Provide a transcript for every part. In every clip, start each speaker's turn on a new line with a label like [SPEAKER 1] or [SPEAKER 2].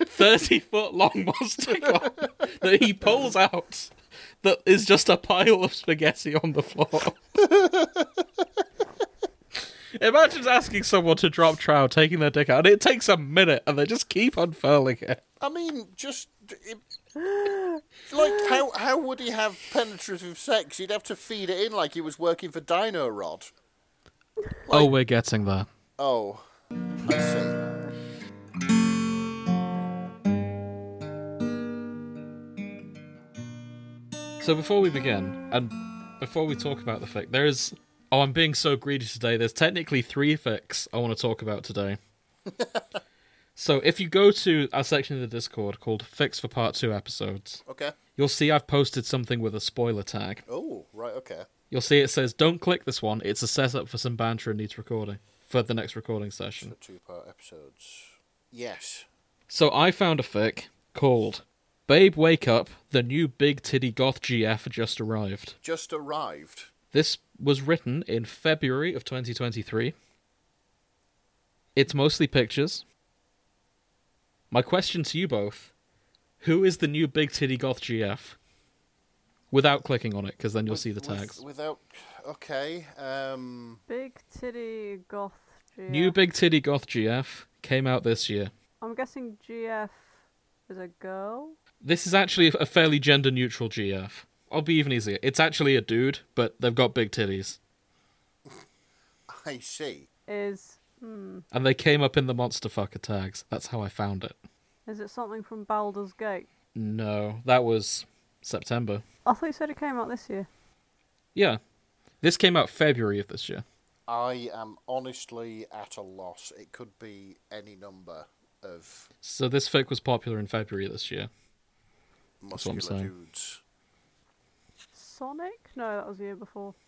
[SPEAKER 1] 30 foot long monster glove that he pulls out that is just a pile of spaghetti on the floor. Imagine asking someone to drop trout, taking their dick out, and it takes a minute, and they just keep unfurling it.
[SPEAKER 2] I mean, just it, like how how would he have penetrative sex? He'd have to feed it in like he was working for Dino Rod.
[SPEAKER 3] oh, we're getting there.
[SPEAKER 2] Oh, I see.
[SPEAKER 1] So before we begin, and before we talk about the fic, there is. Oh, I'm being so greedy today. There's technically three fics I want to talk about today. so if you go to our section of the Discord called Fix for Part 2 Episodes,
[SPEAKER 2] Okay.
[SPEAKER 1] you'll see I've posted something with a spoiler tag.
[SPEAKER 2] Oh, right. Okay.
[SPEAKER 1] You'll see it says, Don't click this one. It's a setup for some banter and needs recording for the next recording session.
[SPEAKER 2] The two part episodes. Yes.
[SPEAKER 1] So I found a fic called Babe Wake Up, the new Big Titty Goth GF just arrived.
[SPEAKER 2] Just arrived.
[SPEAKER 1] This was written in February of 2023. It's mostly pictures. My question to you both Who is the new Big Titty Goth GF? Without clicking on it, because then you'll see the
[SPEAKER 2] With-
[SPEAKER 1] tags.
[SPEAKER 2] Without. Okay. Um.
[SPEAKER 4] Big titty goth GF.
[SPEAKER 1] New Big Titty Goth GF came out this year.
[SPEAKER 4] I'm guessing GF is a girl.
[SPEAKER 1] This is actually a fairly gender neutral GF. I'll be even easier. It's actually a dude, but they've got big titties.
[SPEAKER 2] I see.
[SPEAKER 4] Is hmm.
[SPEAKER 1] And they came up in the monster fucker tags. That's how I found it.
[SPEAKER 4] Is it something from Baldur's Gate?
[SPEAKER 1] No, that was September.
[SPEAKER 4] I thought you said it came out this year.
[SPEAKER 1] Yeah. This came out February of this year.
[SPEAKER 2] I am honestly at a loss. It could be any number of
[SPEAKER 1] So this fic was popular in February this year. what I'm
[SPEAKER 2] muscular
[SPEAKER 1] saying.
[SPEAKER 2] dudes.
[SPEAKER 4] Sonic? No, that was the year before.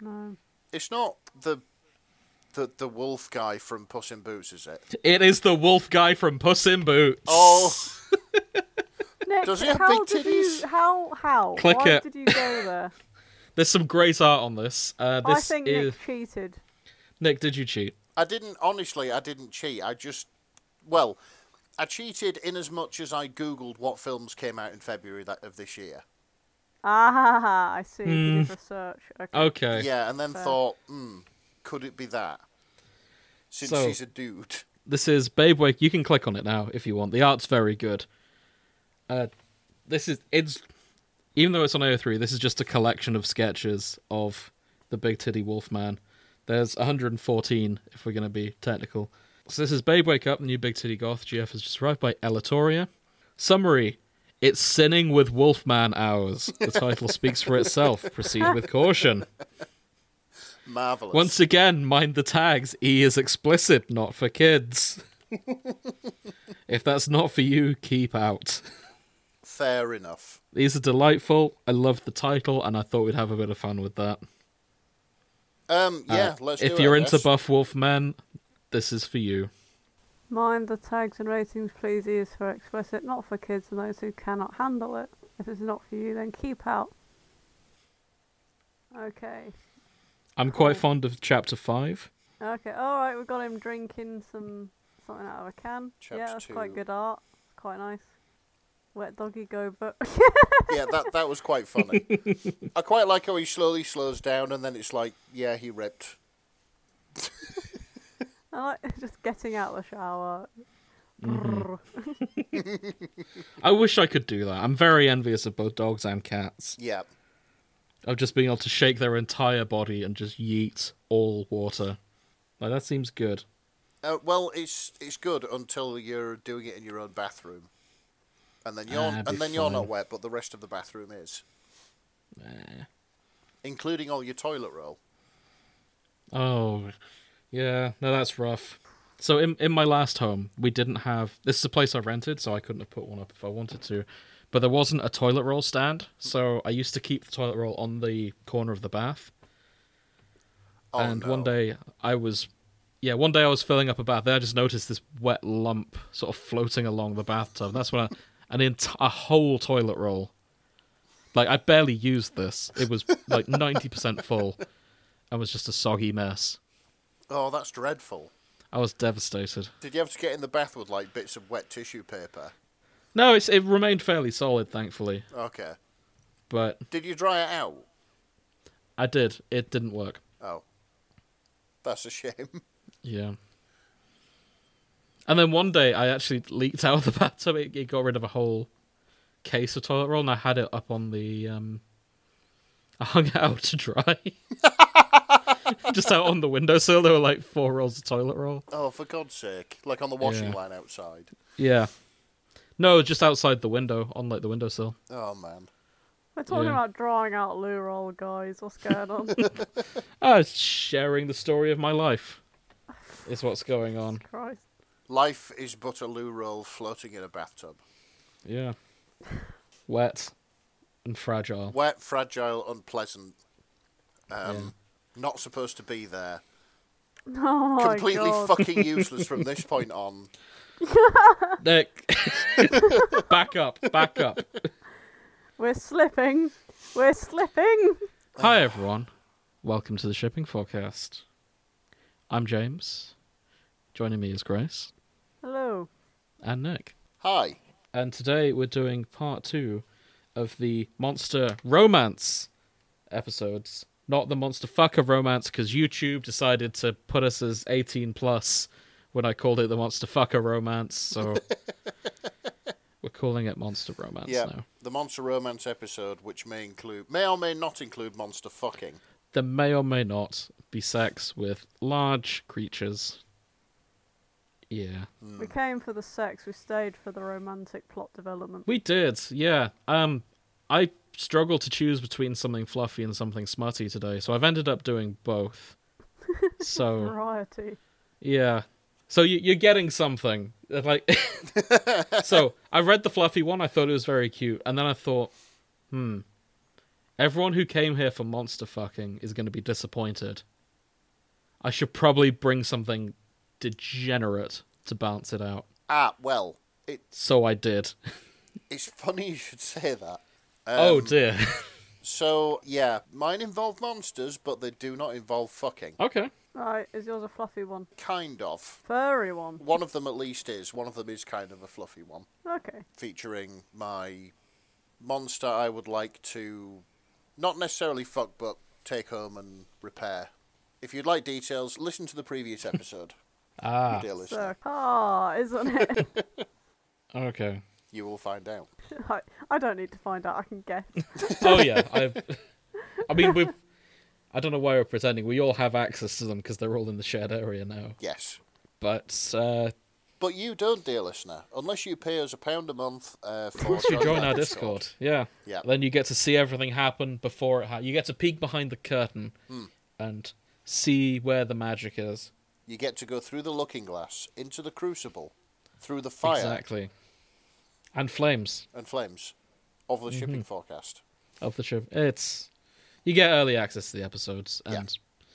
[SPEAKER 4] No.
[SPEAKER 2] It's not the the the wolf guy from Puss in Boots, is it?
[SPEAKER 1] It is the wolf guy from Puss in Boots.
[SPEAKER 2] Oh,
[SPEAKER 4] Nick,
[SPEAKER 2] Does he have
[SPEAKER 4] how
[SPEAKER 2] big
[SPEAKER 4] did you?
[SPEAKER 2] titties?
[SPEAKER 4] How? How?
[SPEAKER 1] Click
[SPEAKER 4] Why
[SPEAKER 1] it.
[SPEAKER 4] did you go there?
[SPEAKER 1] There's some great art on this. Uh, this
[SPEAKER 4] I think
[SPEAKER 1] is
[SPEAKER 4] Nick cheated.
[SPEAKER 1] Nick, did you cheat?
[SPEAKER 2] I didn't. Honestly, I didn't cheat. I just well, I cheated in as much as I googled what films came out in February that, of this year.
[SPEAKER 4] Ah, I see. You
[SPEAKER 1] Hmm.
[SPEAKER 4] did research. Okay.
[SPEAKER 1] Okay.
[SPEAKER 2] Yeah, and then
[SPEAKER 4] Fair.
[SPEAKER 2] thought, hmm, could it be that? Since
[SPEAKER 1] So-
[SPEAKER 2] he's a dude.
[SPEAKER 1] This is Babe Wake. You can click on it now if you want. The art's very good. Uh, this is it's even though it's on AO3, this is just a collection of sketches of the Big Titty Wolfman. There's 114 if we're going to be technical. So this is Babe Wake Up, the new Big Titty Goth. GF is just arrived by Elatoria. Summary: It's sinning with Wolfman hours. The title speaks for itself. Proceed with caution.
[SPEAKER 2] Marvelous.
[SPEAKER 1] Once again, mind the tags. E is explicit, not for kids. if that's not for you, keep out.
[SPEAKER 2] Fair enough.
[SPEAKER 1] These are delightful. I love the title, and I thought we'd have a bit of fun with that.
[SPEAKER 2] Um, yeah, let's do
[SPEAKER 1] Uh, if
[SPEAKER 2] it,
[SPEAKER 1] you're
[SPEAKER 2] I
[SPEAKER 1] into
[SPEAKER 2] guess.
[SPEAKER 1] buff wolf men, this is for you.
[SPEAKER 4] Mind the tags and ratings, please. E is for explicit, not for kids and those who cannot handle it. If it's not for you, then keep out. Okay.
[SPEAKER 1] I'm quite fond of chapter five.
[SPEAKER 4] Okay. All right. We got him drinking some something out of a can. yeah,
[SPEAKER 2] Chapter
[SPEAKER 4] that's quite
[SPEAKER 2] two.
[SPEAKER 4] good art. Quite nice. Wet doggy go book.
[SPEAKER 2] yeah, that that was quite funny. I quite like how he slowly slows down, and then it's like, yeah, he ripped.
[SPEAKER 4] I like just getting out of the shower. Brrr.
[SPEAKER 1] I wish I could do that. I'm very envious of both dogs and cats
[SPEAKER 2] Yeah,
[SPEAKER 1] of just being able to shake their entire body and just yeet all water. Like that seems good.
[SPEAKER 2] uh, well, it's it's good until you're doing it in your own bathroom, and then you're
[SPEAKER 1] Ah, it'd be
[SPEAKER 2] and then you're not
[SPEAKER 1] fine.
[SPEAKER 2] wet, but the rest of the bathroom is, including all your toilet roll.
[SPEAKER 1] Oh, yeah. No, that's rough. So in in my last home, we didn't have. This is a place I rented, so I couldn't have put one up if I wanted to. But there wasn't a toilet roll stand, so I used to keep the toilet roll on the corner of the bath.
[SPEAKER 2] Oh,
[SPEAKER 1] and one
[SPEAKER 2] no.
[SPEAKER 1] day I was, yeah, one day I was filling up a bath. Then I just noticed this wet lump sort of floating along the bathtub. That's when I, an ent- a whole toilet roll. Like I barely used this. It was like ninety percent full, and was just a soggy mess.
[SPEAKER 2] oh, that's dreadful.
[SPEAKER 1] I was devastated.
[SPEAKER 2] Did you have to get in the bath with like bits of wet tissue paper?
[SPEAKER 1] No, it's it remained fairly solid, thankfully.
[SPEAKER 2] Okay.
[SPEAKER 1] But
[SPEAKER 2] Did you dry it out?
[SPEAKER 1] I did. It didn't work.
[SPEAKER 2] Oh, that's a shame.
[SPEAKER 1] Yeah. And then one day I actually leaked out of the bathtub. It, it got rid of a whole case of toilet roll, and I had it up on the. Um, I hung it out to dry. Just out on the windowsill, there were like four rolls of toilet roll.
[SPEAKER 2] Oh, for God's sake! Like on the washing
[SPEAKER 1] Yeah.
[SPEAKER 2] line outside.
[SPEAKER 1] Yeah. No, just outside the window, on like the windowsill.
[SPEAKER 2] Oh man.
[SPEAKER 4] We're talking
[SPEAKER 1] Yeah.
[SPEAKER 4] about drawing out loo roll, guys. What's going on?
[SPEAKER 1] Ah, it's sharing the story of my life. Is what's going on.
[SPEAKER 4] Christ.
[SPEAKER 2] Life is but a loo roll floating in a bathtub.
[SPEAKER 1] Yeah. Wet and fragile.
[SPEAKER 2] Wet, fragile, unpleasant. Um, Not supposed to be there.
[SPEAKER 4] Oh my
[SPEAKER 2] Completely
[SPEAKER 4] god.
[SPEAKER 2] fucking useless from this point on.
[SPEAKER 1] Nick. back up, back up.
[SPEAKER 4] We're slipping. We're slipping.
[SPEAKER 1] Hi everyone. Welcome to the shipping forecast. I'm James. Joining me is Grace
[SPEAKER 4] Hello.
[SPEAKER 1] and Nick.
[SPEAKER 2] Hi.
[SPEAKER 1] And today we're doing part two of the monster romance episodes. Not the monster fucker romance, because YouTube decided to put us as 18 plus when I called it the monster fucker romance. So we're calling it monster romance
[SPEAKER 2] Yeah,
[SPEAKER 1] now.
[SPEAKER 2] the monster romance episode, which may include, may or may not include monster fucking.
[SPEAKER 1] There may or may not be sex with large creatures. Yeah.
[SPEAKER 4] We came for the sex. We stayed for the romantic plot development.
[SPEAKER 1] We did, yeah. Um, I struggled to choose between something fluffy and something smutty today, so I've ended up doing both. So
[SPEAKER 4] Variety.
[SPEAKER 1] yeah, so you, you're getting something It's like. so I read the fluffy one. I thought it was very cute, and then I thought, hmm, everyone who came here for monster fucking is going to be disappointed. I should probably bring something degenerate to balance it out.
[SPEAKER 2] Ah, well, it,
[SPEAKER 1] So I did.
[SPEAKER 2] it's funny you should say that. Um,
[SPEAKER 1] oh dear.
[SPEAKER 2] So yeah, mine involve monsters, but they do not involve fucking.
[SPEAKER 1] okay.
[SPEAKER 4] Right, is yours a fluffy one?
[SPEAKER 2] Kind of.
[SPEAKER 4] Furry one.
[SPEAKER 2] One of them at least is. One of them is kind of a fluffy one,
[SPEAKER 4] Okay.
[SPEAKER 2] featuring my monster I would like to, not necessarily fuck, but take home and repair. If you'd like details, listen to the previous episode,
[SPEAKER 1] Ah.
[SPEAKER 2] dear listener.
[SPEAKER 4] So, ah, isn't it?
[SPEAKER 1] Okay.
[SPEAKER 2] You will find out.
[SPEAKER 4] I, I don't need to find out. I can guess.
[SPEAKER 1] Oh yeah. I. I mean, we. I don't know why we're pretending. We all have access to them because they're all in the shared area now.
[SPEAKER 2] Yes.
[SPEAKER 1] But uh,
[SPEAKER 2] But you don't, dear listener, unless you pay us a pound a month uh, for
[SPEAKER 1] once you
[SPEAKER 2] joining
[SPEAKER 1] join our Discord, yeah,
[SPEAKER 2] Yeah.
[SPEAKER 1] then you get to see everything happen before it happens. You get to peek behind the curtain
[SPEAKER 2] Hmm.
[SPEAKER 1] and see where the magic is.
[SPEAKER 2] You get to go through the looking glass, into the crucible, through the fire
[SPEAKER 1] Exactly. And flames
[SPEAKER 2] and flames of the
[SPEAKER 1] Mm-hmm.
[SPEAKER 2] shipping forecast.
[SPEAKER 1] of the ship. It's you get early access to the episodes and
[SPEAKER 2] Yeah.
[SPEAKER 1] you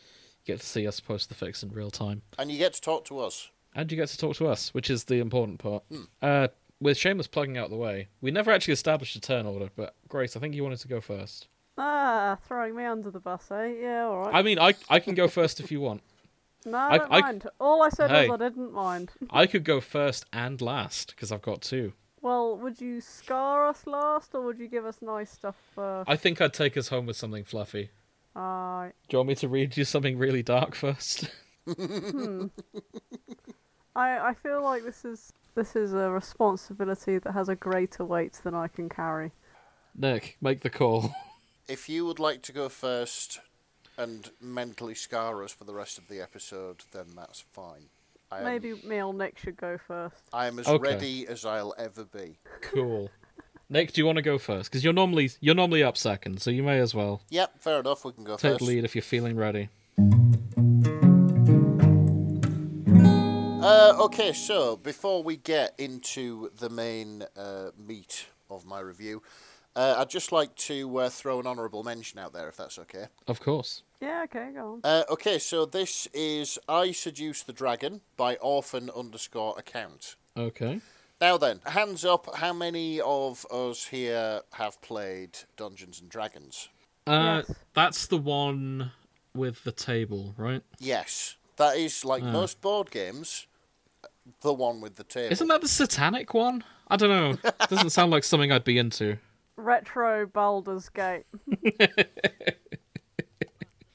[SPEAKER 1] get to see us post the fix in real time.
[SPEAKER 2] And you get to talk to us.
[SPEAKER 1] And you get to talk to us, which is the important part. Uh, with Seamus plugging out the way, we never actually established a turn order, but Grace, I think you wanted to go first.
[SPEAKER 4] Ah, throwing me under the bus, eh? Yeah, all right.
[SPEAKER 1] I mean, I, I can go first if you want.
[SPEAKER 4] no,
[SPEAKER 1] I-
[SPEAKER 4] I don't
[SPEAKER 1] I-
[SPEAKER 4] mind. All I said
[SPEAKER 1] Hey.
[SPEAKER 4] was I didn't mind.
[SPEAKER 1] I could go first and last, because I've got two.
[SPEAKER 4] Well, would you scar us last, or would you give us nice stuff first?
[SPEAKER 1] I think I'd take us home with something fluffy.
[SPEAKER 4] Aye.
[SPEAKER 1] Do you want me to read you something really dark first?
[SPEAKER 4] I, I feel like this is this is a responsibility that has a greater weight than I can carry.
[SPEAKER 1] Nick, make the call.
[SPEAKER 2] If you would like to go first and mentally scar us for the rest of the episode, then that's fine. I am,
[SPEAKER 4] Maybe me or Nick should go first.
[SPEAKER 2] I am as
[SPEAKER 1] Okay.
[SPEAKER 2] ready as I'll ever be.
[SPEAKER 1] cool. Nick, do you want to go first? Because you're normally you're normally up second, so you may as well
[SPEAKER 2] Yep, fair enough, we can go
[SPEAKER 1] take
[SPEAKER 2] first.
[SPEAKER 1] the lead if you're feeling ready.
[SPEAKER 2] Uh, okay, so before we get into the main uh, meat of my review, uh, I'd just like to uh, throw an honourable mention out there, if that's okay.
[SPEAKER 1] Of course.
[SPEAKER 4] Yeah, okay, go on.
[SPEAKER 2] Uh, okay, so this is I Seduce the Dragon by Orphan underscore account.
[SPEAKER 1] Okay.
[SPEAKER 2] Now then, hands up, how many of us here have played Dungeons and Dragons?
[SPEAKER 1] Uh,
[SPEAKER 4] Yes.
[SPEAKER 1] that's the one with the table, right?
[SPEAKER 2] Yes, That is
[SPEAKER 1] Hmm.
[SPEAKER 2] like most board games, the one with the table.
[SPEAKER 1] Isn't that the satanic one? I don't know. Doesn't sound like something I'd be into.
[SPEAKER 4] Retro Baldur's Gate.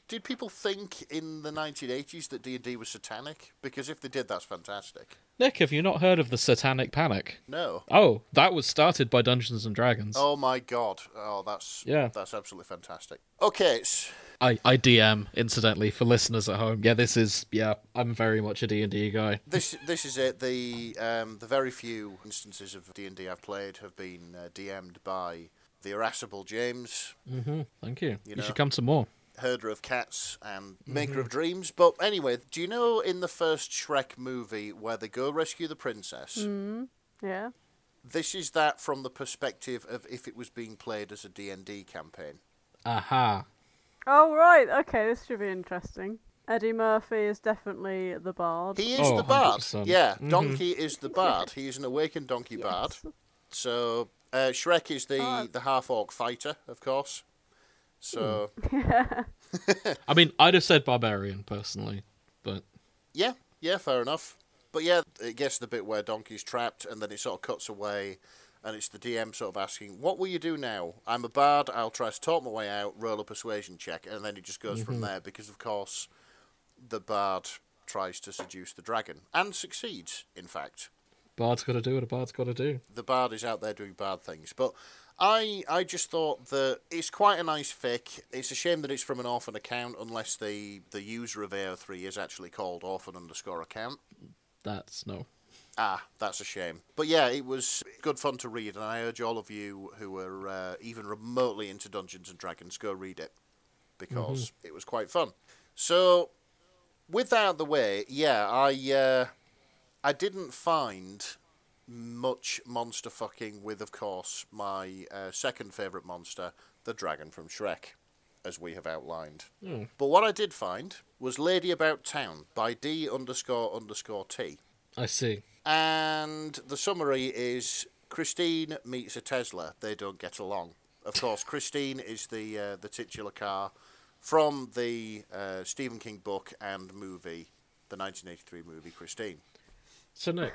[SPEAKER 2] Did people think in the 1980s that D and D was satanic? Because if they did, that's fantastic.
[SPEAKER 1] Nick, have you not heard of the Satanic Panic?
[SPEAKER 2] No.
[SPEAKER 1] Oh, that was started by Dungeons and Dragons.
[SPEAKER 2] Oh my god. Oh, that's
[SPEAKER 1] Yeah.
[SPEAKER 2] That's absolutely fantastic. Okay, s-
[SPEAKER 1] I, I DM incidentally for listeners at home. Yeah, this is yeah. I'm very much a D and D guy.
[SPEAKER 2] this this is it. The um, the very few instances of D and D I've played have been uh, DM'd by the irascible James,
[SPEAKER 1] hmm Thank you.
[SPEAKER 2] Mm-hmm. You
[SPEAKER 1] You,
[SPEAKER 2] know.
[SPEAKER 1] should come to more.
[SPEAKER 2] herder of cats and maker of dreams. But anyway, do you know in the first Shrek movie where they go rescue the princess?
[SPEAKER 4] Yeah.
[SPEAKER 2] This is that from the perspective of if it was being played as a D&D campaign.
[SPEAKER 1] Aha.
[SPEAKER 4] Oh, right. Okay, this should be interesting. Eddie Murphy is definitely the bard.
[SPEAKER 2] He is
[SPEAKER 1] Oh,
[SPEAKER 2] the bard.
[SPEAKER 1] 100%.
[SPEAKER 2] Yeah, Donkey is the bard. He is an awakened donkey bard. So uh, Shrek is the,
[SPEAKER 4] Oh.
[SPEAKER 2] the half orc fighter, of course. So
[SPEAKER 1] I mean, I'd have said barbarian personally, but
[SPEAKER 2] yeah, yeah, fair enough. But yeah, it gets to the bit where Donkey's trapped, and then it sort of cuts away, and it's the DM sort of asking, "What will you do now? I'm a bard. I'll try to talk my way out. Roll a persuasion check, and then it just goes from there because, of course, the bard tries to seduce the dragon and succeeds. In fact,
[SPEAKER 1] bard's got to do what a bard's got to do.
[SPEAKER 2] the bard is out there doing bad things. But I I just thought that it's quite a nice fic. It's a shame that it's from an orphan account unless the, the user of AO3 is actually called orphan underscore account.
[SPEAKER 1] That's no.
[SPEAKER 2] Ah, that's a shame. But yeah, it was good fun to read, and I urge all of you who are uh, even remotely into Dungeons and Dragons go read it because it was quite fun. So, with that out of the way, yeah, I uh, I didn't find much monster fucking with, of course, my uh, second favorite monster, the dragon from Shrek, as we have outlined. But what I did find was Lady About Town by D underscore underscore T.
[SPEAKER 1] I see.
[SPEAKER 2] And the summary is Christine meets a Tesla. They don't get along. Of course, Christine is the uh, the titular car from the uh, Stephen King book and movie, the 1983 movie Christine.
[SPEAKER 1] So Nick,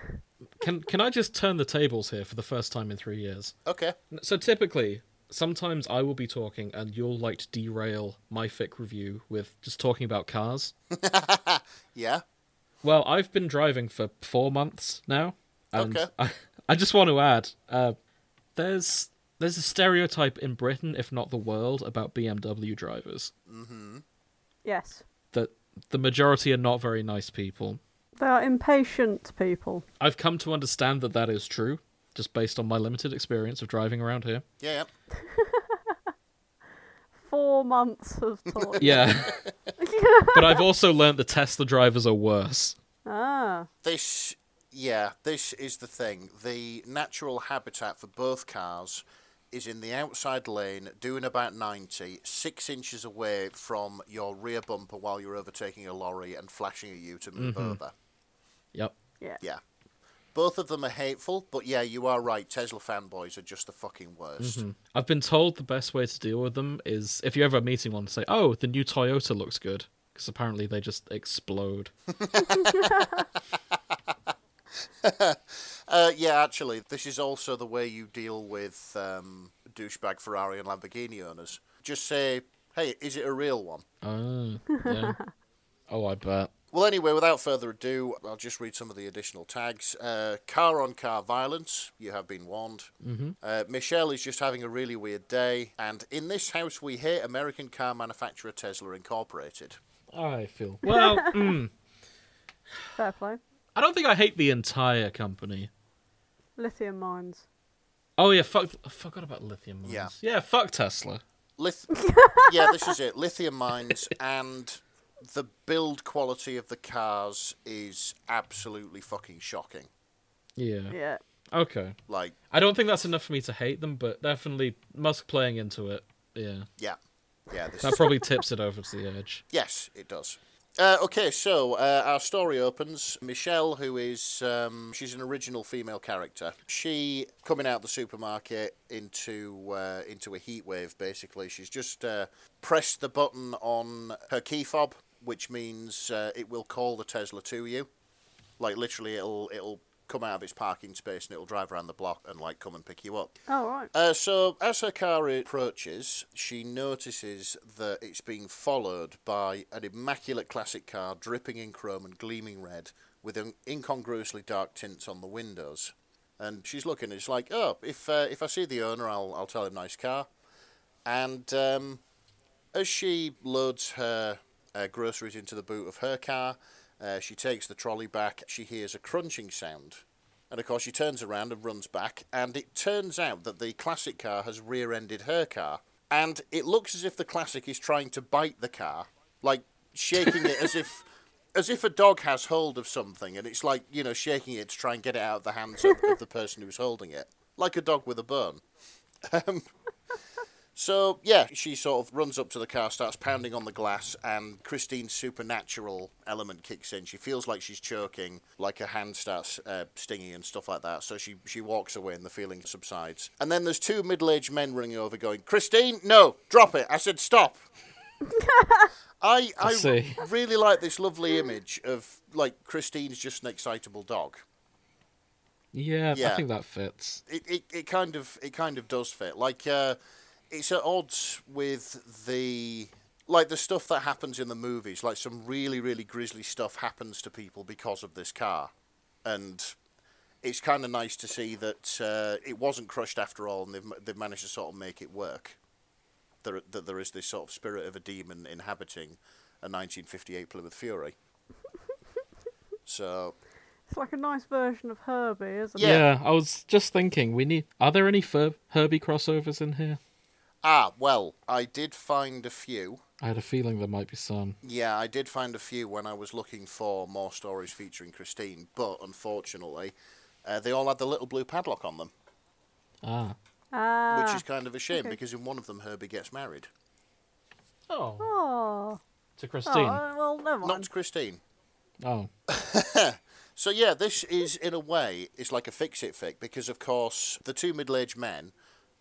[SPEAKER 1] can can I just turn the tables here for the first time in three years?
[SPEAKER 2] Okay.
[SPEAKER 1] So typically, sometimes I will be talking and you'll like to derail my fic review with just talking about cars.
[SPEAKER 2] Yeah.
[SPEAKER 1] Well, I've been driving for four months now, and
[SPEAKER 2] Okay.
[SPEAKER 1] I, I just want to add, uh, there's there's a stereotype in Britain, if not the world, about BMW drivers
[SPEAKER 4] Yes.
[SPEAKER 1] that the majority are not very nice people.
[SPEAKER 4] They are impatient people.
[SPEAKER 1] I've come to understand that that is true, just based on my limited experience of driving around here.
[SPEAKER 2] Yeah.
[SPEAKER 4] Four months of talk.
[SPEAKER 1] Yeah, but I've also learned that Tesla drivers are worse.
[SPEAKER 4] ah.
[SPEAKER 2] This, yeah, this is the thing. The natural habitat for both cars is in the outside lane, doing about 90, six inches away from your rear bumper while you're overtaking a lorry and flashing at you to move over.
[SPEAKER 1] Yep.
[SPEAKER 4] Yeah.
[SPEAKER 2] Yeah. Both of them are hateful, but yeah, you are right. Tesla fanboys are just the fucking worst.
[SPEAKER 1] I've been told the best way to deal with them is if you're ever meeting one, say, "Oh, the new Toyota looks good," because apparently they just explode.
[SPEAKER 2] Uh, yeah, actually, this is also the way you deal with um, douchebag Ferrari and Lamborghini owners. Just say, hey, is it a real one?
[SPEAKER 1] Oh, yeah. oh, I bet.
[SPEAKER 2] Well, anyway, without further ado, I'll just read some of the additional tags. Uh, car on car violence, you have been warned. Mm-hmm. Uh, Michelle is just having a really weird day. And in this house, we hate American car manufacturer Tesla Incorporated.
[SPEAKER 1] I feel well. mm,
[SPEAKER 4] Fair play.
[SPEAKER 1] I don't think I hate the entire company.
[SPEAKER 4] Lithium mines.
[SPEAKER 1] Oh yeah, fuck. I forgot about lithium mines.
[SPEAKER 2] Yeah.
[SPEAKER 1] yeah, fuck Tesla.
[SPEAKER 2] Lith- yeah, this is it. Lithium mines and the build quality of the cars is absolutely fucking shocking.
[SPEAKER 1] Yeah.
[SPEAKER 4] Yeah.
[SPEAKER 1] Okay.
[SPEAKER 2] Like,
[SPEAKER 1] I don't think that's enough for me to hate them, but definitely Musk playing into it. Yeah,
[SPEAKER 2] yeah, yeah. This
[SPEAKER 1] that
[SPEAKER 2] is-
[SPEAKER 1] probably tips it over to the edge.
[SPEAKER 2] yes, it does. Uh, okay, so uh, our story opens. Michelle, who is um, she's an original female character, she coming out the supermarket into uh, into a heat wave. Basically, she's just uh, pressed the button on her key fob. which means uh, it will call the Tesla to you. Like literally, it'll it'll come out of its parking space and it'll drive around the block and like come and pick you up.
[SPEAKER 4] Oh, right.
[SPEAKER 2] Uh, so as her car approaches, she notices that it's being followed by an immaculate classic car, dripping in chrome and gleaming red, with an incongruously dark tints on the windows. And she's looking. It's like, oh, if uh, if I see the owner, I'll I'll tell him nice car. And um, as she loads her uh, groceries into the boot of her car, uh, she takes the trolley back. She hears a crunching sound. And of course, she turns around and runs back. And it turns out that the classic car has rear ended her car. And it looks as if the classic is trying to bite the car, like shaking it as if. As if a dog has hold of something and it's like, you know, shaking it to try and get it out of the hands of, of the person who's holding it. Like a dog with a bone. Um, so yeah, she sort of runs up to the car, starts pounding on the glass, and Christine's supernatural element kicks in. She feels like she's choking, like her hand starts uh, stinging and stuff like that. So she she walks away, and the feeling subsides. And then there's two middle-aged men running over, going, "Christine, no, drop it!" I said, "Stop." I
[SPEAKER 1] I
[SPEAKER 2] I
[SPEAKER 1] see.
[SPEAKER 2] really like this lovely image of like Christine's just an excitable dog.
[SPEAKER 1] Yeah,
[SPEAKER 2] Yeah.
[SPEAKER 1] I think that fits.
[SPEAKER 2] it, it, it kind of it kind of does fit. Like uh, it's at odds with the like the stuff that happens in the movies. Like some really really grisly stuff happens to people because of this car, and it's kind of nice to see that uh, it wasn't crushed after all, and they've ma- they've managed to sort of make it work. There, that there is this sort of spirit of a demon inhabiting a 1958 Plymouth Fury. So
[SPEAKER 4] It's like a nice version of Herbie, isn't
[SPEAKER 2] Yeah.
[SPEAKER 4] it?
[SPEAKER 1] I was just thinking. We need. Are there any Fer- Herbie crossovers in here?
[SPEAKER 2] ah well, I did find a few.
[SPEAKER 1] I had a feeling there might be some.
[SPEAKER 2] Yeah, I did find a few when I was looking for more stories featuring Christine, but unfortunately, uh, they all had the little blue padlock on them,
[SPEAKER 1] Ah.
[SPEAKER 4] Ah.
[SPEAKER 2] which is kind of a shame
[SPEAKER 4] okay.
[SPEAKER 2] because in one of them Herbie gets married,
[SPEAKER 1] Oh.
[SPEAKER 4] Oh.
[SPEAKER 1] To
[SPEAKER 4] Oh,
[SPEAKER 1] Christine.
[SPEAKER 4] uh, well, never mind.
[SPEAKER 2] not to Christine.
[SPEAKER 1] Oh.
[SPEAKER 2] So yeah, this is in a way it's like a fix-it fic because of course the two middle-aged men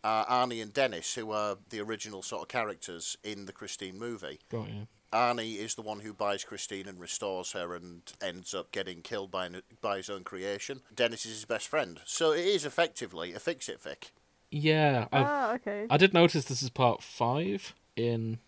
[SPEAKER 2] are Arnie and Dennis, who are the original sort of characters in the Christine movie.
[SPEAKER 1] Got you.
[SPEAKER 2] Arnie is the one who buys Christine and restores her and ends up getting killed by, an, by his own creation. Dennis is his best friend. So it is effectively a fix it fic.
[SPEAKER 1] Yeah. I,
[SPEAKER 4] Ah, okay.
[SPEAKER 1] I did notice this is part five in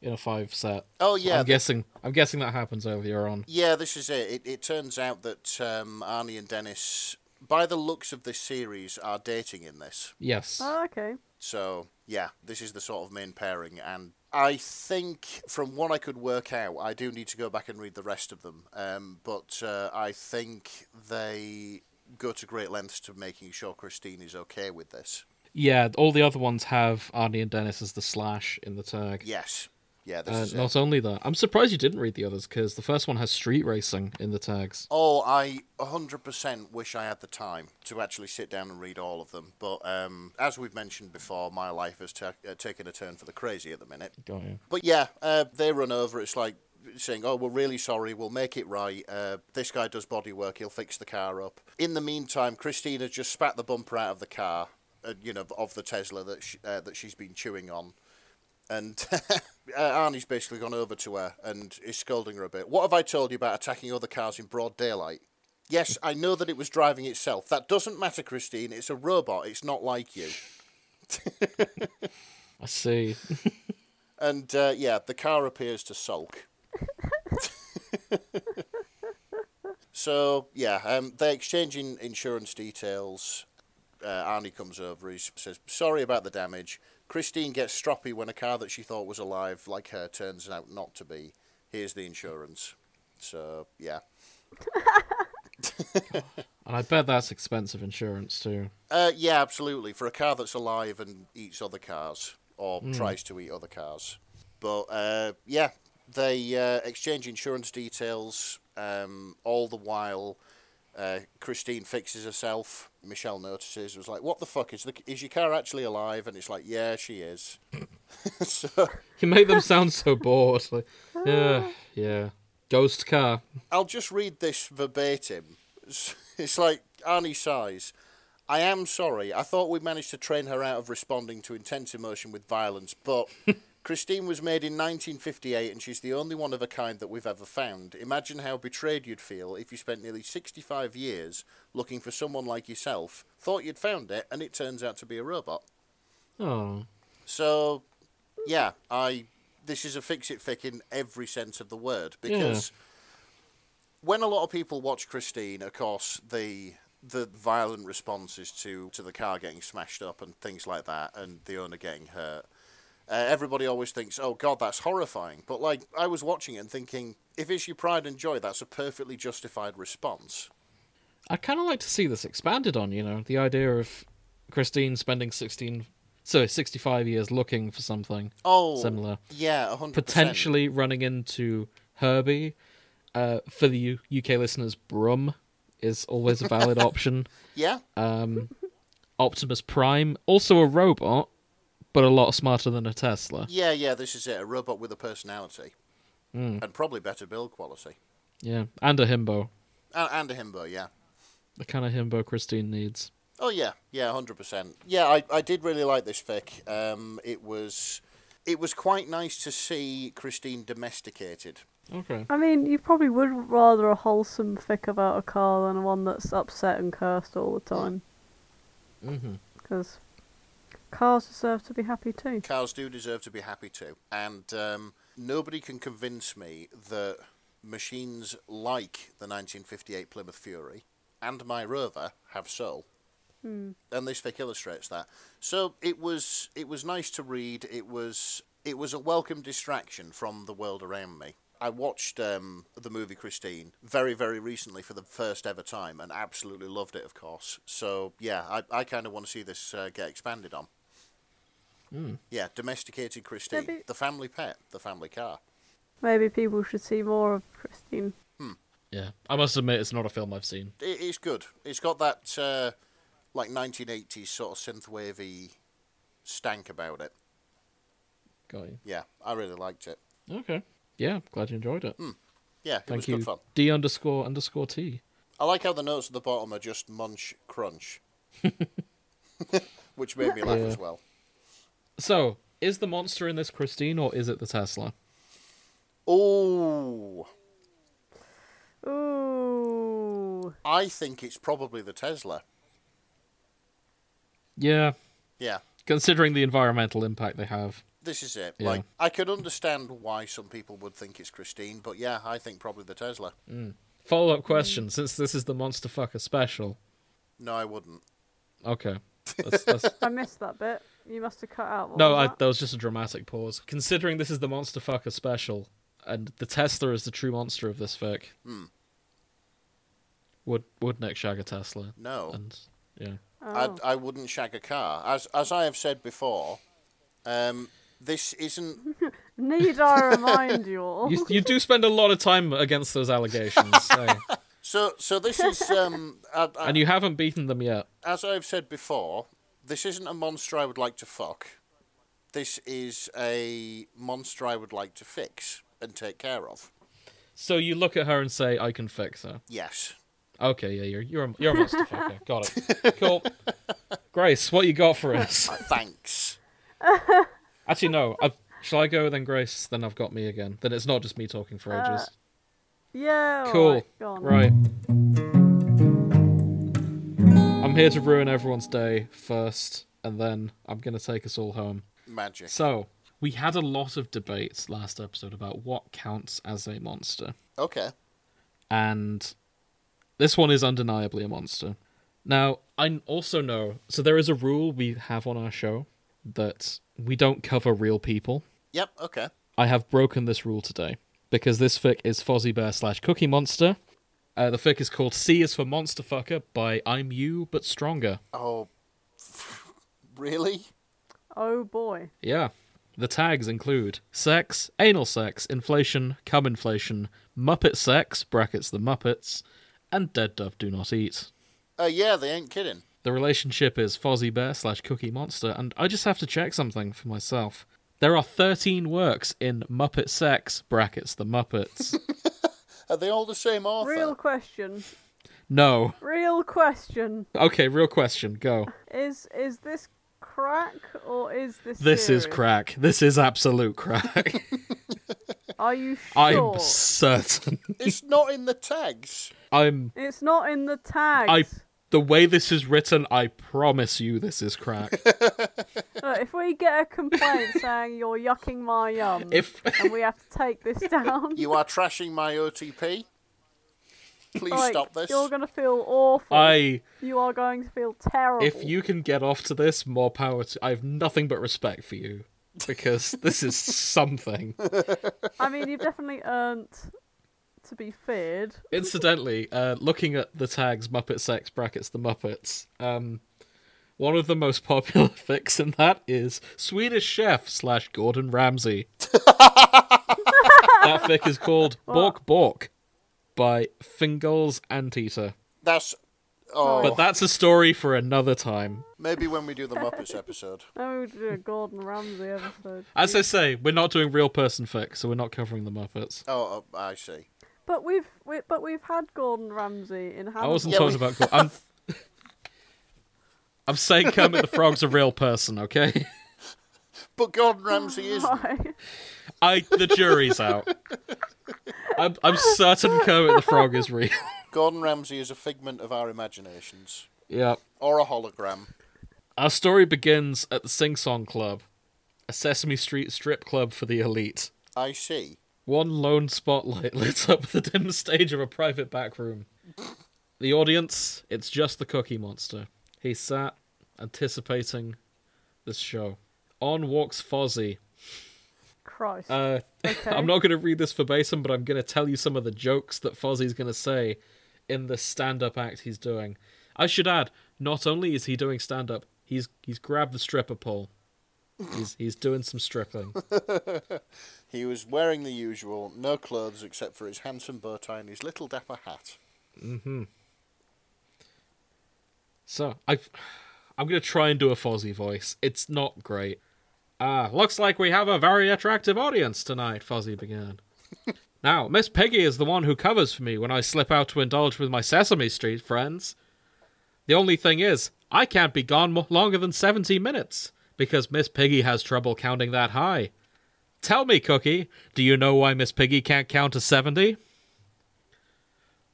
[SPEAKER 1] in a five set.
[SPEAKER 2] Oh, yeah.
[SPEAKER 1] I'm guessing. I'm guessing that happens earlier on.
[SPEAKER 2] yeah, this is it. It, it turns out that um, Arnie and Dennis, by the looks of this series, are dating in this.
[SPEAKER 1] Yes.
[SPEAKER 4] Ah, okay.
[SPEAKER 2] So, yeah, this is the sort of main pairing. And I think, from what I could work out, I do need to go back and read the rest of them. Um, but uh, I think they go to great lengths to making sure Christine is okay with this.
[SPEAKER 1] Yeah. All the other ones have Arnie and Dennis as the slash in the tag.
[SPEAKER 2] Yes. Yeah, this
[SPEAKER 1] Uh,
[SPEAKER 2] is it.
[SPEAKER 1] not only that, I'm surprised you didn't read the others because the first one has street racing in the tags.
[SPEAKER 2] Oh, I 100% wish I had the time to actually sit down and read all of them. But um, as we've mentioned before, my life has ta- uh, taken a turn for the crazy at the minute.
[SPEAKER 1] Got you.
[SPEAKER 2] But yeah, uh, they run over. It's like saying, "Oh, we're really sorry. We'll make it right. Uh, this guy does body work. He'll fix the car up." In the meantime, Christina just spat the bumper out of the car, uh, you know, of the Tesla that she, uh, that she's been chewing on. And uh, Arnie's basically gone over to her and is scolding her a bit. What have I told you about attacking other cars in broad daylight? Yes, I know that it was driving itself. That doesn't matter, Christine. It's a robot. It's not like you.
[SPEAKER 1] I see.
[SPEAKER 2] And uh, yeah, the car appears to sulk. so yeah, um, they exchange in insurance details. Uh, Arnie comes over. He says, "Sorry about the damage." Christine gets stroppy when a car that she thought was alive, like her, turns out not to be. Here's the insurance. So yeah,
[SPEAKER 1] And I bet that's expensive insurance too.
[SPEAKER 2] uh, yeah, absolutely. For a car that's alive and eats other cars or tries to eat other cars, but uh, yeah, they uh, exchange insurance details. Um, all the while, uh, Christine fixes herself. Michelle notices. Was like, "What the fuck is the is your car actually alive?" And it's like, "Yeah, she is." so
[SPEAKER 1] You make them sound so bored. Like, yeah, yeah. Ghost car.
[SPEAKER 2] I'll just read this verbatim. It's, it's like Arnie sighs. I am sorry. I thought we managed to train her out of responding to intense emotion with violence, but Christine was made in 1958 and she's the only one of her kind that we've ever found. Imagine how betrayed you'd feel if you spent nearly 65 years looking for someone like yourself, thought you'd found it, and it turns out to be a robot.
[SPEAKER 1] Oh.
[SPEAKER 2] So, yeah, I this is a fix it fic in every sense of the word because when a lot of people watch Christine, of course, the the violent responses to to the car getting smashed up and things like that, and the owner getting hurt. Uh, everybody always thinks, "Oh God, that's horrifying." But like, I was watching it and thinking, if it's your pride and joy, that's a perfectly justified response.
[SPEAKER 1] I'd kind of like to see this expanded on, you know, the idea of Christine spending 16, so 65 years looking for something
[SPEAKER 2] Oh,
[SPEAKER 1] similar.
[SPEAKER 2] yeah, hundred
[SPEAKER 1] Potentially running into Herbie. Uh, for the U- UK listeners, Brum is always a valid option.
[SPEAKER 2] Yeah,
[SPEAKER 1] Optimus Prime, also a robot, but a lot smarter than a Tesla.
[SPEAKER 2] yeah, yeah. This is it—a robot with a personality, and probably better build quality,
[SPEAKER 1] Yeah, and a himbo.
[SPEAKER 2] and, and a himbo. Yeah.
[SPEAKER 1] The kind of himbo Christine needs.
[SPEAKER 2] Oh yeah, yeah, hundred percent. Yeah, I, I did really like this fic. Um, it was it was quite nice to see Christine domesticated.
[SPEAKER 1] Okay.
[SPEAKER 4] I mean, you probably would rather a wholesome fic about a car than one that's upset and cursed all the time.
[SPEAKER 1] Mm-hmm.
[SPEAKER 4] Because cars deserve to be happy too.
[SPEAKER 2] Cows do deserve to be happy too, and um, nobody can convince me that machines like the 1958 Plymouth Fury and my Rover have soul.
[SPEAKER 4] Hmm.
[SPEAKER 2] And this fic illustrates that. So it was it was nice to read. It was it was a welcome distraction from the world around me. I watched um, the movie Christine very very recently for the first ever time and absolutely loved it. Of course. So yeah, I, I kind of want to see this uh, get expanded on. Yeah, domesticated Christine,
[SPEAKER 4] Maybe-
[SPEAKER 2] the family pet, the family car.
[SPEAKER 4] Maybe people should see more of Christine.
[SPEAKER 1] Yeah, I must admit it's not a film I've seen.
[SPEAKER 2] It, it's good. It's got that uh, like 1980s sort of synthwavy stank about it.
[SPEAKER 1] Got you.
[SPEAKER 2] Yeah, I really liked it.
[SPEAKER 1] Okay. Yeah, glad you enjoyed it.
[SPEAKER 2] Yeah, Hmm, it was
[SPEAKER 1] Thank you.
[SPEAKER 2] good fun.
[SPEAKER 1] D underscore underscore T.
[SPEAKER 2] I like how the notes at the bottom are just munch crunch, which made me laugh
[SPEAKER 1] Yeah.
[SPEAKER 2] as well.
[SPEAKER 1] So, is the monster in this Christine or is it the Tesla?
[SPEAKER 2] Oh,
[SPEAKER 4] Ooh.
[SPEAKER 2] I think it's probably the Tesla.
[SPEAKER 1] Yeah,
[SPEAKER 2] Yeah,
[SPEAKER 1] considering the environmental impact they have.
[SPEAKER 2] this is it.
[SPEAKER 1] Yeah.
[SPEAKER 2] Like I could understand why some people would think it's Christine, but yeah, I think probably the Tesla.
[SPEAKER 1] Follow up
[SPEAKER 2] Hmm.
[SPEAKER 1] question: Since this is the monster fucker special,
[SPEAKER 2] No, I wouldn't.
[SPEAKER 1] okay. That's, that's...
[SPEAKER 4] I missed that bit. You must have cut out. What
[SPEAKER 1] no,
[SPEAKER 4] was
[SPEAKER 1] I,
[SPEAKER 4] that?
[SPEAKER 1] that was just a dramatic pause. Considering this is the monster fucker special, and the Tesla is the true monster of this fic.
[SPEAKER 2] Hmm.
[SPEAKER 1] Would would Nick shag a Tesla?
[SPEAKER 2] No.
[SPEAKER 1] And yeah,
[SPEAKER 4] Oh.
[SPEAKER 2] I, I wouldn't shag a car. As as I have said before, um, this isn't.
[SPEAKER 4] Need I remind you all?
[SPEAKER 1] you, you do spend a lot of time against those allegations, eh?
[SPEAKER 2] So so this is. Um, I, I,
[SPEAKER 1] and you haven't beaten them yet.
[SPEAKER 2] as I've said before, this isn't a monster I would like to fuck. This is a monster I would like to fix and take care of.
[SPEAKER 1] So you look at her and say, "I can fix her."
[SPEAKER 2] Yes.
[SPEAKER 1] Okay, yeah, you're you're a, you're a monster fucker. Got it. Cool. Grace, what you got for us?
[SPEAKER 2] Thanks.
[SPEAKER 1] Actually, no. I've, shall I go then, Grace? Then I've got me again. Then it's not just me talking for ages.
[SPEAKER 4] yeah. all
[SPEAKER 1] cool.
[SPEAKER 4] right, Uh, oh, go on.
[SPEAKER 1] Right. I'm here to ruin everyone's day first, and then I'm gonna take us all home.
[SPEAKER 2] Magic.
[SPEAKER 1] So we had a lot of debates last episode about what counts as a monster.
[SPEAKER 2] Okay.
[SPEAKER 1] and this one is undeniably a monster. Now, I also know, so there is a rule we have on our show that we don't cover real people.
[SPEAKER 2] Yep. Okay.
[SPEAKER 1] I have broken this rule today because this fic is Fozzie Bear slash Cookie Monster. Uh, the fic is called C is for Monster Fucker by I'm You But Stronger.
[SPEAKER 2] Oh, really?
[SPEAKER 4] Oh boy.
[SPEAKER 1] Yeah. The tags include sex, anal sex, inflation, cum inflation, Muppet sex, brackets the Muppets, and Dead Dove Do Not Eat.
[SPEAKER 2] Uh, yeah, they ain't kidding.
[SPEAKER 1] The relationship is Fozzie Bear slash Cookie Monster, and I just have to check something for myself. There are 13 works in Muppet Sex, brackets the Muppets.
[SPEAKER 2] Are they all the same author?
[SPEAKER 4] Real question.
[SPEAKER 1] no.
[SPEAKER 4] Real question.
[SPEAKER 1] Okay, real question, go.
[SPEAKER 4] Is is this crack or is this?
[SPEAKER 1] This
[SPEAKER 4] serious?
[SPEAKER 1] is crack. This is absolute crack.
[SPEAKER 4] Are you sure?
[SPEAKER 1] I'm certain.
[SPEAKER 2] It's not in the tags.
[SPEAKER 1] I'm
[SPEAKER 4] It's not in the tags.
[SPEAKER 1] I the way this is written, I promise you this is crack.
[SPEAKER 4] Look, if we get a complaint saying you're yucking my yum,
[SPEAKER 1] if
[SPEAKER 4] and we have to take this down,
[SPEAKER 2] You are trashing my OTP. Please
[SPEAKER 4] like,
[SPEAKER 2] stop this.
[SPEAKER 4] You're gonna feel awful.
[SPEAKER 1] I
[SPEAKER 4] You are going to feel terrible.
[SPEAKER 1] if you can get off to this, more power to I have nothing but respect for you. Because this is something.
[SPEAKER 4] I mean, you've definitely earned to be feared.
[SPEAKER 1] Incidentally, uh, looking at the tags Muppet Sex brackets the Muppets, um, one of the most popular fix in that is Swedish Chef slash Gordon Ramsay. that fic is called Bork Bork by Fingal's Anteater.
[SPEAKER 2] That's. Oh,
[SPEAKER 1] But that's a story for another time.
[SPEAKER 2] maybe when we do the Muppets episode.
[SPEAKER 4] No, we do a Gordon Ramsay episode.
[SPEAKER 1] As I say, we're not doing real person fic, so we're not covering the Muppets.
[SPEAKER 2] Oh, oh, I see.
[SPEAKER 4] But we've we, but we've had Gordon Ramsay in Hannibal.
[SPEAKER 1] I wasn't
[SPEAKER 2] Yeah,
[SPEAKER 1] talking
[SPEAKER 2] we-
[SPEAKER 1] about. Gor- I'm, I'm saying Kermit the Frog's a real person, okay?
[SPEAKER 2] But Gordon Ramsay is.
[SPEAKER 4] Why?
[SPEAKER 1] I the jury's out. I'm, I'm certain Kermit the Frog is real.
[SPEAKER 2] Gordon Ramsay is a figment of our imaginations.
[SPEAKER 1] Yeah.
[SPEAKER 2] Or a hologram.
[SPEAKER 1] Our story begins at the Sing Song Club, a Sesame Street strip club for the elite.
[SPEAKER 2] I see.
[SPEAKER 1] One lone spotlight lit up the dim stage of a private back room. The audience, it's just the Cookie Monster. He sat, anticipating this show. On walks Fozzie.
[SPEAKER 4] Christ.
[SPEAKER 1] Uh,
[SPEAKER 4] okay.
[SPEAKER 1] I'm not going to read this verbatim, but I'm going to tell you some of the jokes that Fozzie's going to say in the stand-up act he's doing. I should add, not only is he doing stand-up, he's he's grabbed the stripper pole. He's he's doing some stripping.
[SPEAKER 2] He was wearing the usual, no clothes except for his handsome bow tie and his little dapper hat.
[SPEAKER 1] So I, I'm going to try and do a Fozzie voice. It's not great. Ah, looks like we have a very attractive audience tonight. Fozzie began. now, Miss Piggy is the one who covers for me when I slip out to indulge with my Sesame Street friends. The only thing is, I can't be gone mo- longer than seventy minutes because Miss Piggy has trouble counting that high. Tell me, Cookie, do you know why Miss Piggy can't count to seventy?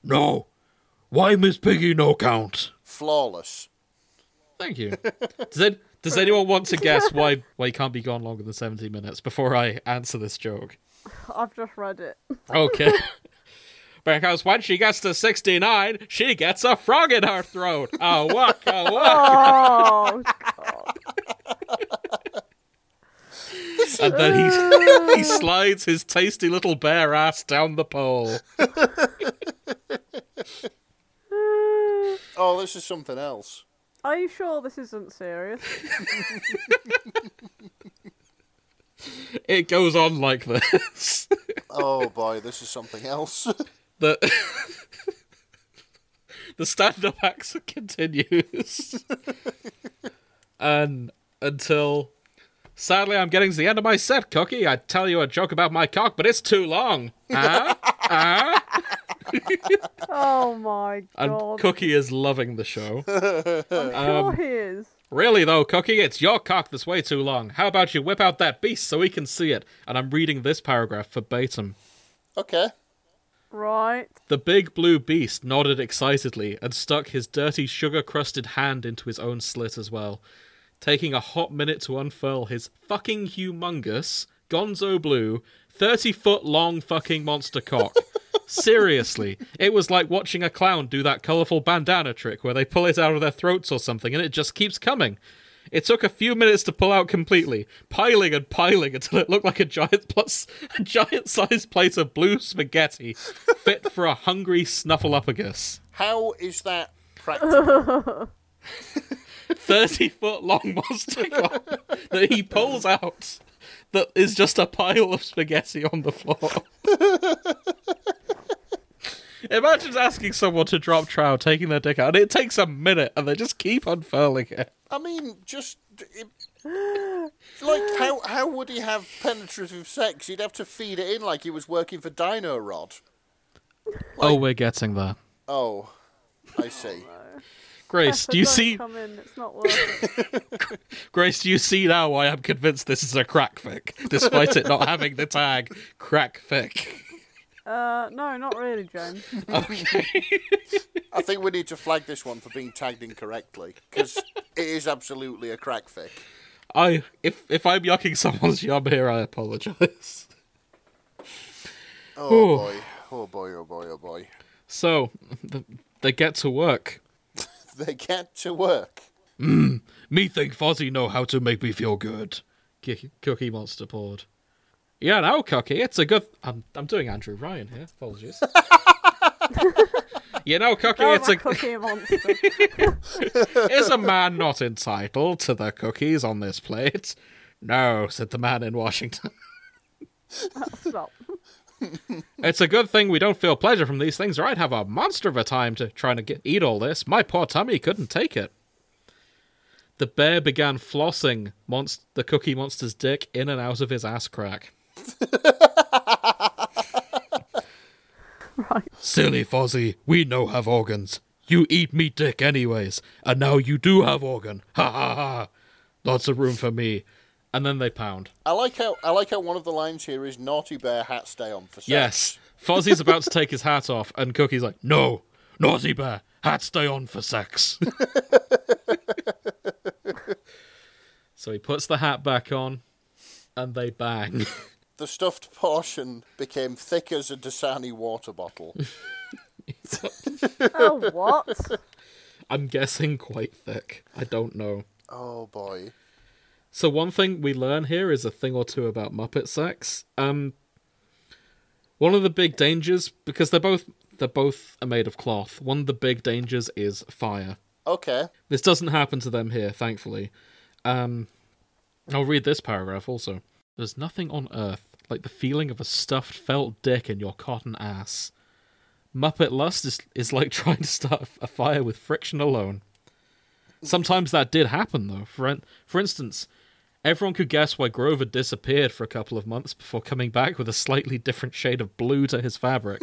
[SPEAKER 1] No. Why Miss Piggy no count?
[SPEAKER 2] Flawless.
[SPEAKER 1] Thank you. Does, it, does anyone want to guess why why you can't be gone longer than seventy minutes before I answer this joke?
[SPEAKER 4] I've just read it.
[SPEAKER 1] Okay. because when she gets to sixty nine, she gets a frog in her throat. A walk, a walk,
[SPEAKER 4] Oh God.
[SPEAKER 1] and then he he slides his tasty little bare ass down the pole.
[SPEAKER 2] Oh, this is something else.
[SPEAKER 4] Are you sure this isn't serious?
[SPEAKER 1] It goes on like this.
[SPEAKER 2] Oh boy, this is something else.
[SPEAKER 1] The the stand up act continues. and until sadly I'm getting to the end of my set, Cookie. I tell you a joke about my cock, but it's too long. Ah, Huh?
[SPEAKER 4] Oh my
[SPEAKER 1] and
[SPEAKER 4] God.
[SPEAKER 1] Cookie is loving the show.
[SPEAKER 4] sure
[SPEAKER 1] um,
[SPEAKER 4] he is.
[SPEAKER 1] really though, Cookie, it's your cock that's way too long. How about you whip out that beast so we can see it? And I'm reading this paragraph verbatim.
[SPEAKER 2] okay.
[SPEAKER 4] Right.
[SPEAKER 1] The big blue beast nodded excitedly and stuck his dirty sugar crusted hand into his own slit as well, taking a hot minute to unfurl his fucking humongous, gonzo blue, 30 foot long fucking monster cock. Seriously, it was like watching a clown do that colourful bandana trick where they pull it out of their throats or something and it just keeps coming. It took a few minutes to pull out completely, piling and piling until it looked like a giant plus a giant sized plate of blue spaghetti, fit for a hungry snuffleupagus.
[SPEAKER 2] How is that practical?
[SPEAKER 1] Thirty foot long monster cock that he pulls out, that is just a pile of spaghetti on the floor. Imagine asking someone to drop trout, taking their dick out, and it takes a minute, and they just keep unfurling it.
[SPEAKER 2] I mean, just it, like how how would he have penetrative sex? He'd have to feed it in like he was working for Dino Rod.
[SPEAKER 3] Oh, we're getting there.
[SPEAKER 2] Oh, I see.
[SPEAKER 1] Grace,
[SPEAKER 4] Pepper,
[SPEAKER 1] do you
[SPEAKER 4] don't
[SPEAKER 1] see?
[SPEAKER 4] Come in. It's not worth it.
[SPEAKER 1] Grace, do you see now why I'm convinced this is a crack fic, despite it not having the tag crack fic.
[SPEAKER 4] Uh, no, not really, James.
[SPEAKER 2] I think we need to flag this one for being tagged incorrectly because it is absolutely a crack fic.
[SPEAKER 1] I if if I'm yucking someone's yum here, I apologize.
[SPEAKER 2] Oh
[SPEAKER 1] Ooh.
[SPEAKER 2] boy, oh boy, oh boy, oh boy.
[SPEAKER 1] So th they get to work.
[SPEAKER 2] They get to work.
[SPEAKER 1] Me think Fozzie know how to make me feel good. Ki- Cookie Monster poured. Yeah, now Cookie, it's a good. I'm I'm doing Andrew Ryan here. Apologies. you know, Cookie,
[SPEAKER 4] That was
[SPEAKER 1] it's
[SPEAKER 4] Oh my
[SPEAKER 1] a
[SPEAKER 4] cookie monster.
[SPEAKER 1] is a man not entitled to the cookies on this plate? No, said the man in Washington.
[SPEAKER 4] Stop.
[SPEAKER 1] It's a good thing we don't feel pleasure from these things, or I'd have a monster of a time to trying to get, eat all this. My poor tummy couldn't take it. The bear began flossing monst- the cookie monster's dick in and out of his ass crack.
[SPEAKER 4] Right.
[SPEAKER 1] Silly Fozzie, we no have organs. You eat me dick anyways, and now you do have organ. Ha ha ha. Lots of room for me. And then they pound.
[SPEAKER 2] I like how I like how one of the lines here is "Naughty Bear hat stay on for sex."
[SPEAKER 1] Yes. Fozzie's about to take his hat off, and Cookie's like, No, naughty bear, hat stay on for sex. so he puts the hat back on, and they bang.
[SPEAKER 2] The stuffed portion became thick as a Dasani water bottle.
[SPEAKER 4] Oh, what?
[SPEAKER 1] I'm guessing quite thick. I don't know.
[SPEAKER 2] oh boy.
[SPEAKER 1] So one thing we learn here is a thing or two about Muppet sex. Um, one of the big dangers, because they're both they're both are made of cloth. One of the big dangers is fire.
[SPEAKER 2] Okay.
[SPEAKER 1] This doesn't happen to them here, thankfully. Um, I'll read this paragraph also. There's nothing on earth like the feeling of a stuffed felt dick in your cotton ass. Muppet lust is, is like trying to start a fire with friction alone. Sometimes that did happen, though. For, in- for instance, everyone could guess why Grover disappeared for a couple of months before coming back with a slightly different shade of blue to his fabric.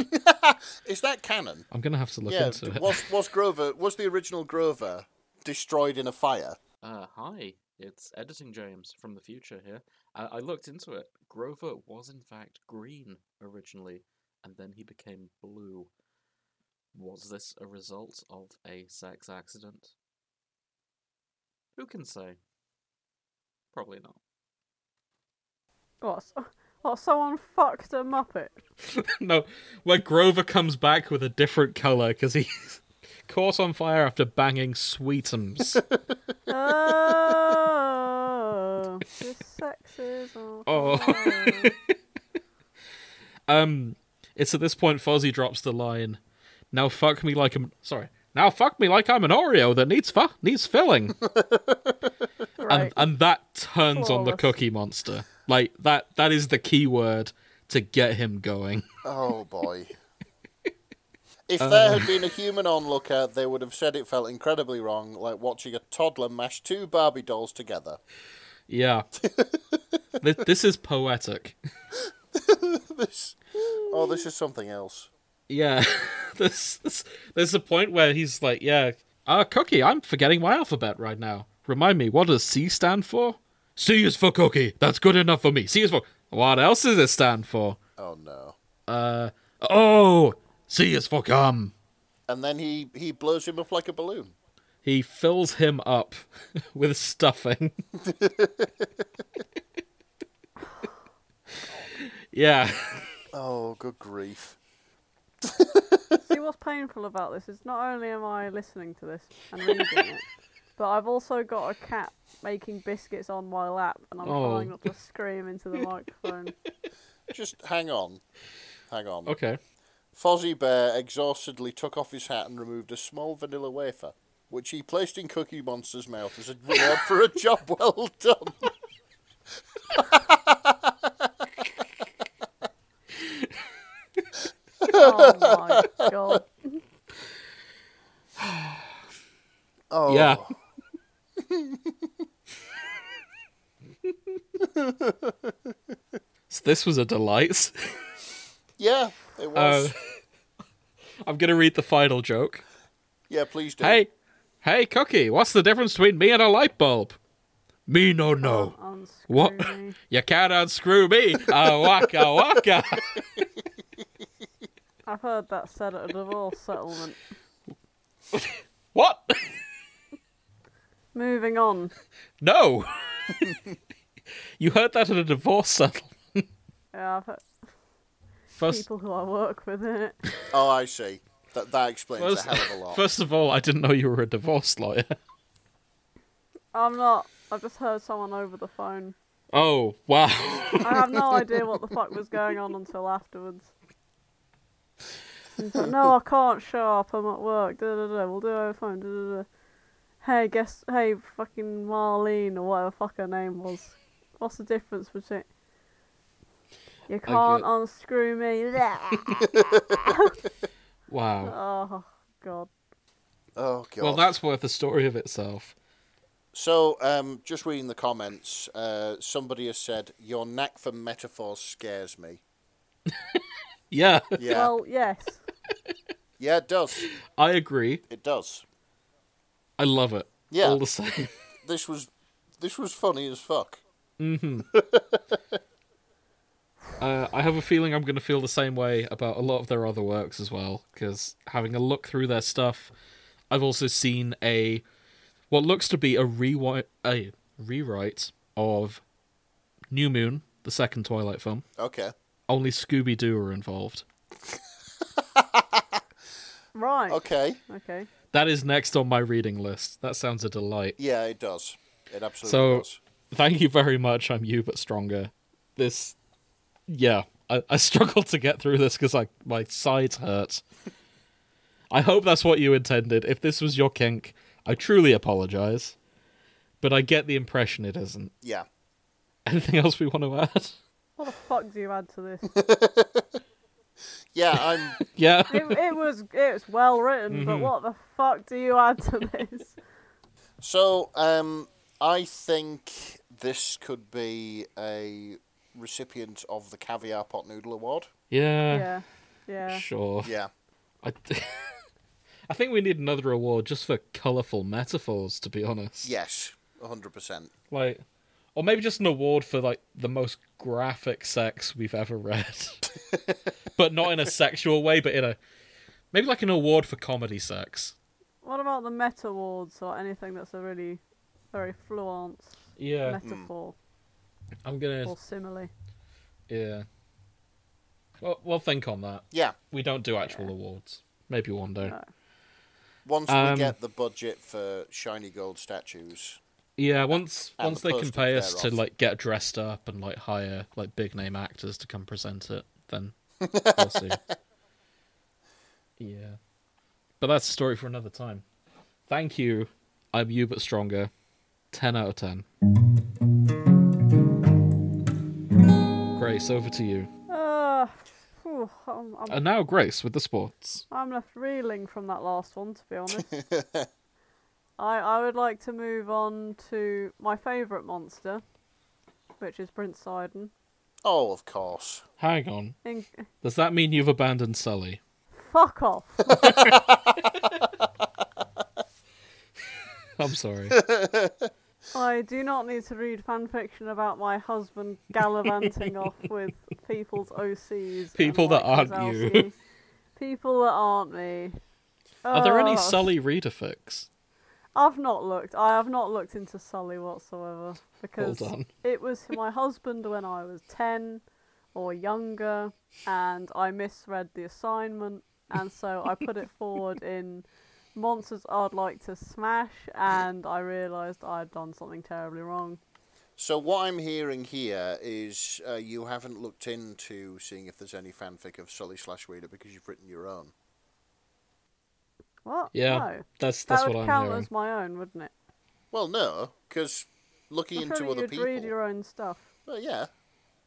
[SPEAKER 2] Is that canon?
[SPEAKER 1] I'm going to have to look
[SPEAKER 2] yeah.
[SPEAKER 1] into it.
[SPEAKER 2] Was was Grover was the original Grover destroyed in a fire?
[SPEAKER 3] Uh, hi, it's Editing James from the future here. Uh, I looked into it. Grover was in fact green originally, and then he became blue. Was this a result of a sex accident? Who can say? Probably not.
[SPEAKER 4] What? s- What? Someone fucked a muppet.
[SPEAKER 1] No, where Grover comes back with a different color because he's caught on fire after banging Sweetums.
[SPEAKER 4] Oh, this sexism.
[SPEAKER 1] Oh. um, it's at this point Fozzie drops the line. Now fuck me like I'm sorry. Now fuck me like I'm an Oreo that needs fu- needs filling, and
[SPEAKER 4] Right.
[SPEAKER 1] and that turns on the
[SPEAKER 4] Flawless.
[SPEAKER 1] Cookie Monster. Like that that is the key word to get him going.
[SPEAKER 2] Oh boy. If there had been a human onlooker, they would have said it felt incredibly wrong, like watching a toddler mash two Barbie dolls together.
[SPEAKER 1] Yeah, this, this is poetic.
[SPEAKER 2] This, oh, this is something else.
[SPEAKER 1] Yeah, there's, there's there's a point where he's like, yeah, uh, Cookie, I'm forgetting my alphabet right now. Remind me, what does C stand for? C is for Cookie. That's good enough for me. C is for what else does it stand for?
[SPEAKER 2] Oh no!
[SPEAKER 1] Oh, C is for cum.
[SPEAKER 2] And then he he blows him up like a balloon.
[SPEAKER 1] He fills him up with stuffing. yeah.
[SPEAKER 2] Oh, good grief!
[SPEAKER 4] See, what's painful about this is not only am I listening to this and reading it, but I've also got a cat making biscuits on my lap, and I'm
[SPEAKER 1] Oh.
[SPEAKER 4] trying not to scream into the microphone.
[SPEAKER 2] Just hang on, hang on.
[SPEAKER 1] Okay.
[SPEAKER 2] Fozzie Bear exhaustedly took off his hat and removed a small vanilla wafer, which he placed in Cookie Monster's mouth as a reward for a job well done.
[SPEAKER 4] oh my god!
[SPEAKER 2] Oh,
[SPEAKER 1] Yeah. so this was a delight.
[SPEAKER 2] yeah, it was.
[SPEAKER 1] Uh, I'm gonna read the final joke.
[SPEAKER 2] yeah, please do.
[SPEAKER 1] Hey, Hey, Cookie, what's the difference between me and a light bulb? Me no no.
[SPEAKER 4] Unscrew
[SPEAKER 1] What?
[SPEAKER 4] me.
[SPEAKER 1] You can't unscrew me. Ah, waka waka.
[SPEAKER 4] I've heard that said at a divorce settlement.
[SPEAKER 1] What?
[SPEAKER 4] Moving on.
[SPEAKER 1] No. you heard that at a divorce settlement.
[SPEAKER 4] Yeah, I've heard
[SPEAKER 1] First,
[SPEAKER 4] people who I work with in it.
[SPEAKER 2] Oh, I see. That that explains
[SPEAKER 1] first,
[SPEAKER 2] a hell of a lot.
[SPEAKER 1] first of all, I didn't know you were a divorce lawyer.
[SPEAKER 4] I'm not. I've just heard someone over the phone.
[SPEAKER 1] Oh, wow.
[SPEAKER 4] I have no idea what the fuck was going on until afterwards. He's like, no, I can't show up. I'm at work. Da da da. We'll do it over the phone. Da da da. Hey, guess. Hey, fucking Marlene or whatever fuck her name was. What's the difference between? You can't
[SPEAKER 1] get-
[SPEAKER 4] unscrew me.
[SPEAKER 1] Wow.
[SPEAKER 4] oh god.
[SPEAKER 2] Oh god.
[SPEAKER 1] Well, that's worth a story of itself.
[SPEAKER 2] So, um, just reading the comments, uh, somebody has said your knack for metaphors scares me.
[SPEAKER 1] Yeah,
[SPEAKER 2] Yeah,
[SPEAKER 4] Well, yes.
[SPEAKER 2] yeah, it does.
[SPEAKER 1] I agree.
[SPEAKER 2] It does.
[SPEAKER 1] I love it.
[SPEAKER 2] Yeah.
[SPEAKER 1] All the same.
[SPEAKER 2] This was, this was funny as fuck.
[SPEAKER 1] Uh, I have a feeling I'm going to feel the same way about a lot of their other works as well, because having a look through their stuff, I've also seen a what looks to be a rewi- a rewrite of New Moon, the second Twilight film.
[SPEAKER 2] Okay,
[SPEAKER 1] Only Scooby Doo are involved.
[SPEAKER 4] Right.
[SPEAKER 2] okay,
[SPEAKER 4] Okay.
[SPEAKER 1] That is next on my reading list. That sounds a delight.
[SPEAKER 2] yeah, it does. It absolutely
[SPEAKER 1] So-
[SPEAKER 2] does.
[SPEAKER 1] Thank you very much. I'm you, but stronger. This, yeah, I, I struggled to get through this because I my sides hurt. I hope that's what you intended. If this was your kink, I truly apologize, but I get the impression it isn't.
[SPEAKER 2] Yeah,
[SPEAKER 1] Anything else we want to add?
[SPEAKER 4] What the fuck do you add to this?
[SPEAKER 2] yeah, I'm.
[SPEAKER 1] Yeah,
[SPEAKER 4] it, it was it was well written, but
[SPEAKER 1] Mm-hmm.
[SPEAKER 4] what the fuck do you add to this?
[SPEAKER 2] so, um, I think this could be a recipient of the caviar pot noodle award.
[SPEAKER 1] yeah,
[SPEAKER 4] yeah, yeah.
[SPEAKER 1] sure.
[SPEAKER 2] Yeah,
[SPEAKER 1] I, I think we need another award just for colorful metaphors. To be honest,
[SPEAKER 2] yes, hundred percent.
[SPEAKER 1] like or maybe just an award for like the most graphic sex we've ever read but not in a sexual way but in a maybe like an award for comedy sex
[SPEAKER 4] What about the meta awards or anything that's a really very fluent
[SPEAKER 1] yeah Mm.
[SPEAKER 4] metaphor
[SPEAKER 1] i'm gonna
[SPEAKER 4] or simile?
[SPEAKER 1] yeah well we'll think on that
[SPEAKER 2] Yeah,
[SPEAKER 1] we don't do actual awards maybe one day
[SPEAKER 4] No.
[SPEAKER 2] once
[SPEAKER 1] Um,
[SPEAKER 2] we get the budget for shiny gold statues.
[SPEAKER 1] yeah once
[SPEAKER 2] And
[SPEAKER 1] once
[SPEAKER 2] the
[SPEAKER 1] they can
[SPEAKER 2] posters
[SPEAKER 1] pay us to
[SPEAKER 2] thereof.
[SPEAKER 1] like get dressed up and like hire like big name actors to come present it then we'll see yeah but that's a story for another time thank you i'm you but stronger 10 out of 10 grace over to you
[SPEAKER 4] Uh, phew, I'm, I'm,
[SPEAKER 1] and now grace with the sports
[SPEAKER 4] I'm left reeling from that last one, to be honest. I I would like to move on to my favourite monster, which is Prince Sidon.
[SPEAKER 2] Oh, of course.
[SPEAKER 1] hang on
[SPEAKER 4] In-
[SPEAKER 1] does that mean you've abandoned sully
[SPEAKER 4] Fuck off.
[SPEAKER 1] i'm sorry
[SPEAKER 4] I do not need to read fanfiction about my husband gallivanting off with people's OCs. and
[SPEAKER 1] People that
[SPEAKER 4] Mike
[SPEAKER 1] aren't you.
[SPEAKER 4] Wazowski. People that aren't me.
[SPEAKER 1] are there any
[SPEAKER 4] Ugh.
[SPEAKER 1] sully reader fix
[SPEAKER 4] I've not looked. I have not looked into Sully whatsoever because
[SPEAKER 1] on.
[SPEAKER 4] it was my husband when I was ten or younger, and I misread the assignment, and so I put it forward in monsters I'd like to smash, and I realised I'd done something terribly wrong.
[SPEAKER 2] So what I'm hearing here is uh, you haven't looked into seeing if there's any fanfic of Sully slash Reader because you've written your own.
[SPEAKER 4] What?
[SPEAKER 1] yeah
[SPEAKER 4] No.
[SPEAKER 1] that's that's
[SPEAKER 4] that
[SPEAKER 1] what
[SPEAKER 4] would
[SPEAKER 1] i'm
[SPEAKER 4] count
[SPEAKER 1] hearing
[SPEAKER 4] as my own, wouldn't it?
[SPEAKER 2] Well, no, because looking
[SPEAKER 4] I'm
[SPEAKER 2] into
[SPEAKER 4] sure
[SPEAKER 2] other
[SPEAKER 4] you'd
[SPEAKER 2] people.
[SPEAKER 4] read your own stuff.
[SPEAKER 2] Well, yeah,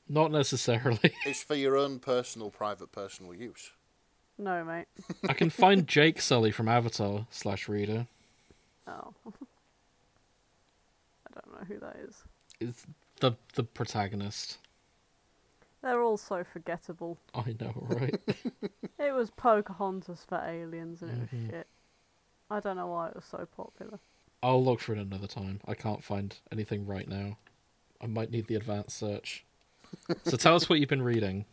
[SPEAKER 1] Not necessarily.
[SPEAKER 2] it's for your own personal, private, personal use.
[SPEAKER 4] No, mate.
[SPEAKER 1] I can find Jake Sully from Avatar slash Reader.
[SPEAKER 4] Oh. I don't know who that is.
[SPEAKER 1] It's the the protagonist.
[SPEAKER 4] They're all so forgettable.
[SPEAKER 1] I know, right?
[SPEAKER 4] It was Pocahontas for aliens and it was shit. I don't know why it was so popular.
[SPEAKER 1] I'll look for it another time. I can't find anything right now. I might need the advanced search. so tell us what you've been reading.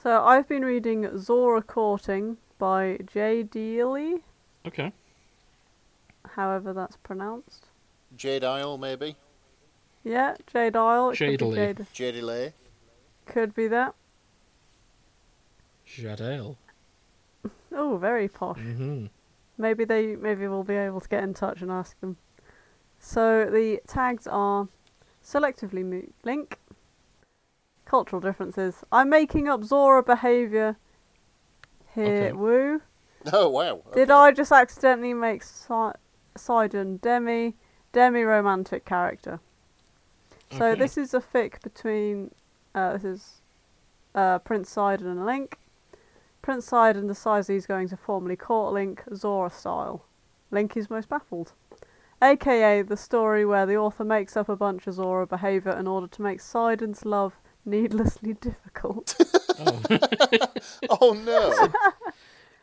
[SPEAKER 4] So I've been reading Zora Courting by J. Dealey,
[SPEAKER 1] Okay.
[SPEAKER 4] however that's pronounced.
[SPEAKER 2] Jade Isle, maybe.
[SPEAKER 4] Yeah, J. Dial. It could
[SPEAKER 1] Jadely.
[SPEAKER 4] be Jade.
[SPEAKER 2] Jade Lay.
[SPEAKER 4] Could be that.
[SPEAKER 1] Jadale.
[SPEAKER 4] Oh, very posh.
[SPEAKER 1] Mm-hmm.
[SPEAKER 4] Maybe they maybe we'll be able to get in touch and ask them. So the tags are selectively mute link, cultural differences. I'm making up Zora behaviour. Here,
[SPEAKER 1] Okay.
[SPEAKER 4] woo.
[SPEAKER 2] Oh, wow.
[SPEAKER 4] Did
[SPEAKER 2] okay.
[SPEAKER 4] I just accidentally make Si- Sidon demi demi romantic character? So
[SPEAKER 1] Okay.
[SPEAKER 4] this is a fic between uh, this is uh, Prince Sidon and Link. Prince Sidon decides he's going to formally court Link Zora style. Link is most baffled. AKA the story where the author makes up a bunch of Zora behaviour in order to make Sidon's love needlessly difficult.
[SPEAKER 1] Oh.
[SPEAKER 2] Oh, no.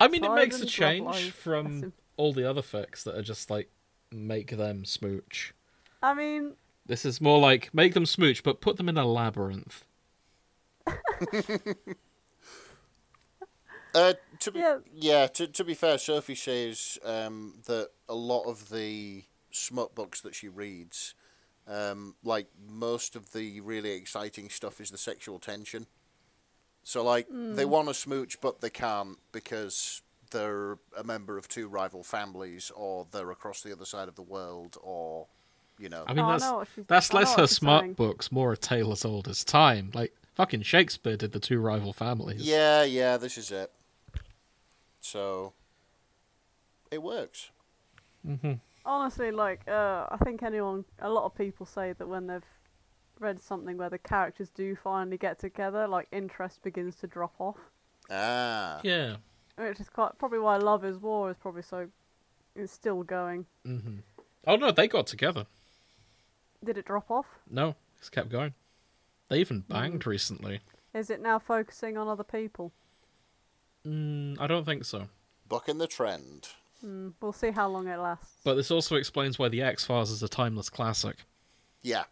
[SPEAKER 1] I mean, it makes a
[SPEAKER 4] Silence of
[SPEAKER 1] change
[SPEAKER 4] life.
[SPEAKER 1] from all the other fics that are just like make them smooch.
[SPEAKER 4] I mean,
[SPEAKER 1] This is more like make them smooch, but put them in a labyrinth.
[SPEAKER 2] Uh, to be, yeah,
[SPEAKER 4] Yeah.
[SPEAKER 2] to, to be fair, Sophie says um, that a lot of the smut books that she reads, um, like most of the really exciting stuff, is the sexual tension. So, like, they want to smooch, but they can't because they're a member of two rival families, or they're across the other side of the world, or, you know.
[SPEAKER 1] I mean,
[SPEAKER 4] Oh, I
[SPEAKER 1] that's
[SPEAKER 4] know what she's-
[SPEAKER 1] that's
[SPEAKER 4] I know
[SPEAKER 1] less
[SPEAKER 4] what
[SPEAKER 1] her
[SPEAKER 4] she's
[SPEAKER 1] smart
[SPEAKER 4] saying.
[SPEAKER 1] books, more a tale as old as time. Like fucking Shakespeare did the two rival families.
[SPEAKER 2] yeah, yeah, this is it. So, it works.
[SPEAKER 1] Mm-hmm.
[SPEAKER 4] honestly, like uh, I think anyone, a lot of people say that when they've read something where the characters do finally get together, like interest begins to drop off,
[SPEAKER 2] Ah.
[SPEAKER 1] Yeah.
[SPEAKER 4] which is quite probably why Love Is War is probably so is still going.
[SPEAKER 1] Oh no, they got together.
[SPEAKER 4] Did it drop off?
[SPEAKER 1] No, it's kept going. They
[SPEAKER 4] Mm.
[SPEAKER 1] even banged recently.
[SPEAKER 4] Is it now focusing on other people?
[SPEAKER 1] Mm, I don't think so.
[SPEAKER 2] Bucking the trend.
[SPEAKER 4] Mm, we'll see how long it lasts.
[SPEAKER 1] But this also explains why the X Files is a timeless classic.
[SPEAKER 2] Yeah.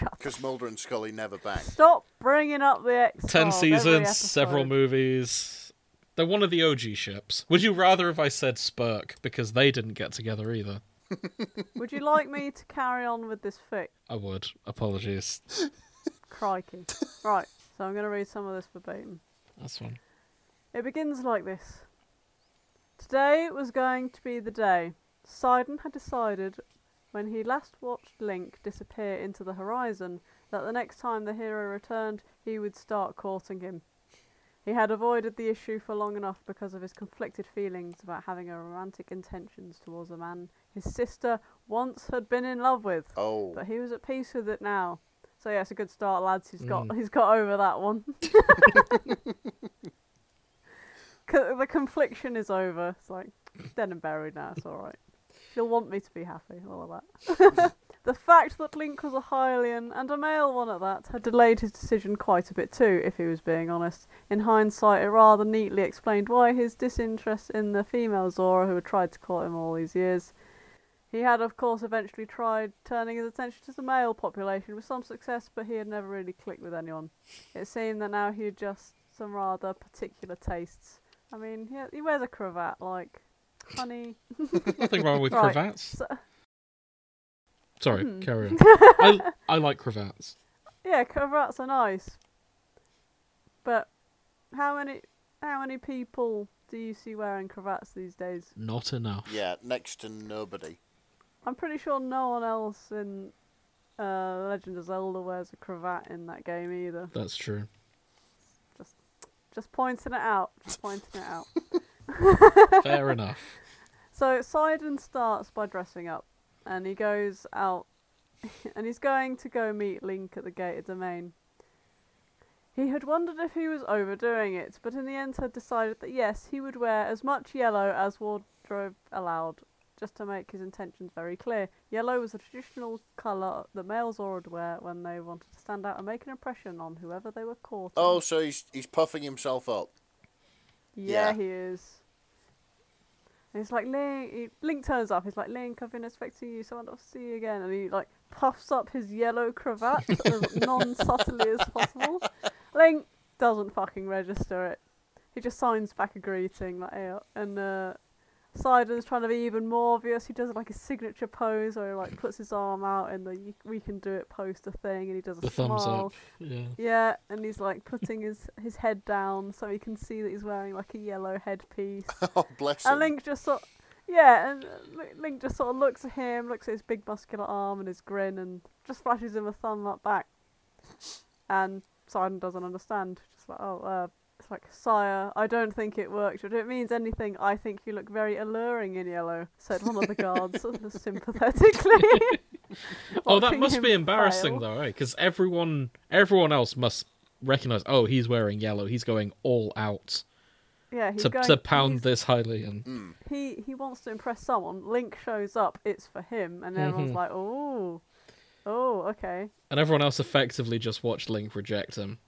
[SPEAKER 2] Because Mulder and Scully never bang.
[SPEAKER 4] Stop bringing up the X.
[SPEAKER 1] Ten
[SPEAKER 4] Files every
[SPEAKER 1] seasons, several
[SPEAKER 4] episode.
[SPEAKER 1] movies. They're one of the OG ships. Would you rather if I said Spurk because they didn't get together either?
[SPEAKER 4] Would you like me to carry on with this fic?
[SPEAKER 1] I would. Apologies.
[SPEAKER 4] Crikey. right. So I'm going to read some of this verbatim.
[SPEAKER 1] That's one.
[SPEAKER 4] It begins like this Today was going to be the day. Sidon had decided when he last watched Link disappear into the horizon that the next time the hero returned, he would start courting him. He had avoided the issue for long enough because of his conflicted feelings about having a romantic intentions towards a man his sister once had been in love with,
[SPEAKER 2] Oh.
[SPEAKER 4] but he was at peace with it now. So yeah, it's a good start, lads. He's got he's got over that one. Co- the confliction is over. It's like dead and buried now. It's all right. You'll want me to be happy. All of that. the fact that Link was a Hylian and a male one at that had delayed his decision quite a bit too, if he was being honest. In hindsight, it rather neatly explained why his disinterest in the female Zora who had tried to court him all these years. He had, of course, eventually tried turning his attention to the male population with some success, but he had never really clicked with anyone. It seemed that now he had just some rather particular tastes. I mean, he, he wears a cravat, like, honey.
[SPEAKER 1] Nothing wrong with
[SPEAKER 4] Right,
[SPEAKER 1] cravats.
[SPEAKER 4] so-
[SPEAKER 1] Sorry,
[SPEAKER 4] Hmm.
[SPEAKER 1] carry on. I, I like cravats.
[SPEAKER 4] Yeah, cravats are nice. But how many how many people do you see wearing cravats these days?
[SPEAKER 1] Not enough.
[SPEAKER 2] Yeah, next to nobody.
[SPEAKER 4] I'm pretty sure no one else in uh, Legend of Zelda wears a cravat in that game either.
[SPEAKER 1] That's true.
[SPEAKER 4] Just pointing it out. Just pointing it out.
[SPEAKER 1] Fair enough.
[SPEAKER 4] So Sidon starts by dressing up, and he goes out, and he's going to go meet Link at the gated domain. He had wondered if he was overdoing it, but in the end had decided that yes, he would wear as much yellow as wardrobe allowed, just to make his intentions very clear. Yellow was a traditional colour that males would wear when they wanted to stand out and make an impression on whoever they were courting.
[SPEAKER 2] Oh, so he's he's puffing himself up.
[SPEAKER 4] Yeah,
[SPEAKER 2] Yeah.
[SPEAKER 4] he is. And he's like, Link, he, Link turns up. He's like, Link, I've been expecting you, so I'll see you again. And he like puffs up his yellow cravat as non subtly as possible. Link doesn't fucking register it. He just signs back a greeting, like, "Hey," and uh, Sidon's trying to be even more obvious. He does like a signature pose, where he like puts his arm out and the "You- "We can do it" poster thing, and he does a
[SPEAKER 1] The
[SPEAKER 4] smile.
[SPEAKER 1] thumbs up. Yeah.
[SPEAKER 4] Yeah, and he's like putting his his head down so he can see that he's wearing like a yellow headpiece.
[SPEAKER 2] oh, bless
[SPEAKER 4] and
[SPEAKER 2] him.
[SPEAKER 4] Link just sort, yeah, and uh, Li- Link just sort of looks at him, looks at his big muscular arm and his grin, and just flashes him a thumb up back. And Sidon doesn't understand. Just like, oh, uh, it's like, sire, I don't think it worked. If it means anything, I think you look very alluring in yellow," said one of the guards sympathetically.
[SPEAKER 1] Oh, that
[SPEAKER 4] watching
[SPEAKER 1] must
[SPEAKER 4] him
[SPEAKER 1] be embarrassing
[SPEAKER 4] fail.
[SPEAKER 1] though, right? Because everyone, everyone else must recognize. Oh, he's wearing yellow. He's going all out
[SPEAKER 4] Yeah, he's
[SPEAKER 1] to,
[SPEAKER 4] going,
[SPEAKER 1] to pound
[SPEAKER 4] he's-
[SPEAKER 1] this highly. And
[SPEAKER 2] Hmm.
[SPEAKER 4] he he wants to impress someone. Link shows up. It's for him, and everyone's like, "Oh, oh, okay,
[SPEAKER 1] and everyone else effectively just watched Link reject him.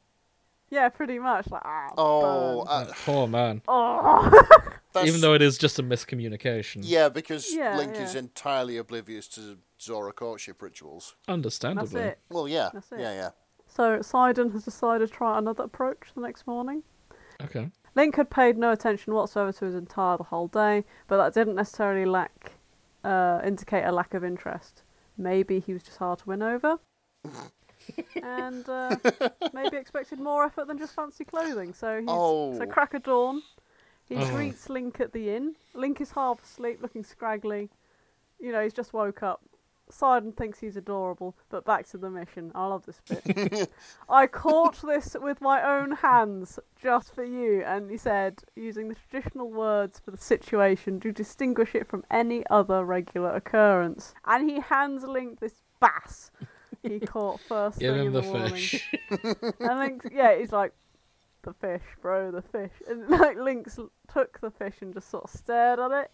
[SPEAKER 4] yeah, pretty much." Like, ah,
[SPEAKER 2] Oh,
[SPEAKER 4] burn."
[SPEAKER 2] uh,
[SPEAKER 1] Poor man.
[SPEAKER 4] oh,
[SPEAKER 2] that's,
[SPEAKER 1] Even though it is just a miscommunication.
[SPEAKER 2] yeah, because
[SPEAKER 4] Yeah,
[SPEAKER 2] Link is
[SPEAKER 4] yeah.
[SPEAKER 2] entirely oblivious to Zora courtship rituals.
[SPEAKER 4] that's
[SPEAKER 1] Understandably.
[SPEAKER 4] it.
[SPEAKER 2] Well, yeah,
[SPEAKER 4] That's it.
[SPEAKER 2] yeah, yeah.
[SPEAKER 4] So Sidon has decided to try another approach the next morning.
[SPEAKER 1] Okay.
[SPEAKER 4] Link had paid no attention whatsoever to his entire the whole day, but that didn't necessarily lack uh, indicate a lack of interest. Maybe he was just hard to win over, and uh, maybe expected more effort than just fancy clothing. So he's
[SPEAKER 2] Oh.
[SPEAKER 4] so crack of dawn. He
[SPEAKER 1] Oh.
[SPEAKER 4] greets Link at the inn. Link is half asleep, looking scraggly. You know, he's just woke up. Sidon thinks he's adorable, but back to the mission. I love this bit. I caught this with my own hands just for you, and he said, using the traditional words for the situation to distinguish it from any other regular occurrence. And he hands linked this bass he caught first
[SPEAKER 1] Give
[SPEAKER 4] thing
[SPEAKER 1] him
[SPEAKER 4] in
[SPEAKER 1] the
[SPEAKER 4] the, morning.
[SPEAKER 1] fish.
[SPEAKER 4] And Link's, yeah, he's like, the fish, bro, the fish. And like Link's l- took the fish and just sort of stared at it.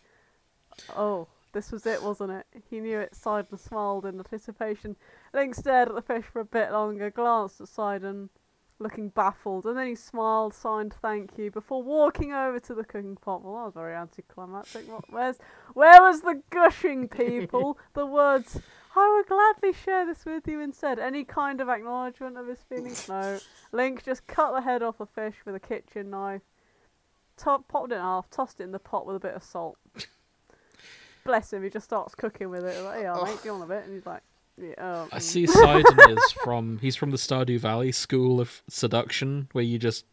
[SPEAKER 4] Oh, this was it, wasn't it? He knew it. Sidon smiled in anticipation. Link stared at the fish for a bit longer, glanced at Sidon, looking baffled, and then he smiled, signed thank you, before walking over to the cooking pot. Well, that was very anticlimactic. What, where's, where was the gushing people? the words, I would gladly share this with you instead. Any kind of acknowledgement of his feelings? No. Link just cut the head off a fish with a kitchen knife, top, popped it in half, tossed it in the pot with a bit of salt. Bless him, he just starts cooking with it. Like, yeah,
[SPEAKER 2] Oh.
[SPEAKER 4] mate, do you want a bit? And he's like, yeah, oh,
[SPEAKER 1] I
[SPEAKER 4] mm."
[SPEAKER 1] see Sidon is from he's from the Stardew Valley school of seduction where you just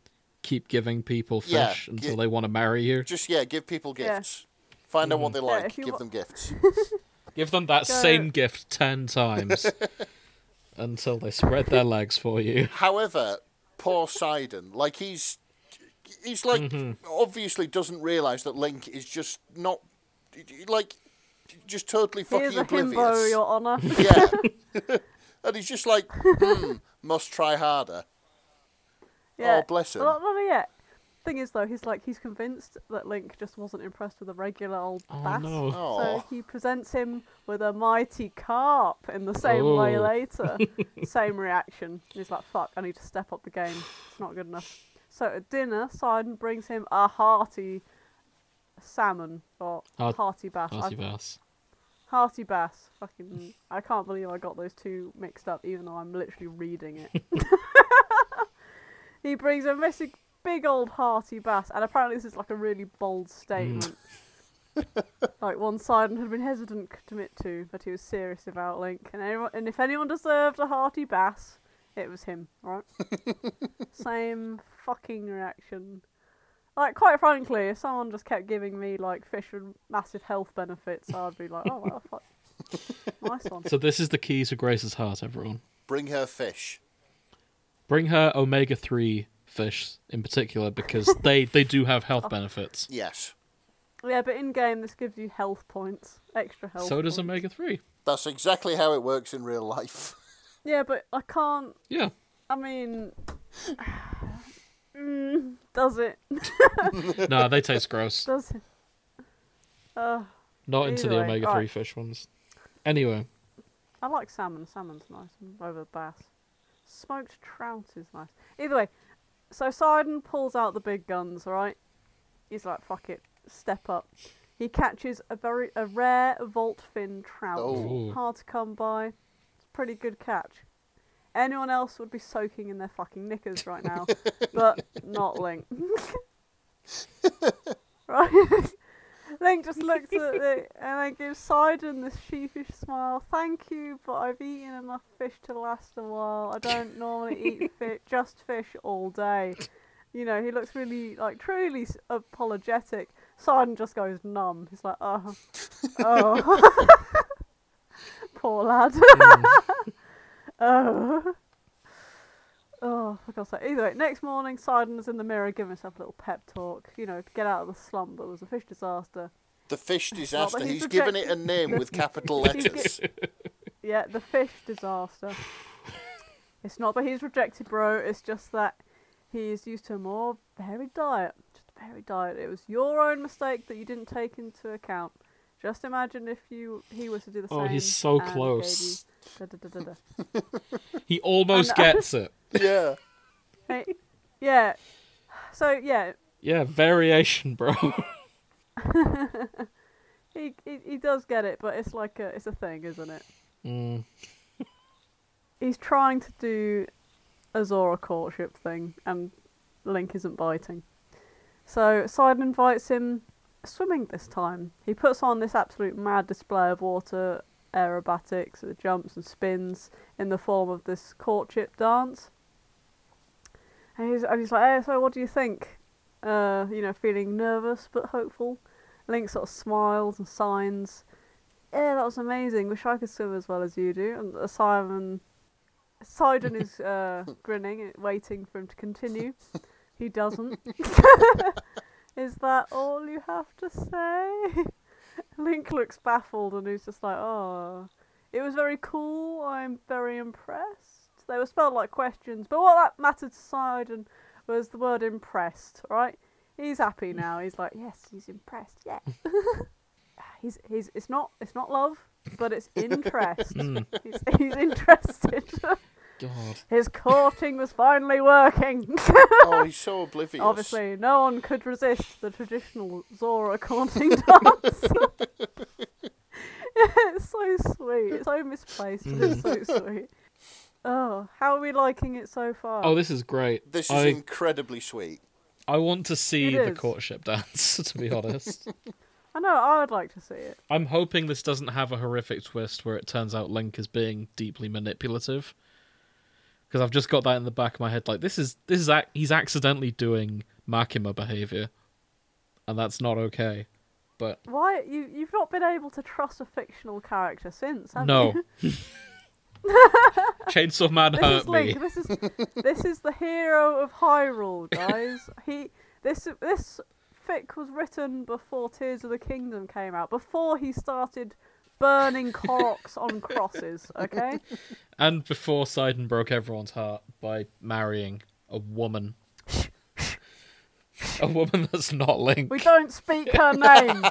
[SPEAKER 1] keep giving people fish
[SPEAKER 2] Yeah,
[SPEAKER 1] until
[SPEAKER 2] yeah.
[SPEAKER 1] they want to marry you.
[SPEAKER 2] Just yeah, give people
[SPEAKER 4] Yeah. Mm.
[SPEAKER 2] gifts. Find out what they like.
[SPEAKER 4] if you
[SPEAKER 2] give
[SPEAKER 4] wa-
[SPEAKER 2] them gifts.
[SPEAKER 1] Give them that
[SPEAKER 4] Go.
[SPEAKER 1] same gift 10 times until they spread their legs for you.
[SPEAKER 2] However, poor Sidon, like he's he's like obviously doesn't realise that Link is just not like just totally fucking
[SPEAKER 4] Here's a
[SPEAKER 2] oblivious. Oh,
[SPEAKER 4] himbo, Your Honour.
[SPEAKER 2] Yeah. and he's just like, hmm, must try harder.
[SPEAKER 4] yeah.
[SPEAKER 2] Oh, bless him.
[SPEAKER 4] Well, well, yeah. Thing is, though, he's like he's convinced that Link just wasn't impressed with a regular old
[SPEAKER 1] Oh
[SPEAKER 4] bass.
[SPEAKER 1] no.
[SPEAKER 2] Oh.
[SPEAKER 4] So he presents him with a mighty carp in the same way
[SPEAKER 1] Oh.
[SPEAKER 4] later. same reaction. He's like, fuck, I need to step up the game. It's not good enough. So at dinner, Sidon brings him a hearty salmon or
[SPEAKER 1] Heart-
[SPEAKER 4] hearty bass.
[SPEAKER 1] Arty
[SPEAKER 4] I,
[SPEAKER 1] bass.
[SPEAKER 4] hearty bass. Fucking, I can't believe I got those two mixed up, even though I'm literally reading it. he brings a massive, big old hearty bass, and apparently this is like a really bold statement. like one Sidon had been hesitant to commit to, but he was serious about Link, and anyone, and if anyone deserved a hearty bass, it was him, right? Same fucking reaction. Like quite frankly, if someone just kept giving me like fish with massive health benefits, I'd be like, oh well, fuck, nice one.
[SPEAKER 1] So this is the key to Grace's heart, everyone.
[SPEAKER 2] Bring her fish.
[SPEAKER 1] Bring her omega three fish in particular because they they do have health benefits.
[SPEAKER 2] Yes.
[SPEAKER 4] Yeah, but in game this gives you health points, extra health.
[SPEAKER 1] So does
[SPEAKER 4] points.
[SPEAKER 1] omega three.
[SPEAKER 2] That's exactly how it works in real life.
[SPEAKER 4] Yeah, but I can't.
[SPEAKER 1] Yeah.
[SPEAKER 4] I mean, mm, does it?
[SPEAKER 1] Nah, they taste gross.
[SPEAKER 4] Does it? Uh,
[SPEAKER 1] Not into the
[SPEAKER 4] Anyway,
[SPEAKER 1] omega three
[SPEAKER 4] right.
[SPEAKER 1] fish ones. Anyway,
[SPEAKER 4] I like salmon. Salmon's nice mm, over bass. Smoked trout is nice. Either way, so Sidon pulls out the big guns, all right? He's like, fuck it, step up. He catches a very a rare vault fin trout.
[SPEAKER 2] Oh.
[SPEAKER 4] Hard to come by. It's a pretty good catch. Anyone else would be soaking in their fucking knickers right now, but not Link. right. Link just looks at it and then gives Sidon this sheepish smile. Thank you, but I've eaten enough fish to last a while. I don't normally eat fi- just fish all day. You know, he looks really, like, truly s- apologetic. Sidon just goes numb. He's like, oh, oh. Poor lad. oh. Oh, for God's sake. Either way, next morning, Sidon's in the mirror giving himself a little pep talk, you know, to get out of the slump that was a fish disaster.
[SPEAKER 2] The fish disaster.
[SPEAKER 4] he's
[SPEAKER 2] He's given it a name with capital letters.
[SPEAKER 4] Yeah, the fish disaster. it's not that he's rejected, bro. It's just that he is used to a more varied diet. Just a varied diet. It was your own mistake that you didn't take into account. Just imagine if you he was to do the
[SPEAKER 1] Oh,
[SPEAKER 4] same.
[SPEAKER 1] he's so
[SPEAKER 4] and gave
[SPEAKER 1] close.
[SPEAKER 4] you da- da- da- da- da.
[SPEAKER 1] He almost
[SPEAKER 4] And-
[SPEAKER 1] gets it.
[SPEAKER 2] yeah.
[SPEAKER 4] Mate, yeah. So yeah,
[SPEAKER 1] Yeah, variation, bro.
[SPEAKER 4] he, he he does get it, but it's like a it's a thing, isn't it?
[SPEAKER 1] Mm.
[SPEAKER 4] He's trying to do a Zora courtship thing, and Link isn't biting. So Sidon invites him swimming this time. He puts on this absolute mad display of water aerobatics, the jumps and spins in the form of this courtship dance. And he's, and he's like, hey, so what do you think? Uh, you know, feeling nervous but hopeful. Link sort of smiles and signs. Yeah, that was amazing. Wish I could swim as well as you do. And uh, Simon, Sidon is uh, grinning, waiting for him to continue. He doesn't. Is that all you have to say? Link looks baffled and he's just like, oh. It was very cool. I'm very impressed. They were spelled like questions, but what that mattered to Sidon was the word impressed, right? He's happy now. He's like, yes, he's impressed. Yeah. he's he's it's not it's not love, but it's interest.
[SPEAKER 1] Hmm.
[SPEAKER 4] he's, he's interested.
[SPEAKER 1] God.
[SPEAKER 4] His courting was finally working.
[SPEAKER 2] Oh, he's so oblivious.
[SPEAKER 4] Obviously, no one could resist the traditional Zora courting dance. it's so sweet. It's so misplaced, but it's so sweet. Oh, how are we liking it so far?
[SPEAKER 1] Oh, this is great.
[SPEAKER 2] This is
[SPEAKER 1] I,
[SPEAKER 2] incredibly sweet.
[SPEAKER 1] I want to see
[SPEAKER 4] It
[SPEAKER 1] the
[SPEAKER 4] is.
[SPEAKER 1] courtship dance, to be honest.
[SPEAKER 4] I know, I would like to see it.
[SPEAKER 1] I'm hoping this doesn't have a horrific twist where it turns out Link is being deeply manipulative. Because I've just got that in the back of my head. Like this is this is ac- he's accidentally doing Makima behavior, and that's not okay. But
[SPEAKER 4] Why you you've not been able to trust a fictional character since, have
[SPEAKER 1] no,
[SPEAKER 4] you?
[SPEAKER 1] Chainsaw Man
[SPEAKER 4] This
[SPEAKER 1] hurt
[SPEAKER 4] is Link.
[SPEAKER 1] me.
[SPEAKER 4] This is this is the hero of Hyrule, guys. he this this fic was written before Tears of the Kingdom came out, before he started burning corks on crosses. Okay,
[SPEAKER 1] And before Sidon broke everyone's heart by marrying a woman, a woman that's not Link.
[SPEAKER 4] we don't speak her name.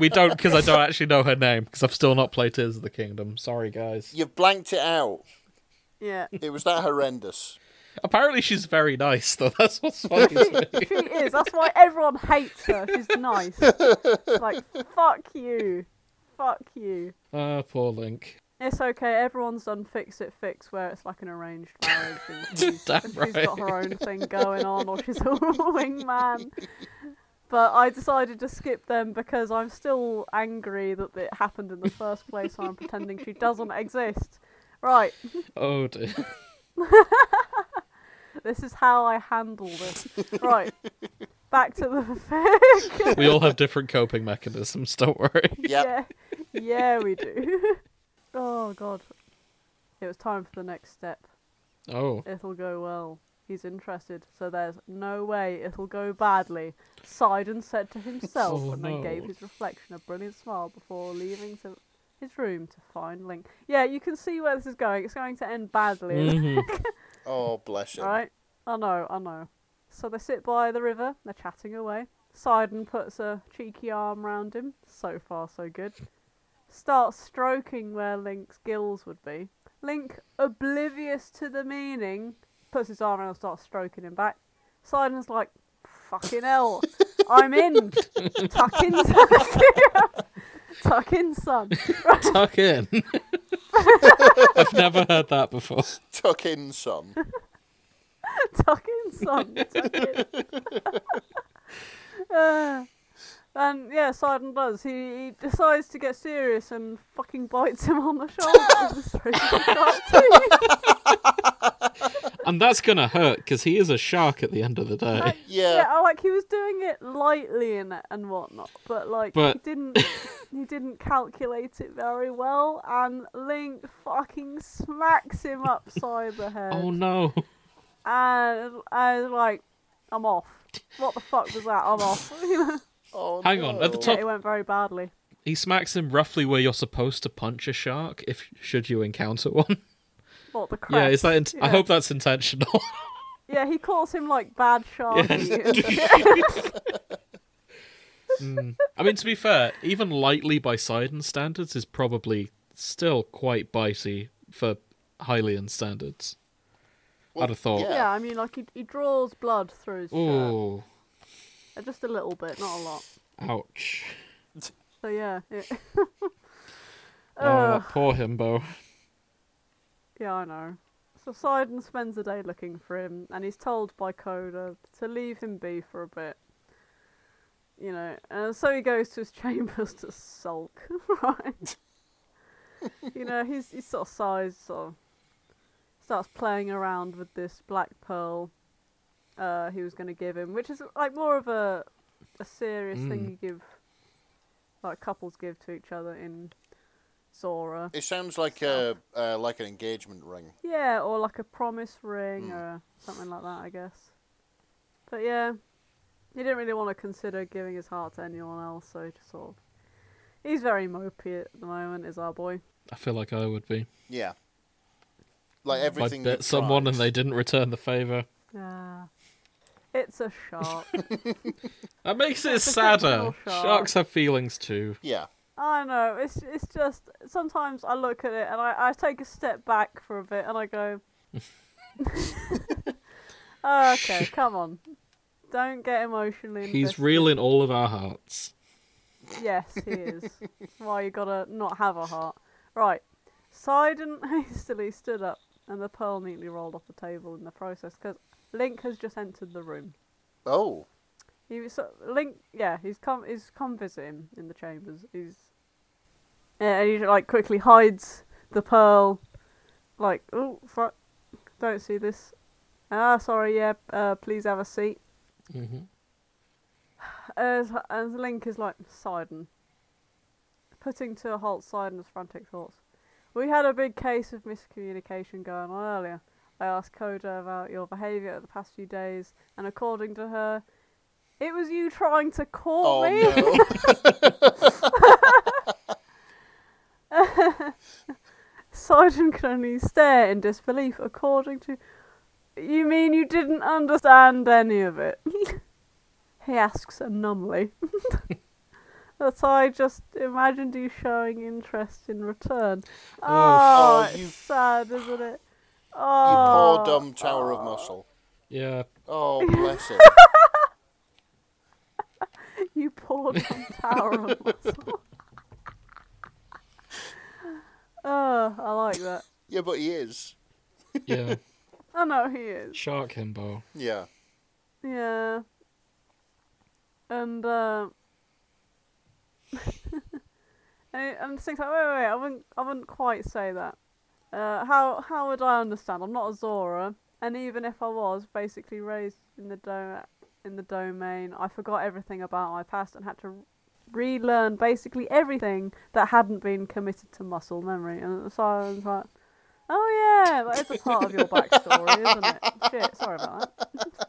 [SPEAKER 1] We don't because I don't actually know her name because I've still not played Tears of the Kingdom. Sorry, guys.
[SPEAKER 2] You've blanked it out.
[SPEAKER 4] Yeah,
[SPEAKER 2] It was that horrendous.
[SPEAKER 1] Apparently, she's very nice, though. That's what's funny. to me.
[SPEAKER 4] she is. That's why everyone hates her. She's nice. like fuck you, fuck you.
[SPEAKER 1] Ah, poor Link.
[SPEAKER 4] It's okay. Everyone's done fix it fix where it's like an arranged marriage. And she's,
[SPEAKER 1] Damn
[SPEAKER 4] and she's
[SPEAKER 1] right.
[SPEAKER 4] got her own thing going on, or she's a wingman. But I decided to skip them because I'm still angry that it happened in the first place. So I'm pretending she doesn't exist. Right.
[SPEAKER 1] Oh dear.
[SPEAKER 4] This is how I handle this. Right. Back to the fic.
[SPEAKER 1] We all have different coping mechanisms. Don't worry.
[SPEAKER 2] Yep.
[SPEAKER 4] Yeah, yeah, we do. oh God. It was time for the next step.
[SPEAKER 1] Oh,
[SPEAKER 4] It'll go well. He's interested, so there's no way it'll go badly. Sidon said to himself,
[SPEAKER 1] Oh,
[SPEAKER 4] and
[SPEAKER 1] no.
[SPEAKER 4] then gave his reflection a brilliant smile before leaving to his room to find Link. Yeah, you can see where this is going. It's going to end badly,
[SPEAKER 1] Mm-hmm.
[SPEAKER 2] Oh, bless him.
[SPEAKER 4] right? I know, I know. So they sit by the river. They're chatting away. Sidon puts a cheeky arm round him. So far, so good. Starts stroking where Link's gills would be. Link, oblivious to the meaning, puts his arm around and starts stroking him back. Sidon's like, fucking hell. I'm in. Tuck in, Tuck in, son.
[SPEAKER 1] Tuck in. I've never heard that before.
[SPEAKER 2] Tuck in some.
[SPEAKER 4] Tuck in, son. Tuck in. Uh, and yeah, Sidon does. He, he decides to get serious and fucking bites him on the shoulder. with his really sharp teeth.
[SPEAKER 1] And that's gonna hurt because he is a shark at the end of the day.
[SPEAKER 4] Like,
[SPEAKER 2] Yeah.
[SPEAKER 4] I- like he was doing it lightly and and whatnot, but like
[SPEAKER 1] But-
[SPEAKER 4] he didn't he didn't calculate it very well, and Link fucking smacks him upside the head,
[SPEAKER 1] Oh no.
[SPEAKER 4] and and like I'm off. What the fuck was that? I'm off. You know?
[SPEAKER 2] Oh,
[SPEAKER 1] Hang on, at the
[SPEAKER 2] no.
[SPEAKER 1] top-
[SPEAKER 4] yeah, it went very badly.
[SPEAKER 1] He smacks him roughly where you're supposed to punch a shark if should you encounter one.
[SPEAKER 4] What the crap?
[SPEAKER 1] Yeah, is that int- I
[SPEAKER 4] Yeah.
[SPEAKER 1] hope that's intentional.
[SPEAKER 4] Yeah, he calls him like bad sharky.
[SPEAKER 1] I mean to be fair, even lightly by Sidon standards is probably still quite bitey for Hylian standards. I'd have thought.
[SPEAKER 2] yeah.
[SPEAKER 4] yeah, I mean like he he draws blood through his shirt,
[SPEAKER 1] Ooh.
[SPEAKER 4] Uh, just a little bit, not a lot.
[SPEAKER 1] Ouch.
[SPEAKER 4] So yeah. it-
[SPEAKER 1] Oh, that poor himbo.
[SPEAKER 4] Yeah, I know. So Sidon spends the day looking for him, and he's told by Coda to leave him be for a bit. You know, and so he goes to his chambers to sulk, right? you know, he's he sort of sighs, sort of starts playing around with this black pearl uh, he was going to give him, which is like more of a a serious thing you give, like couples give to each other in Zora.
[SPEAKER 2] It sounds like a uh, like an engagement ring.
[SPEAKER 4] Yeah, or like a promise ring or something like that, I guess. But yeah, he didn't really want to consider giving his heart to anyone else, so he just sort of. He's very mopey at the moment, is our boy.
[SPEAKER 1] I feel like I would be.
[SPEAKER 2] Yeah. Like
[SPEAKER 1] If I
[SPEAKER 2] everything.
[SPEAKER 1] bit
[SPEAKER 2] you've
[SPEAKER 1] someone
[SPEAKER 2] tried.
[SPEAKER 1] and they didn't return the favour.
[SPEAKER 4] Ah. It's a shark.
[SPEAKER 1] That makes it
[SPEAKER 4] a
[SPEAKER 1] sadder.
[SPEAKER 4] fictional shark.
[SPEAKER 1] Sharks have feelings too.
[SPEAKER 2] Yeah.
[SPEAKER 4] I know, it's it's just. Sometimes I look at it and I, I take a step back for a bit and I go. okay, come on. Don't get emotionally
[SPEAKER 1] He's
[SPEAKER 4] invested.
[SPEAKER 1] real in all of our hearts.
[SPEAKER 4] Yes, he is. That's why you gotta not have a heart. Right. Sidon hastily stood up, and the pearl neatly rolled off the table in the process because Link has just entered the room.
[SPEAKER 2] Oh.
[SPEAKER 4] He was so, Link, yeah, he's come, he's come visit him in the chambers. He's yeah, and he like quickly hides the pearl, like oh fuck, don't see this. Ah, sorry, yeah, uh, please have a seat.
[SPEAKER 1] Mm-hmm.
[SPEAKER 4] As, as Link is like Sidon, putting to a halt Sidon's frantic thoughts. We had a big case of miscommunication going on earlier. I asked Coda about your behaviour over the past few days, and according to her, it was you trying to
[SPEAKER 2] Oh
[SPEAKER 4] court me.
[SPEAKER 2] no.
[SPEAKER 4] Sidon can only stare in disbelief. According to, you mean you didn't understand any of it? he asks numbly. that I just imagined you showing interest in return.
[SPEAKER 1] Oh,
[SPEAKER 4] Oh,
[SPEAKER 2] Oh,
[SPEAKER 4] it's
[SPEAKER 2] you-
[SPEAKER 4] sad, isn't it?
[SPEAKER 2] You
[SPEAKER 4] Oh,
[SPEAKER 2] poor dumb tower of muscle.
[SPEAKER 1] Yeah.
[SPEAKER 2] Oh bless him.
[SPEAKER 4] you poor dumb tower of muscle. oh, I like that.
[SPEAKER 2] yeah, but he is.
[SPEAKER 1] Yeah.
[SPEAKER 4] I know he is.
[SPEAKER 1] Shark himbo.
[SPEAKER 2] Yeah.
[SPEAKER 4] Yeah. And uh and and things like wait, wait, wait, I wouldn't I wouldn't quite say that. Uh how how would I understand? I'm not a Zora, and even if I was basically raised in the do- in the domain, I forgot everything about my past and had to relearn basically everything that hadn't been committed to muscle memory. And so I was like, Oh yeah, that is a part of your backstory, isn't it? Shit, sorry about that.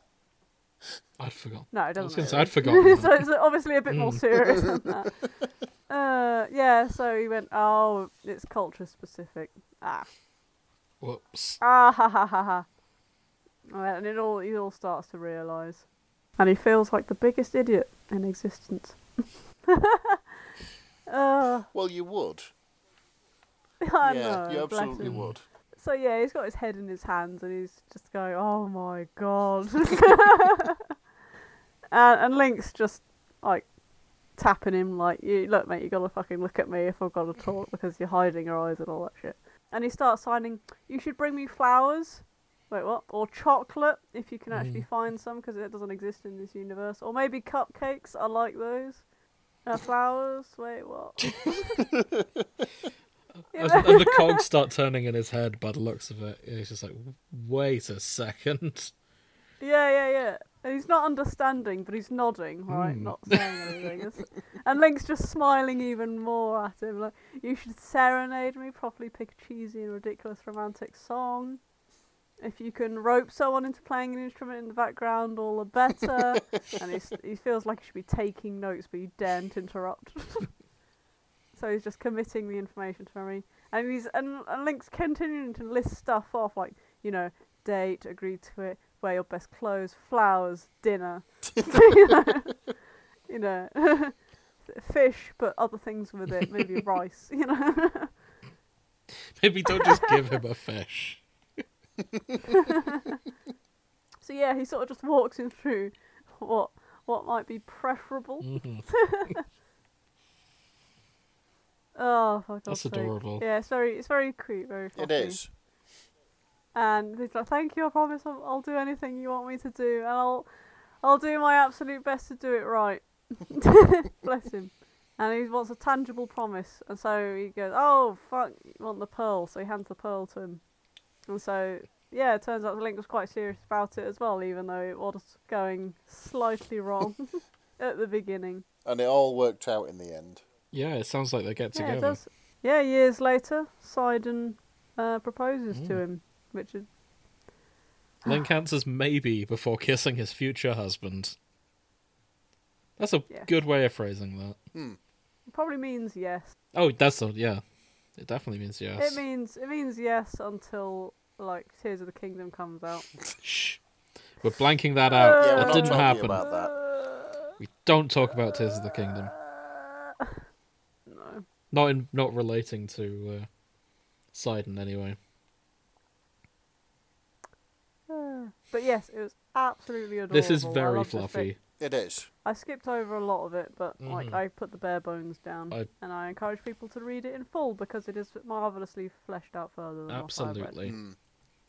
[SPEAKER 1] I'd forgotten.
[SPEAKER 4] No, it
[SPEAKER 1] I was
[SPEAKER 4] doesn't.
[SPEAKER 1] going to say,
[SPEAKER 4] really.
[SPEAKER 1] I'd forgotten.
[SPEAKER 4] so
[SPEAKER 1] that.
[SPEAKER 4] it's obviously a bit more
[SPEAKER 2] Hmm.
[SPEAKER 4] serious than that. Uh, yeah. So he went, oh, it's culture specific. Ah,
[SPEAKER 1] Whoops.
[SPEAKER 4] ah, ha, ha, ha, ha. And it all, he all starts to realise, and he feels like the biggest idiot in existence. uh,
[SPEAKER 2] Well, you would.
[SPEAKER 4] I
[SPEAKER 2] yeah,
[SPEAKER 4] know.
[SPEAKER 2] you
[SPEAKER 4] bless
[SPEAKER 2] absolutely
[SPEAKER 4] him.
[SPEAKER 2] would.
[SPEAKER 4] So yeah, he's got his head in his hands and he's just going, "Oh my god." And, and Link's just like tapping him, like, "You look, mate, you gotta fucking look at me if I've gotta talk because you're hiding your eyes and all that shit." And he starts signing, "You should bring me flowers." Wait, what? Or chocolate if you can actually find some because it doesn't exist in this universe. Or maybe cupcakes. I like those. Uh, flowers. Wait, what? You
[SPEAKER 1] And,
[SPEAKER 4] know?
[SPEAKER 1] and the cogs start turning in his head by the looks of it. He's just like, wait a second.
[SPEAKER 4] Yeah, yeah, yeah. And he's not understanding, but he's nodding, right? Not saying anything. It's- and Link's just smiling even more at him, like, you should serenade me, properly pick a cheesy and ridiculous romantic song. If you can rope someone into playing an instrument in the background, all the better. and he's, he feels like he should be taking notes, but you daren't interrupt. so he's just committing the information to memory. And he's and, and Link's continuing to list stuff off, like, you know, date, agreed to it, wear your best clothes, flowers, dinner. you know, fish, but other things with it, maybe rice, you know.
[SPEAKER 1] Maybe don't just give him a fish.
[SPEAKER 4] so yeah, he sort of just walks him through what what might be preferable.
[SPEAKER 1] Mm-hmm.
[SPEAKER 4] oh, for God's
[SPEAKER 1] That's
[SPEAKER 4] sake.
[SPEAKER 1] adorable.
[SPEAKER 4] Yeah, it's very it's very cute, very.
[SPEAKER 2] It
[SPEAKER 4] Fluffy.
[SPEAKER 2] is.
[SPEAKER 4] and he's like, "Thank you, I promise I'll, I'll do anything you want me to do, and I'll I'll do my absolute best to do it right." Bless him. And he wants a tangible promise, and so he goes, "Oh fuck, you want the pearl?" So he hands the pearl to him, and so yeah, it turns out Link was quite serious about it as well, even though it was going slightly wrong at the beginning.
[SPEAKER 2] And it all worked out in the end.
[SPEAKER 1] Yeah, it sounds like they get
[SPEAKER 4] Yeah, it
[SPEAKER 1] together.
[SPEAKER 4] does. Yeah, years later, Sidon uh, proposes to him, which is
[SPEAKER 1] Link answers maybe before kissing his future husband. That's a
[SPEAKER 4] Yeah.
[SPEAKER 1] good way of phrasing that.
[SPEAKER 4] probably means yes.
[SPEAKER 1] Oh, that's a, yeah. It definitely means yes.
[SPEAKER 4] It means it means yes until like Tears of the Kingdom comes out.
[SPEAKER 1] Shh. We're blanking
[SPEAKER 4] Uh,
[SPEAKER 1] that out.
[SPEAKER 2] Yeah, we're
[SPEAKER 1] that
[SPEAKER 2] not
[SPEAKER 1] didn't
[SPEAKER 2] talking
[SPEAKER 1] happen.
[SPEAKER 2] about that.
[SPEAKER 1] We don't talk about Tears of the Kingdom.
[SPEAKER 4] No.
[SPEAKER 1] Not in, not relating to uh, Sidon anyway.
[SPEAKER 4] But yes, it was absolutely adorable.
[SPEAKER 1] This is
[SPEAKER 4] I
[SPEAKER 1] very
[SPEAKER 4] loved this bit.
[SPEAKER 1] fluffy. Mm-hmm.
[SPEAKER 2] It is.
[SPEAKER 4] I skipped over a lot of it, but like I put the bare bones down,
[SPEAKER 1] I-
[SPEAKER 4] and I encourage people to read it in full because it is marvelously fleshed out further than what I read.
[SPEAKER 1] Absolutely.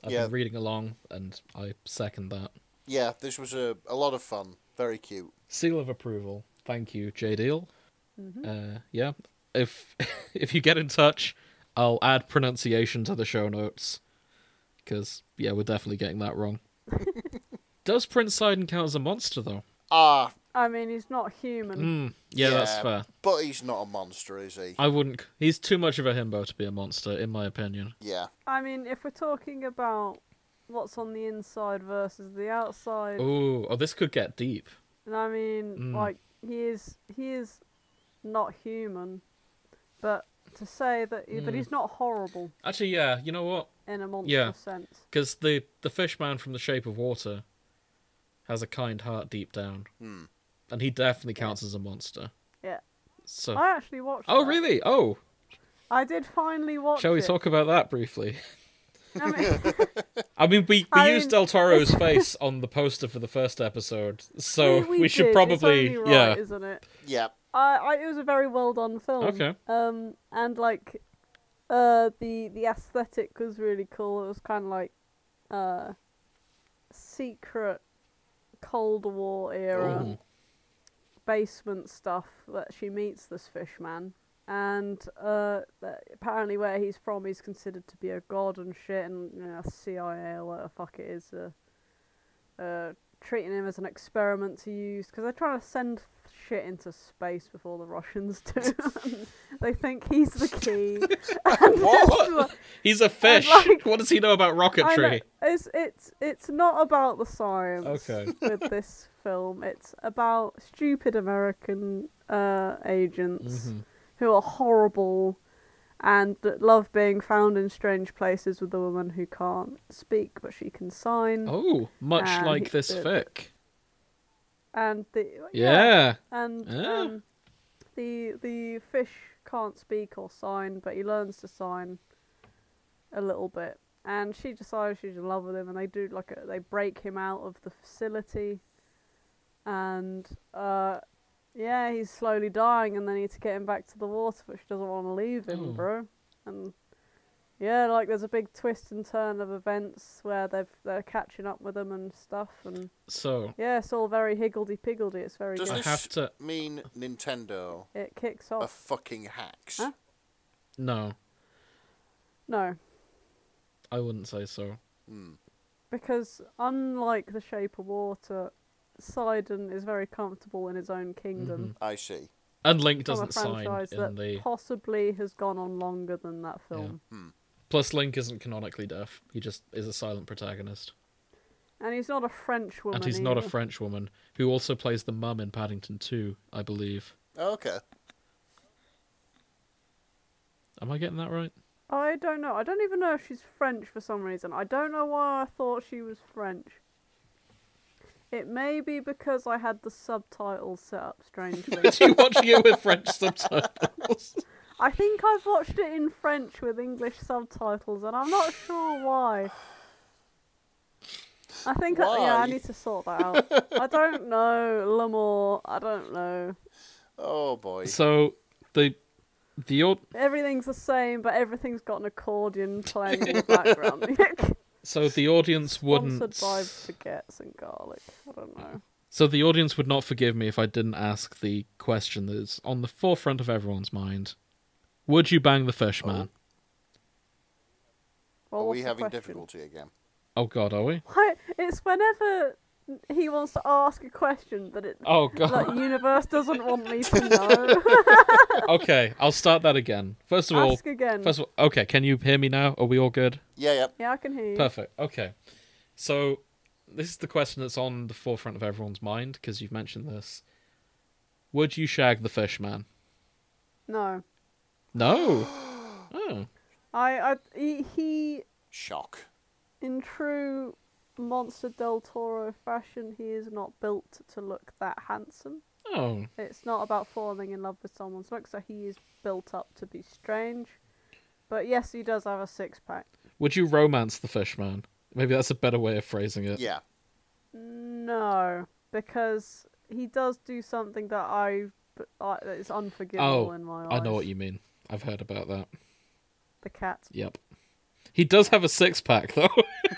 [SPEAKER 1] I've
[SPEAKER 2] Yeah.
[SPEAKER 1] been reading along and I second that.
[SPEAKER 2] Yeah, this was a, a lot of fun. Very cute.
[SPEAKER 1] Seal of approval. Thank you, J Deal.
[SPEAKER 4] Mm-hmm.
[SPEAKER 1] Uh, yeah. If if you get in touch, I'll add pronunciation to the show notes. Because, yeah, we're definitely getting that wrong. Does Prince Sidon count as a monster, though?
[SPEAKER 2] Ah,
[SPEAKER 4] I mean, he's not human.
[SPEAKER 1] Hmm. yeah, that's fair.
[SPEAKER 2] But he's not a monster, is he?
[SPEAKER 1] I wouldn't. c- He's too much of a himbo to be a monster, in my opinion.
[SPEAKER 2] Yeah.
[SPEAKER 4] I mean, if we're talking about what's on the inside versus the outside,
[SPEAKER 1] Ooh, oh, Mm. this could get deep.
[SPEAKER 4] And I mean, like he is he is not human, but to say that, he,
[SPEAKER 1] Mm.
[SPEAKER 4] but he's not horrible
[SPEAKER 1] Actually, yeah. You know what?
[SPEAKER 4] in a monstrous
[SPEAKER 1] Yeah.
[SPEAKER 4] sense.
[SPEAKER 1] Because the the fish man from The Shape of Water has a kind heart deep down, and he definitely counts as a monster.
[SPEAKER 4] Yeah,
[SPEAKER 1] So.
[SPEAKER 4] I actually watched.
[SPEAKER 1] Oh
[SPEAKER 4] that.
[SPEAKER 1] really? Oh,
[SPEAKER 4] I did finally watch.
[SPEAKER 1] shall we
[SPEAKER 4] it.
[SPEAKER 1] talk about that briefly?
[SPEAKER 4] I mean,
[SPEAKER 1] I mean, we, we
[SPEAKER 4] I
[SPEAKER 1] used
[SPEAKER 4] mean-
[SPEAKER 1] Del Toro's face on the poster for the first episode, so
[SPEAKER 4] we,
[SPEAKER 1] should
[SPEAKER 4] did, it's
[SPEAKER 1] probably
[SPEAKER 4] only right,
[SPEAKER 1] yeah.
[SPEAKER 4] isn't it?
[SPEAKER 2] Yeah.
[SPEAKER 4] I, I it was a very well done film.
[SPEAKER 1] Okay.
[SPEAKER 4] Um, and like, uh, the the aesthetic was really cool. It was kind of like, uh, secret Cold War era
[SPEAKER 1] Ooh.
[SPEAKER 4] basement stuff that she meets this fish man. And uh, that- apparently, where he's from, he's considered to be a god and shit, and you know, CIA or what the fuck it is, uh, uh, treating him as an experiment to use because they're trying to send shit into space before the Russians do. they think he's the key.
[SPEAKER 1] What? He's a fish.
[SPEAKER 4] like-
[SPEAKER 1] what does he know about
[SPEAKER 4] I know-
[SPEAKER 1] rocketry?
[SPEAKER 4] It's it's it's not about the science.
[SPEAKER 1] Okay.
[SPEAKER 4] With this film, it's about stupid American uh, agents
[SPEAKER 1] Mm-hmm.
[SPEAKER 4] who are horrible and that love being found in strange places with a woman who can't speak but she can sign.
[SPEAKER 1] Oh, much
[SPEAKER 4] And
[SPEAKER 1] like
[SPEAKER 4] he-
[SPEAKER 1] this
[SPEAKER 4] the-
[SPEAKER 1] fic.
[SPEAKER 4] And the
[SPEAKER 1] Yeah.
[SPEAKER 4] and
[SPEAKER 1] Ah.
[SPEAKER 4] um, the the fish can't speak or sign, but he learns to sign a little bit. And she decides she's in love with him, and they do like a, they break him out of the facility, and uh, yeah, he's slowly dying, and they need to get him back to the water, but she doesn't want to leave him,
[SPEAKER 1] Oh.
[SPEAKER 4] bro. And yeah, like there's a big twist and turn of events where they've they're catching up with him and stuff, and
[SPEAKER 1] So
[SPEAKER 4] yeah, it's all very higgledy piggledy. It's very
[SPEAKER 2] Does
[SPEAKER 4] good.
[SPEAKER 1] I
[SPEAKER 2] this-
[SPEAKER 1] have to.
[SPEAKER 2] Mean Nintendo
[SPEAKER 4] It kicks
[SPEAKER 2] are
[SPEAKER 4] off.
[SPEAKER 2] fucking hacks.
[SPEAKER 4] Oh. Huh?
[SPEAKER 1] No,
[SPEAKER 4] No,
[SPEAKER 1] I wouldn't say so.
[SPEAKER 2] Hmm.
[SPEAKER 4] because unlike the Shape of Water, Sidon is very comfortable in his own kingdom.
[SPEAKER 2] I see.
[SPEAKER 1] And Link
[SPEAKER 4] from
[SPEAKER 1] Mm-hmm. doesn't
[SPEAKER 4] a
[SPEAKER 1] sign
[SPEAKER 4] franchise
[SPEAKER 1] in
[SPEAKER 4] that
[SPEAKER 1] the.
[SPEAKER 4] possibly has gone on longer than that
[SPEAKER 1] Yeah.
[SPEAKER 4] film.
[SPEAKER 1] Plus, Link isn't canonically deaf. He just is a silent protagonist.
[SPEAKER 4] And he's not a French woman.
[SPEAKER 1] and he's not a
[SPEAKER 4] either.
[SPEAKER 1] French woman who also plays the mum in Paddington 2, I believe.
[SPEAKER 2] Okay.
[SPEAKER 1] Am I getting that right?
[SPEAKER 4] I don't know. I don't even know if she's French for some reason. I don't know why I thought she was French. It may be because I had the subtitles set up strangely.
[SPEAKER 1] Is you watching it with French subtitles?
[SPEAKER 4] I think I've watched it in French with English subtitles, and I'm not sure why. I think I, yeah,
[SPEAKER 2] Why?
[SPEAKER 4] I need to sort that out. I don't know, Lamore. I don't know.
[SPEAKER 2] Oh boy.
[SPEAKER 1] so the the aud-
[SPEAKER 4] Everything's the same, but everything's got an accordion playing in the background.
[SPEAKER 1] so the audience
[SPEAKER 4] Sponsored
[SPEAKER 1] wouldn't
[SPEAKER 4] by baguettes and garlic. I don't know.
[SPEAKER 1] so the audience would not forgive me if I didn't ask the question that's on the forefront of everyone's mind. Would you bang the fish man?
[SPEAKER 4] Well,
[SPEAKER 2] are
[SPEAKER 4] what's
[SPEAKER 2] we
[SPEAKER 4] the
[SPEAKER 2] having
[SPEAKER 4] question?
[SPEAKER 2] difficulty again?
[SPEAKER 1] Oh, god, are we?
[SPEAKER 4] Why- It's whenever he wants to ask a question that it
[SPEAKER 1] Oh god.
[SPEAKER 4] that universe doesn't want me to know.
[SPEAKER 1] okay, I'll start that again. First of all,
[SPEAKER 4] ask again.
[SPEAKER 1] first of all, okay, can you hear me now? Are we all good?
[SPEAKER 2] Yeah, yeah.
[SPEAKER 4] Yeah, I can hear you.
[SPEAKER 1] Perfect. Okay. So this is the question that's on the forefront of everyone's mind because you've mentioned this. Would you shag the fish man?
[SPEAKER 4] No,
[SPEAKER 1] No. Oh.
[SPEAKER 4] I, I he, he
[SPEAKER 2] Shock.
[SPEAKER 4] in true monster del Toro fashion, he is not built to look that handsome.
[SPEAKER 1] Oh.
[SPEAKER 4] It's not about falling in love with someone's look, so he is built up to be strange. But yes, he does have a six pack.
[SPEAKER 1] Would you romance the fish man? Maybe that's a better way of phrasing it.
[SPEAKER 2] Yeah.
[SPEAKER 4] No, because he does do something that I, I that is unforgivable
[SPEAKER 1] Oh,
[SPEAKER 4] in my eyes.
[SPEAKER 1] I know what you mean. I've heard about that.
[SPEAKER 4] The cat.
[SPEAKER 1] Yep. He does have a six pack though.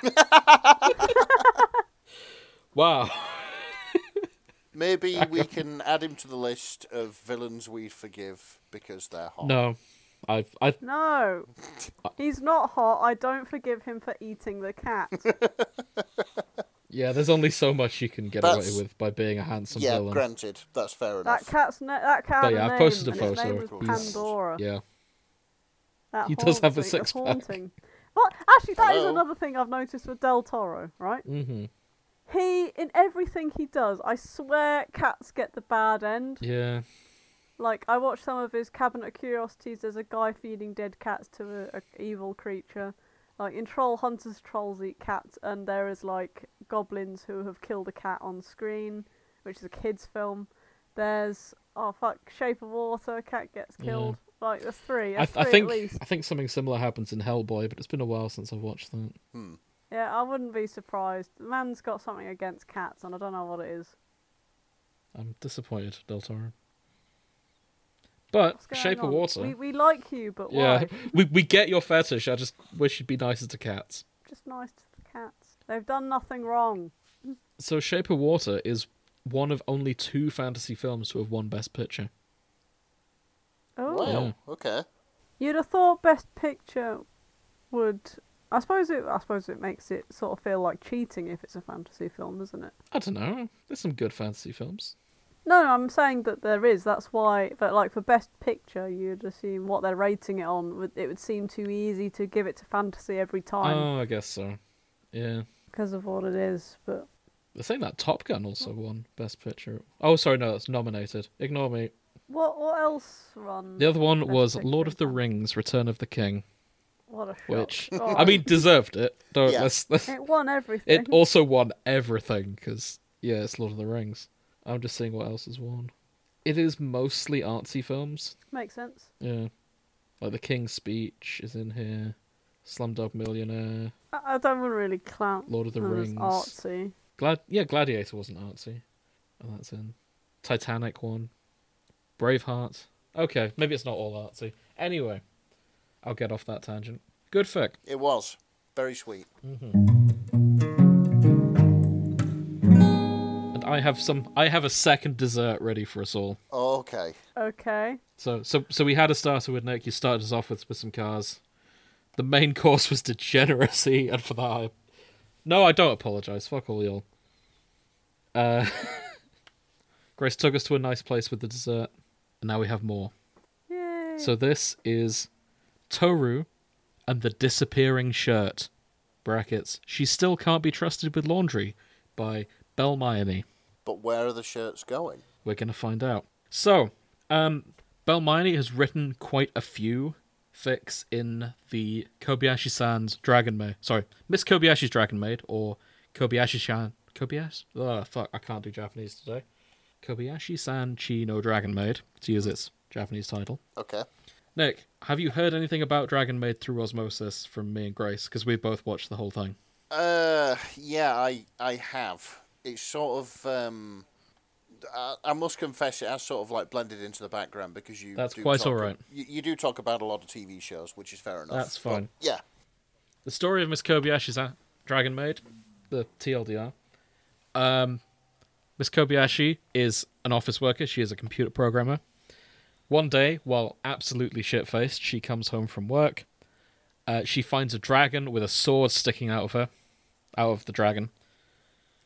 [SPEAKER 1] wow.
[SPEAKER 2] Maybe we can add him to the list of villains we forgive because they're hot.
[SPEAKER 1] No. I've I
[SPEAKER 4] No,
[SPEAKER 1] Uh,
[SPEAKER 4] he's not hot. I don't forgive him for eating the cat.
[SPEAKER 1] yeah, there's only so much you can get
[SPEAKER 2] That's-
[SPEAKER 1] away with by being a handsome
[SPEAKER 2] Yeah,
[SPEAKER 1] villain.
[SPEAKER 2] granted. That's fair enough.
[SPEAKER 4] that cat's na- that cat. had
[SPEAKER 1] yeah,
[SPEAKER 4] a
[SPEAKER 1] I've
[SPEAKER 4] name,
[SPEAKER 1] posted a
[SPEAKER 4] and his
[SPEAKER 1] photo.
[SPEAKER 4] name was
[SPEAKER 1] He's-
[SPEAKER 4] Pandora.
[SPEAKER 1] Yeah.
[SPEAKER 4] That
[SPEAKER 1] He does have a
[SPEAKER 4] haunting- that's
[SPEAKER 1] six-pack. Oh.
[SPEAKER 4] haunting. But actually, that is
[SPEAKER 2] Hello?
[SPEAKER 4] another thing I've noticed with Del Toro. Right,
[SPEAKER 1] Mhm.
[SPEAKER 4] he in everything he does, I swear, cats get the bad end.
[SPEAKER 1] Yeah.
[SPEAKER 4] Like I watched some of his Cabinet of Curiosities. There's a guy feeding dead cats to a, a evil creature. Like in Troll Hunters, trolls eat cats, and there is like goblins who have killed a cat on screen, which is a kids' film. There's oh fuck, Shape of Water, a cat gets
[SPEAKER 1] Yeah.
[SPEAKER 4] killed. Like there's three,
[SPEAKER 1] I,
[SPEAKER 4] there's
[SPEAKER 1] th-
[SPEAKER 4] three
[SPEAKER 1] I think
[SPEAKER 4] at least.
[SPEAKER 1] I think something similar happens in Hellboy, but it's been a while since I've watched that.
[SPEAKER 4] Yeah, I wouldn't be surprised. The man's got something against cats, and I don't know what it is.
[SPEAKER 1] I'm disappointed, Del Toro. But
[SPEAKER 4] What's going
[SPEAKER 1] Shape
[SPEAKER 4] on?
[SPEAKER 1] of Water.
[SPEAKER 4] We, we like you, but
[SPEAKER 1] yeah,
[SPEAKER 4] why?
[SPEAKER 1] we we get your fetish. I just wish you'd be nicer to cats.
[SPEAKER 4] Just nice to the cats. They've done nothing wrong.
[SPEAKER 1] So Shape of Water is one of only two fantasy films to have won Best Picture.
[SPEAKER 4] Oh.
[SPEAKER 2] Wow. Okay.
[SPEAKER 4] You'd have thought Best Picture would. I suppose it. I suppose it makes it sort of feel like cheating if it's a fantasy film, doesn't it?
[SPEAKER 1] I don't know. There's some good fantasy films.
[SPEAKER 4] No, no, I'm saying that there is. That's why. But like for Best Picture, you'd assume what they're rating it on. Would it would seem too easy to give it to fantasy every time
[SPEAKER 1] Oh, I guess so. Yeah,
[SPEAKER 4] because of what it is. But
[SPEAKER 1] they're saying that Top Gun also won Best Picture. Oh, sorry, no, it's nominated. Ignore me.
[SPEAKER 4] what what else run?
[SPEAKER 1] The other one
[SPEAKER 4] Best
[SPEAKER 1] was
[SPEAKER 4] Picture
[SPEAKER 1] Lord of the
[SPEAKER 4] and-
[SPEAKER 1] Rings: Return of the King.
[SPEAKER 4] What a shock.
[SPEAKER 1] which
[SPEAKER 4] God.
[SPEAKER 1] I mean deserved it. Don't
[SPEAKER 2] Yeah.
[SPEAKER 1] let's, let's-
[SPEAKER 4] it won everything.
[SPEAKER 1] it also won everything because yeah, it's Lord of the Rings. I'm just seeing what else has won. It is mostly artsy films.
[SPEAKER 4] makes sense.
[SPEAKER 1] Yeah, like The King's Speech is in here. Slumdog Millionaire,
[SPEAKER 4] I, I don't want to really clown.
[SPEAKER 1] Lord of the
[SPEAKER 4] them as
[SPEAKER 1] Rings.
[SPEAKER 4] Oh, Artsy.
[SPEAKER 1] Glad yeah, Gladiator wasn't artsy. and that's in Titanic one, Braveheart. Okay, maybe it's not all artsy. Anyway, I'll get off that tangent. Good fic.
[SPEAKER 2] It was very sweet.
[SPEAKER 1] And I have some. I have a second dessert ready for us all.
[SPEAKER 2] Okay.
[SPEAKER 4] Okay.
[SPEAKER 1] So, so, so we had a starter with Nick. You started us off with with some cars. The main course was degeneracy, and for that, I no, I don't apologize. Fuck all y'all. Uh, Grace took us to a nice place with the dessert, and now we have more.
[SPEAKER 4] Yay.
[SPEAKER 1] So this is Toru and the disappearing shirt. Brackets. She still can't be trusted with laundry by Belmione.
[SPEAKER 2] But where are the shirts going?
[SPEAKER 1] We're going to find out. So, um, Belmione has written quite a few fics in the Kobayashi San's Dragon Maid. Sorry, Miss Kobayashi's Dragon Maid or Kobayashi San. Kobayashi? Oh, fuck, I can't do Japanese today. Kobayashi San Chi no Dragon Maid, to use its Japanese title.
[SPEAKER 2] Okay.
[SPEAKER 1] Nick, have you heard anything about Dragon Maid through osmosis from me and Grace? Because we both watched the whole thing.
[SPEAKER 2] Uh, yeah, I I have. It's sort of um, I, I must confess, it has sort of like blended into the background because you.
[SPEAKER 1] That's
[SPEAKER 2] do
[SPEAKER 1] quite
[SPEAKER 2] talk-
[SPEAKER 1] alright.
[SPEAKER 2] You, you do talk about a lot of TV shows, which is fair enough.
[SPEAKER 1] That's
[SPEAKER 2] But,
[SPEAKER 1] fine.
[SPEAKER 2] yeah,
[SPEAKER 1] the story of Miss Kobayashi's a- Dragon Maid, the TLDR. Um, Miss Kobayashi is an office worker. She is a computer programmer. One day, while absolutely shit faced, she comes home from work. Uh, she finds a dragon with a sword sticking out of her, out of the dragon.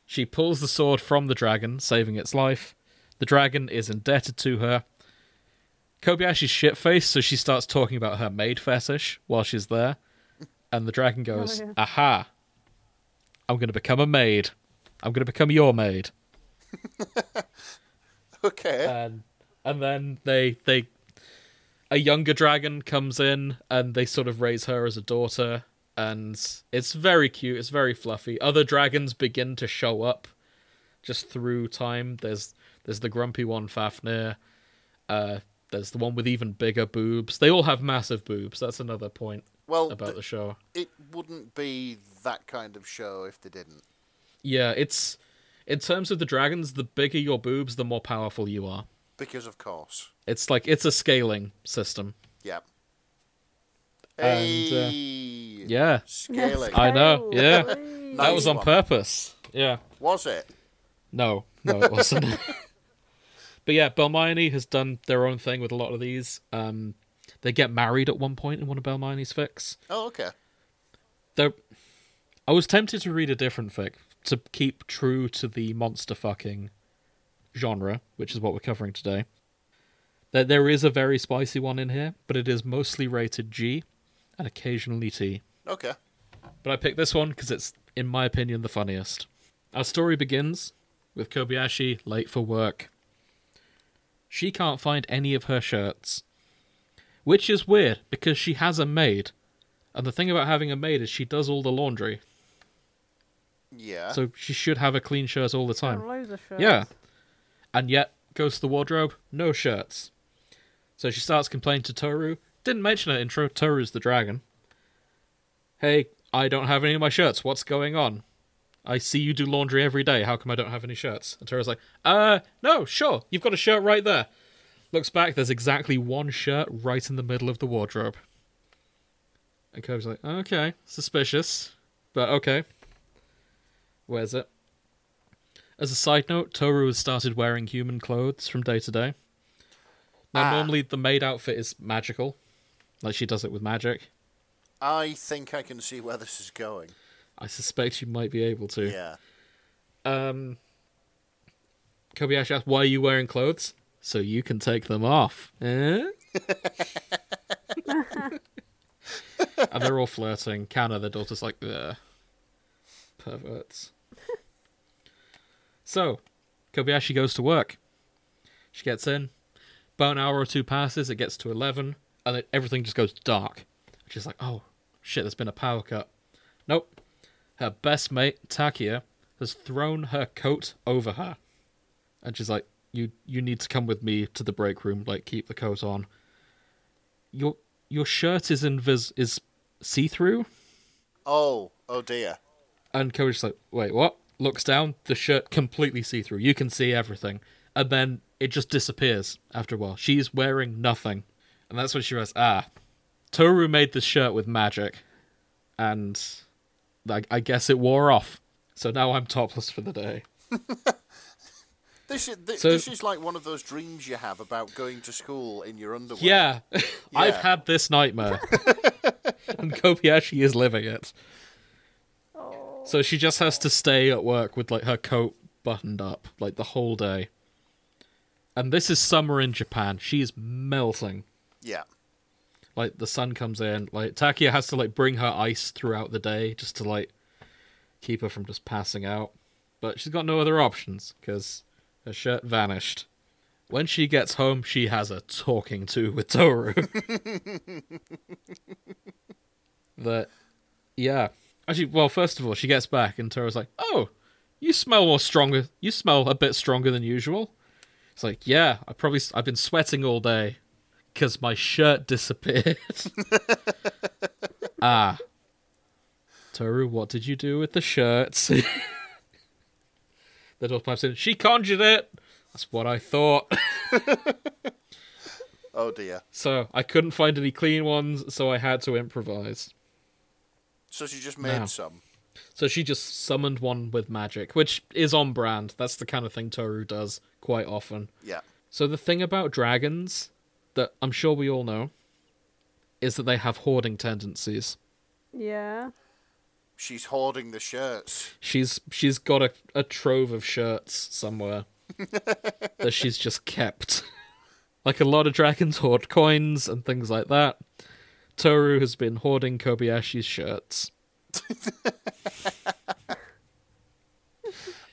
[SPEAKER 1] She pulls the sword from the dragon, saving its life. The dragon is indebted to her. Kobayashi's shit faced, so she starts talking about her maid fetish while she's there. And the dragon goes,
[SPEAKER 4] yeah.
[SPEAKER 1] Aha! I'm going to become a maid. I'm going to become your maid.
[SPEAKER 2] okay.
[SPEAKER 1] and and then they they a younger dragon comes in and they sort of raise her as a daughter and it's very cute it's very fluffy other dragons begin to show up just through time there's there's the grumpy one fafnir uh there's the one with even bigger boobs they all have massive boobs that's another point
[SPEAKER 2] well,
[SPEAKER 1] about the show
[SPEAKER 2] it wouldn't be that kind of show if they didn't.
[SPEAKER 1] yeah it's in terms of the dragons the bigger your boobs the more powerful you are
[SPEAKER 2] Because of course,
[SPEAKER 1] it's like it's a scaling system
[SPEAKER 2] yeah.
[SPEAKER 1] And, uh,
[SPEAKER 2] Hey,
[SPEAKER 1] yeah
[SPEAKER 2] scaling
[SPEAKER 1] I know,
[SPEAKER 4] Okay,
[SPEAKER 1] yeah.
[SPEAKER 4] please.
[SPEAKER 1] That was on
[SPEAKER 2] one.
[SPEAKER 1] purpose. Yeah.
[SPEAKER 2] was it?
[SPEAKER 1] No, no, it wasn't. but yeah, Belmione has done their own thing with a lot of these. Um, they get married at one point in one of Belmione's fics.
[SPEAKER 2] Oh, okay.
[SPEAKER 1] Though, I was tempted to read a different fic to keep true to the monster fucking genre, which is what we're covering today. There, there is a very spicy one in here, but it is mostly rated G and occasionally T.
[SPEAKER 2] Okay.
[SPEAKER 1] But I picked this one because it's, in my opinion, the funniest. Our story begins with Kobayashi late for work. She can't find any of her shirts. Which is weird because she has a maid. And the thing about having a maid is she does all the laundry.
[SPEAKER 2] Yeah.
[SPEAKER 1] So she should have a clean shirt all the time.
[SPEAKER 4] Oh, loads of shirts.
[SPEAKER 1] Yeah. And yet, goes to the wardrobe, no shirts. So she starts complaining to Toru. Didn't mention her intro, Toru's the dragon. Hey, I don't have any of my shirts. What's going on? I see you do laundry every day. How come I don't have any shirts? And Toru's like, uh, no, sure. You've got a shirt right there. Looks back, there's exactly one shirt right in the middle of the wardrobe. And Kobe's like, okay, suspicious, but okay. Where's it? As a side note, Toru has started wearing human clothes from day to day. Now,
[SPEAKER 2] Ah.
[SPEAKER 1] normally the maid outfit is magical, like she does it with magic.
[SPEAKER 2] I think I can see where this is going.
[SPEAKER 1] I suspect you might be able to.
[SPEAKER 2] Yeah.
[SPEAKER 1] Um, Kobayashi asks, "Why are you wearing clothes? So you can take them off." Eh? and they're all flirting. Kana, their daughter's like, "Ugh, perverts." so, Kobayashi goes to work. She gets in. About an hour or two passes. It gets to eleven, and then everything just goes dark. She's like, "Oh shit, there's been a power cut." Nope her best mate Takia has thrown her coat over her, and she's like, "You you need to come with me to the break room. Like, keep the coat on. Your your shirt is invis is see through."
[SPEAKER 2] Oh, oh dear.
[SPEAKER 1] And Cody's like, "Wait, what? looks down, the shirt completely see through. You can see everything. And then it just disappears after a while. She's wearing nothing. And that's when she realizes, ah, Toru made this shirt with magic. And I, I guess it wore off. So now I'm topless for the day.
[SPEAKER 2] This is this,
[SPEAKER 1] So-
[SPEAKER 2] this is like one of those dreams you have about going to school in your underwear.
[SPEAKER 1] Yeah, I've
[SPEAKER 2] Yeah.
[SPEAKER 1] had this nightmare. and Kobayashi is living it.
[SPEAKER 4] Oh,
[SPEAKER 1] So she just has to stay at work with like her coat buttoned up like the whole day. And this is summer in Japan. She is melting.
[SPEAKER 2] Yeah.
[SPEAKER 1] Like the sun comes in. Like Takia has to like bring her ice throughout the day just to like keep her from just passing out. But she's got no other options because her shirt vanished. When she gets home, she has a talking to with Toru. that, yeah. Actually, well, first of all, she gets back and Toru's like, "Oh, you smell more stronger. You smell a bit stronger than usual." It's like, "Yeah, I probably s- I've been sweating all day because my shirt disappeared." ah, Toru, what did you do with the shirts? the door pipes in. She conjured it. That's what I thought.
[SPEAKER 2] Oh dear.
[SPEAKER 1] So I couldn't find any clean ones, so I had to improvise.
[SPEAKER 2] So she just made
[SPEAKER 1] No.
[SPEAKER 2] some.
[SPEAKER 1] So she just summoned one with magic, which is on brand. That's the kind of thing Toru does quite often.
[SPEAKER 2] Yeah.
[SPEAKER 1] So the thing about dragons that I'm sure we all know is that they have hoarding tendencies.
[SPEAKER 4] yeah.
[SPEAKER 2] She's hoarding the shirts.
[SPEAKER 1] She's she's got a, a trove of shirts somewhere that she's just kept. Like a lot of dragons hoard coins and things like that. Toru has been hoarding Kobayashi's shirts.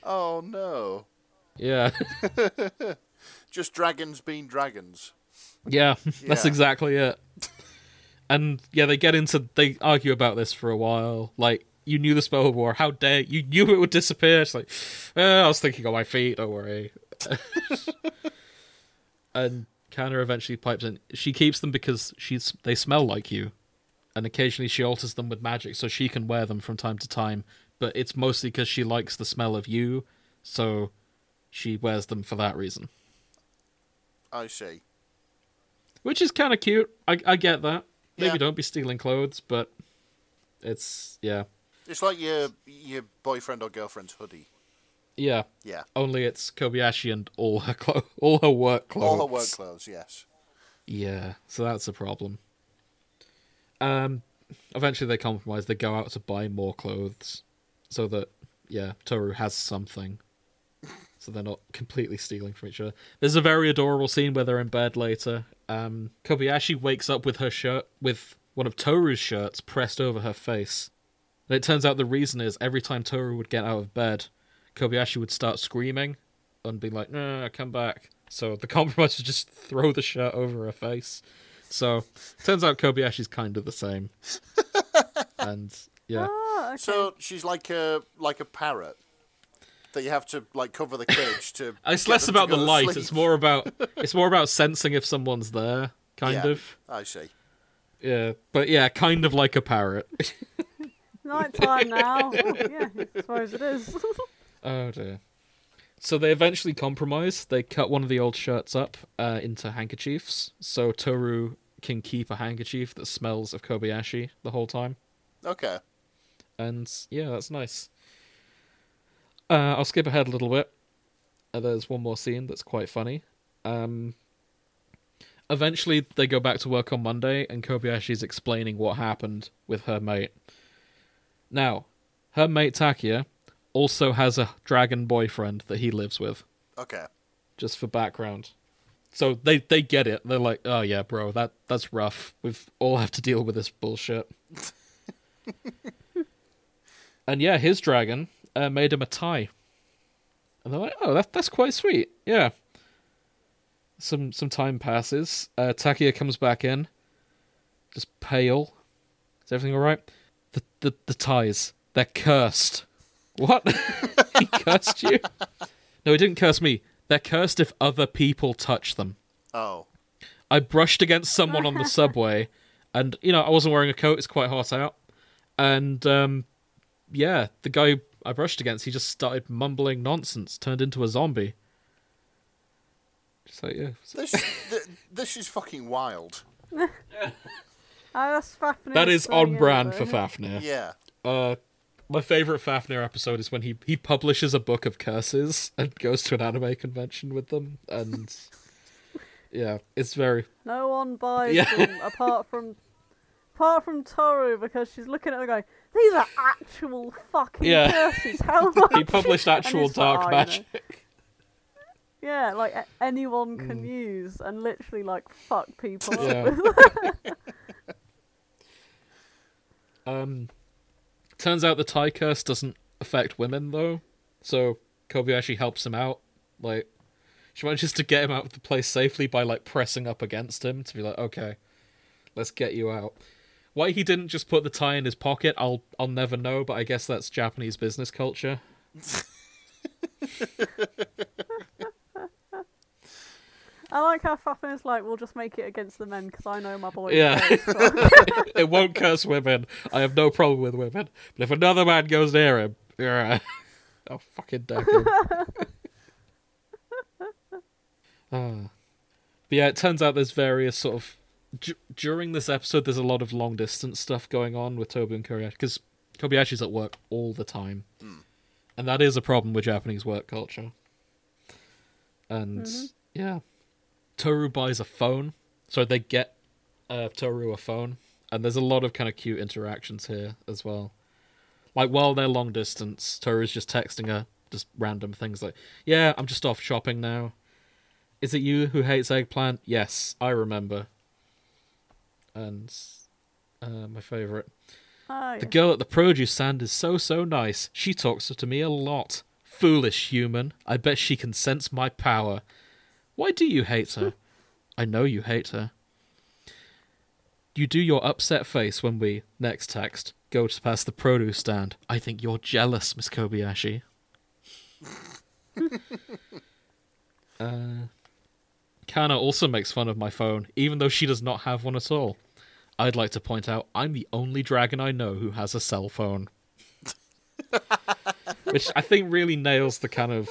[SPEAKER 2] Oh no.
[SPEAKER 1] Yeah.
[SPEAKER 2] Just dragons being dragons.
[SPEAKER 1] Yeah, that's
[SPEAKER 2] Yeah.
[SPEAKER 1] exactly it. And yeah, they get into they argue about this for a while. Like, you knew the spell would war. How dare you knew it would disappear? It's like, "Eh, I was thinking on my feet. Don't worry. and Kana eventually pipes in. She keeps them because she's they smell like you, and occasionally she alters them with magic so she can wear them from time to time. But it's mostly because she likes the smell of you, so she wears them for that reason
[SPEAKER 2] I see.
[SPEAKER 1] which is kind of cute. I, I get that. Maybe
[SPEAKER 2] Yeah.
[SPEAKER 1] don't be stealing clothes, but it's yeah,
[SPEAKER 2] It's like your your boyfriend or girlfriend's hoodie.
[SPEAKER 1] yeah.
[SPEAKER 2] Yeah.
[SPEAKER 1] Only it's Kobayashi and all her clo- all her work clothes.
[SPEAKER 2] All her work clothes, yes.
[SPEAKER 1] Yeah, so that's a problem. Um, eventually they compromise. They go out to buy more clothes, so that yeah, Toru has something. So they're not completely stealing from each other. There's a very adorable scene where they're in bed later. Um, Kobayashi wakes up with her shirt, with one of Toru's shirts pressed over her face. And it turns out the reason is every time Toru would get out of bed, Kobayashi would start screaming and be like, no, no, no, come back. So the compromise was just throw the shirt over her face. So turns out Kobayashi's kind of the same. and yeah.
[SPEAKER 4] Ah, okay.
[SPEAKER 2] So she's like a like a parrot that you have to like cover the cage to.
[SPEAKER 1] Uh, It's
[SPEAKER 2] get
[SPEAKER 1] less
[SPEAKER 2] them to
[SPEAKER 1] about the
[SPEAKER 2] go to
[SPEAKER 1] light,
[SPEAKER 2] sleep.
[SPEAKER 1] it's more about it's more about sensing if someone's there, kind
[SPEAKER 2] Yeah,
[SPEAKER 1] of.
[SPEAKER 2] I see.
[SPEAKER 1] Yeah. But yeah, kind of like a parrot.
[SPEAKER 4] Night time now. Oh, yeah, I suppose it is.
[SPEAKER 1] Oh dear. So they eventually compromise. They cut one of the old shirts up uh, into handkerchiefs, so Toru can keep a handkerchief that smells of Kobayashi the whole time.
[SPEAKER 2] Okay.
[SPEAKER 1] And yeah, that's nice. Uh, I'll skip ahead a little bit. Uh, there's one more scene that's quite funny. Um, eventually, they go back to work on Monday, and Kobayashi's explaining what happened with her mate. Now, her mate Takia also has a dragon boyfriend that he lives with,
[SPEAKER 2] Okay.
[SPEAKER 1] just for background. So they, they get it. They're like, oh yeah, bro, that that's rough. We've all have to deal with this bullshit. And yeah, his dragon uh, made him a tie. And they're like, oh, that, that's quite sweet. Yeah. Some some time passes. Uh, Takia comes back in, just pale. Is everything all right? The the, the ties they're cursed. What? he cursed you? No, he didn't curse me. They're cursed if other people touch them.
[SPEAKER 2] Oh.
[SPEAKER 1] I brushed against someone on the subway, and you know I wasn't wearing a coat. It's quite hot out, and um, yeah, the guy I brushed against, he just started mumbling nonsense, turned into a zombie. Just like yeah, so-
[SPEAKER 2] This th- this is fucking wild.
[SPEAKER 4] Oh, that's Fafnir
[SPEAKER 1] that is
[SPEAKER 4] swinging
[SPEAKER 1] on brand for
[SPEAKER 4] over.
[SPEAKER 1] Fafnir.
[SPEAKER 2] Yeah.
[SPEAKER 1] Uh, my favorite Fafnir episode is when he he publishes a book of curses and goes to an anime convention with them, and yeah, it's very
[SPEAKER 4] No one buys
[SPEAKER 1] Yeah.
[SPEAKER 4] them apart from apart from Toru because she's looking at them going, "These are actual fucking
[SPEAKER 1] Yeah.
[SPEAKER 4] curses." How much?
[SPEAKER 1] he published
[SPEAKER 4] And
[SPEAKER 1] actual
[SPEAKER 4] it's like,
[SPEAKER 1] dark
[SPEAKER 4] "Oh, you know,
[SPEAKER 1] magic.
[SPEAKER 4] Yeah, like a- anyone can use and literally like fuck people. up
[SPEAKER 1] Mm. Yeah.
[SPEAKER 4] with.
[SPEAKER 1] Um, turns out the Thai curse doesn't affect women though, so Kobayashi helps him out. Like, she manages to get him out of the place safely by like pressing up against him to be like, okay, let's get you out. Why he didn't just put the tie in his pocket, I'll I'll never know. But I guess that's Japanese business culture.
[SPEAKER 4] I like how Fafnir's like, "We'll just make it against the men because I know my boy."
[SPEAKER 1] Yeah.
[SPEAKER 4] is very strong."
[SPEAKER 1] it won't curse women. I have no problem with women. But if another man goes near him, yeah, I'll fucking deck him. Ah. but yeah, it turns out there's various sort of. D- during this episode, there's a lot of long distance stuff going on with Tobu and Kobayashi because Kobayashi's at work all the time. And that is a problem with Japanese work culture. And yeah. Toru buys a phone. So they get uh, Toru a phone, and there's a lot of kind of cute interactions here as well. Like while they're long distance, Toru's just texting her just random things like, "Yeah, I'm just off shopping now. Is it you who hates eggplant? Yes, I remember." And uh, my favorite,
[SPEAKER 4] Oh,
[SPEAKER 1] the
[SPEAKER 4] yeah.
[SPEAKER 1] girl at the produce stand is so so nice. She talks to me a lot. Foolish human. I bet she can sense my power. Why do you hate her? I know you hate her. You do your upset face when we next text go to past the produce stand. I think you're jealous, Miss Kobayashi. uh, Kana also makes fun of my phone, even though she does not have one at all. I'd like to point out I'm the only dragon I know who has a cell phone. Which I think really nails the kind of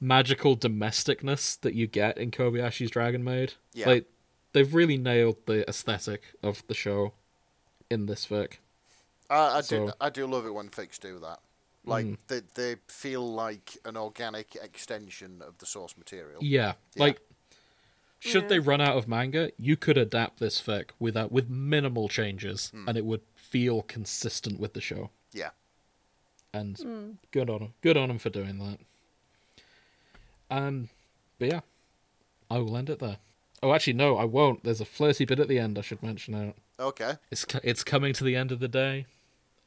[SPEAKER 1] magical domesticness that you get in Kobayashi's Dragon Maid.
[SPEAKER 2] Yeah.
[SPEAKER 1] Like they've really nailed the aesthetic of the show in this fic.
[SPEAKER 2] I, I do
[SPEAKER 1] So- Mm.
[SPEAKER 2] I do love it when fics do that. Like they they feel like an organic extension of the source material.
[SPEAKER 1] Yeah.
[SPEAKER 2] Yeah.
[SPEAKER 1] Like should
[SPEAKER 4] Yeah.
[SPEAKER 1] they run out of manga, you could adapt this fic without with minimal changes and it would feel consistent with the show.
[SPEAKER 2] Yeah.
[SPEAKER 1] and
[SPEAKER 4] Mm.
[SPEAKER 1] good on him. Good on him for doing that. Um, but yeah, I will end it there. Oh, actually, no, I won't. There's a flirty bit at the end I should mention out.
[SPEAKER 2] Okay.
[SPEAKER 1] It's co- it's coming to the end of the day,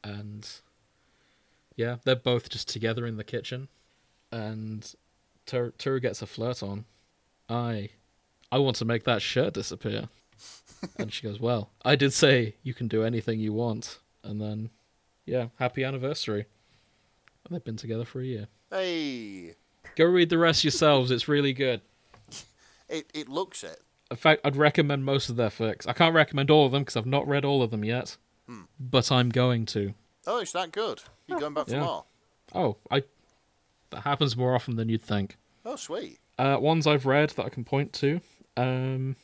[SPEAKER 1] and yeah, they're both just together in the kitchen, and Tur- Turu gets a flirt on. I, I want to make that shirt disappear, and she goes, "Well, I did say you can do anything you want," and then, yeah, happy anniversary. And they've been together for a year.
[SPEAKER 2] Hey.
[SPEAKER 1] Go read the rest yourselves; it's really good.
[SPEAKER 2] It it looks it.
[SPEAKER 1] In fact, I'd recommend most of their fics. I can't recommend all of them because I've not read all of them yet, but I'm going to.
[SPEAKER 2] Oh, it's that good. You're going back for
[SPEAKER 1] Yeah.
[SPEAKER 2] more.
[SPEAKER 1] Oh, I. That happens more often than you'd think.
[SPEAKER 2] Oh, sweet.
[SPEAKER 1] Uh, ones I've read that I can point to. Um,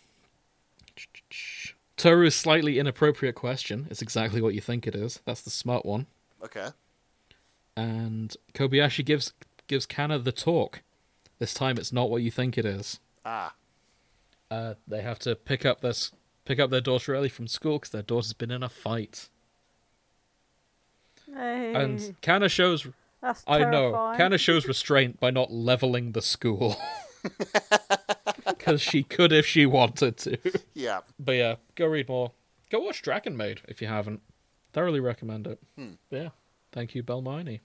[SPEAKER 1] Toru's slightly inappropriate question. It's exactly what you think it is. That's the smart one.
[SPEAKER 2] Okay.
[SPEAKER 1] And Kobayashi gives gives Kana the talk. This time, it's not what you think it is.
[SPEAKER 2] Ah.
[SPEAKER 1] Uh, they have to pick up their s- pick up their daughter early from school because their daughter's been in a fight.
[SPEAKER 4] Hey,
[SPEAKER 1] And Kana shows
[SPEAKER 4] that's
[SPEAKER 1] I
[SPEAKER 4] terrifying.
[SPEAKER 1] know. Kana shows restraint by not leveling the school. Because she could if she wanted to.
[SPEAKER 2] Yeah.
[SPEAKER 1] But yeah, go read more. Go watch Dragon Maid if you haven't. Thoroughly recommend it. Yeah. Thank you, Belmini.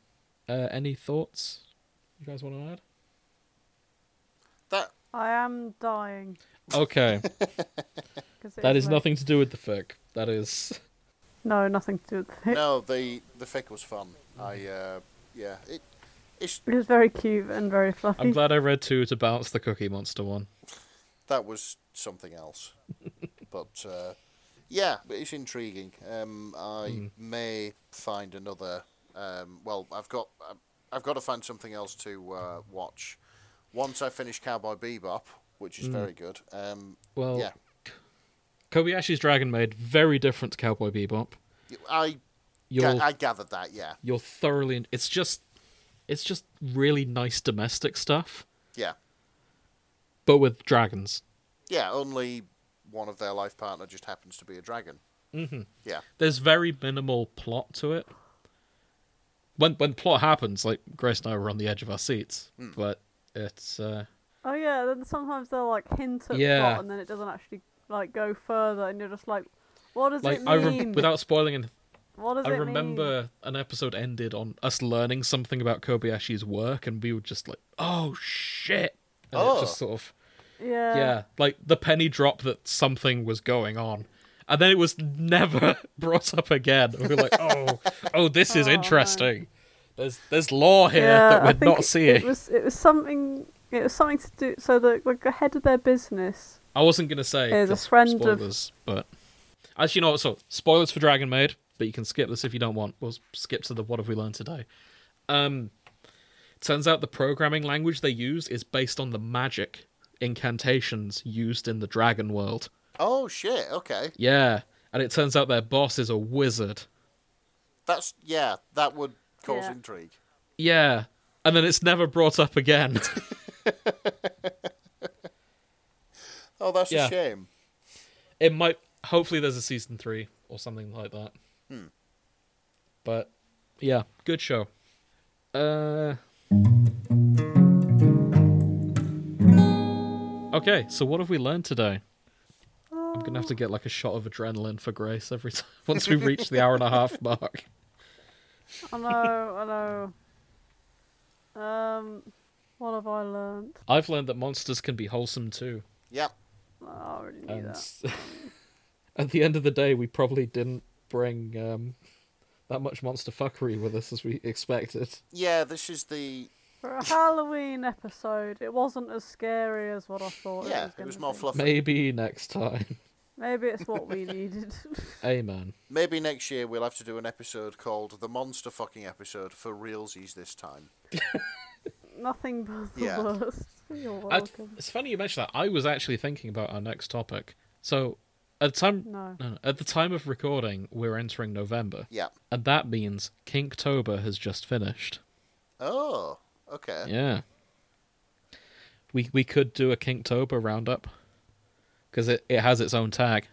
[SPEAKER 1] Uh, any thoughts you guys want to add?
[SPEAKER 2] That
[SPEAKER 4] I am dying.
[SPEAKER 1] Okay.
[SPEAKER 4] 'cause it
[SPEAKER 1] that is
[SPEAKER 4] late.
[SPEAKER 1] nothing to do with the fic. That is.
[SPEAKER 4] No, nothing to do with it.
[SPEAKER 2] no, the the fic was fun. I uh yeah, it it's
[SPEAKER 4] It was very cute and very fluffy.
[SPEAKER 1] I'm glad I read two to balance the Cookie Monster one.
[SPEAKER 2] that was something else. but
[SPEAKER 1] Hmm.
[SPEAKER 2] uh, yeah, but it's intriguing. Um, I may find another Um, well, I've got I've- I've got to find something else to uh, watch. Once I finish Cowboy Bebop, which
[SPEAKER 1] Hmm.
[SPEAKER 2] is very good. Um,
[SPEAKER 1] Well,
[SPEAKER 2] yeah,
[SPEAKER 1] Kobayashi's Dragon Maid very different to Cowboy Bebop.
[SPEAKER 2] I
[SPEAKER 1] You'll
[SPEAKER 2] I gathered that. Yeah,
[SPEAKER 1] you'll thoroughly. en- It's just it's just really nice domestic stuff,
[SPEAKER 2] yeah,
[SPEAKER 1] but with dragons.
[SPEAKER 2] yeah. Only one of their life partner just happens to be a dragon. Mm-hmm. Yeah,
[SPEAKER 1] There's very minimal plot to it. When when plot happens, like Grace and I were on the edge of our seats, but it's uh,
[SPEAKER 4] Oh yeah, then sometimes they'll like hint at
[SPEAKER 1] Yeah.
[SPEAKER 4] plot, and then it doesn't actually like go further, and you're just like, what does
[SPEAKER 1] like
[SPEAKER 4] it mean?
[SPEAKER 1] I rem- without spoiling anything.
[SPEAKER 4] what does
[SPEAKER 1] I
[SPEAKER 4] it mean?
[SPEAKER 1] remember an episode ended on us learning something about Kobayashi's work, and we were just like, "Oh shit!" And it
[SPEAKER 2] Oh.
[SPEAKER 1] just sort of,
[SPEAKER 4] Yeah.
[SPEAKER 1] yeah, like the penny drop that something was going on, and then it was never brought up again. And we were like, "Oh, oh, this is
[SPEAKER 4] Oh, no.
[SPEAKER 1] interesting. There's there's lore here that
[SPEAKER 4] I
[SPEAKER 1] we're
[SPEAKER 4] think
[SPEAKER 1] not
[SPEAKER 4] it-
[SPEAKER 1] seeing."
[SPEAKER 4] It was it was something it was something to do so that like the head of their business.
[SPEAKER 1] I wasn't gonna say
[SPEAKER 4] There's a
[SPEAKER 1] 'cause
[SPEAKER 4] friend of-
[SPEAKER 1] spoilers, but actually, you know what? So spoilers for Dragon Maid, but you can skip this if you don't want. We'll skip to the what have we learned today. Um, turns out the programming language they use is based on the magic incantations used in the Dragon World.
[SPEAKER 2] Oh shit! Okay,
[SPEAKER 1] Yeah, and it turns out their boss is a wizard.
[SPEAKER 2] that's yeah. That would cause
[SPEAKER 4] Yeah.
[SPEAKER 2] intrigue.
[SPEAKER 1] Yeah, and then it's never brought up again.
[SPEAKER 2] Oh, that's
[SPEAKER 1] Yeah.
[SPEAKER 2] a shame.
[SPEAKER 1] it might. Hopefully, there's a season three or something like that. But yeah, good show. Uh. Okay, so what have we learned today? I'm gonna have to get like a shot of adrenaline for Grace every time once we reach the hour and a half mark.
[SPEAKER 4] I know, I know. Um, what have I learned?
[SPEAKER 1] I've learned that monsters can be wholesome too.
[SPEAKER 2] Yeah,
[SPEAKER 4] Oh, I already knew
[SPEAKER 1] And
[SPEAKER 4] that.
[SPEAKER 1] at the end of the day, we probably didn't bring um, that much monster fuckery with us as we expected.
[SPEAKER 2] yeah. This is the
[SPEAKER 4] For a Halloween episode, it wasn't as scary as what I thought.
[SPEAKER 2] yeah.
[SPEAKER 4] it
[SPEAKER 2] It was
[SPEAKER 4] gonna
[SPEAKER 2] more
[SPEAKER 4] be.
[SPEAKER 2] fluffy.
[SPEAKER 1] Maybe next time.
[SPEAKER 4] Maybe it's what we needed.
[SPEAKER 1] Amen.
[SPEAKER 2] Maybe next year we'll have to do an episode called the monster fucking episode for realsies this time.
[SPEAKER 4] Nothing but the
[SPEAKER 2] Yeah.
[SPEAKER 4] worst. You're
[SPEAKER 1] I-
[SPEAKER 4] welcome.
[SPEAKER 1] it's funny you mention that. I was actually thinking about our next topic. So, at the time,
[SPEAKER 4] No.
[SPEAKER 1] no, no, at the time of recording, we're entering November,
[SPEAKER 2] Yeah.
[SPEAKER 1] and that means Kinktober has just finished.
[SPEAKER 2] Oh, okay.
[SPEAKER 1] Yeah, we we could do a Kinktober roundup because it, it has its own tag.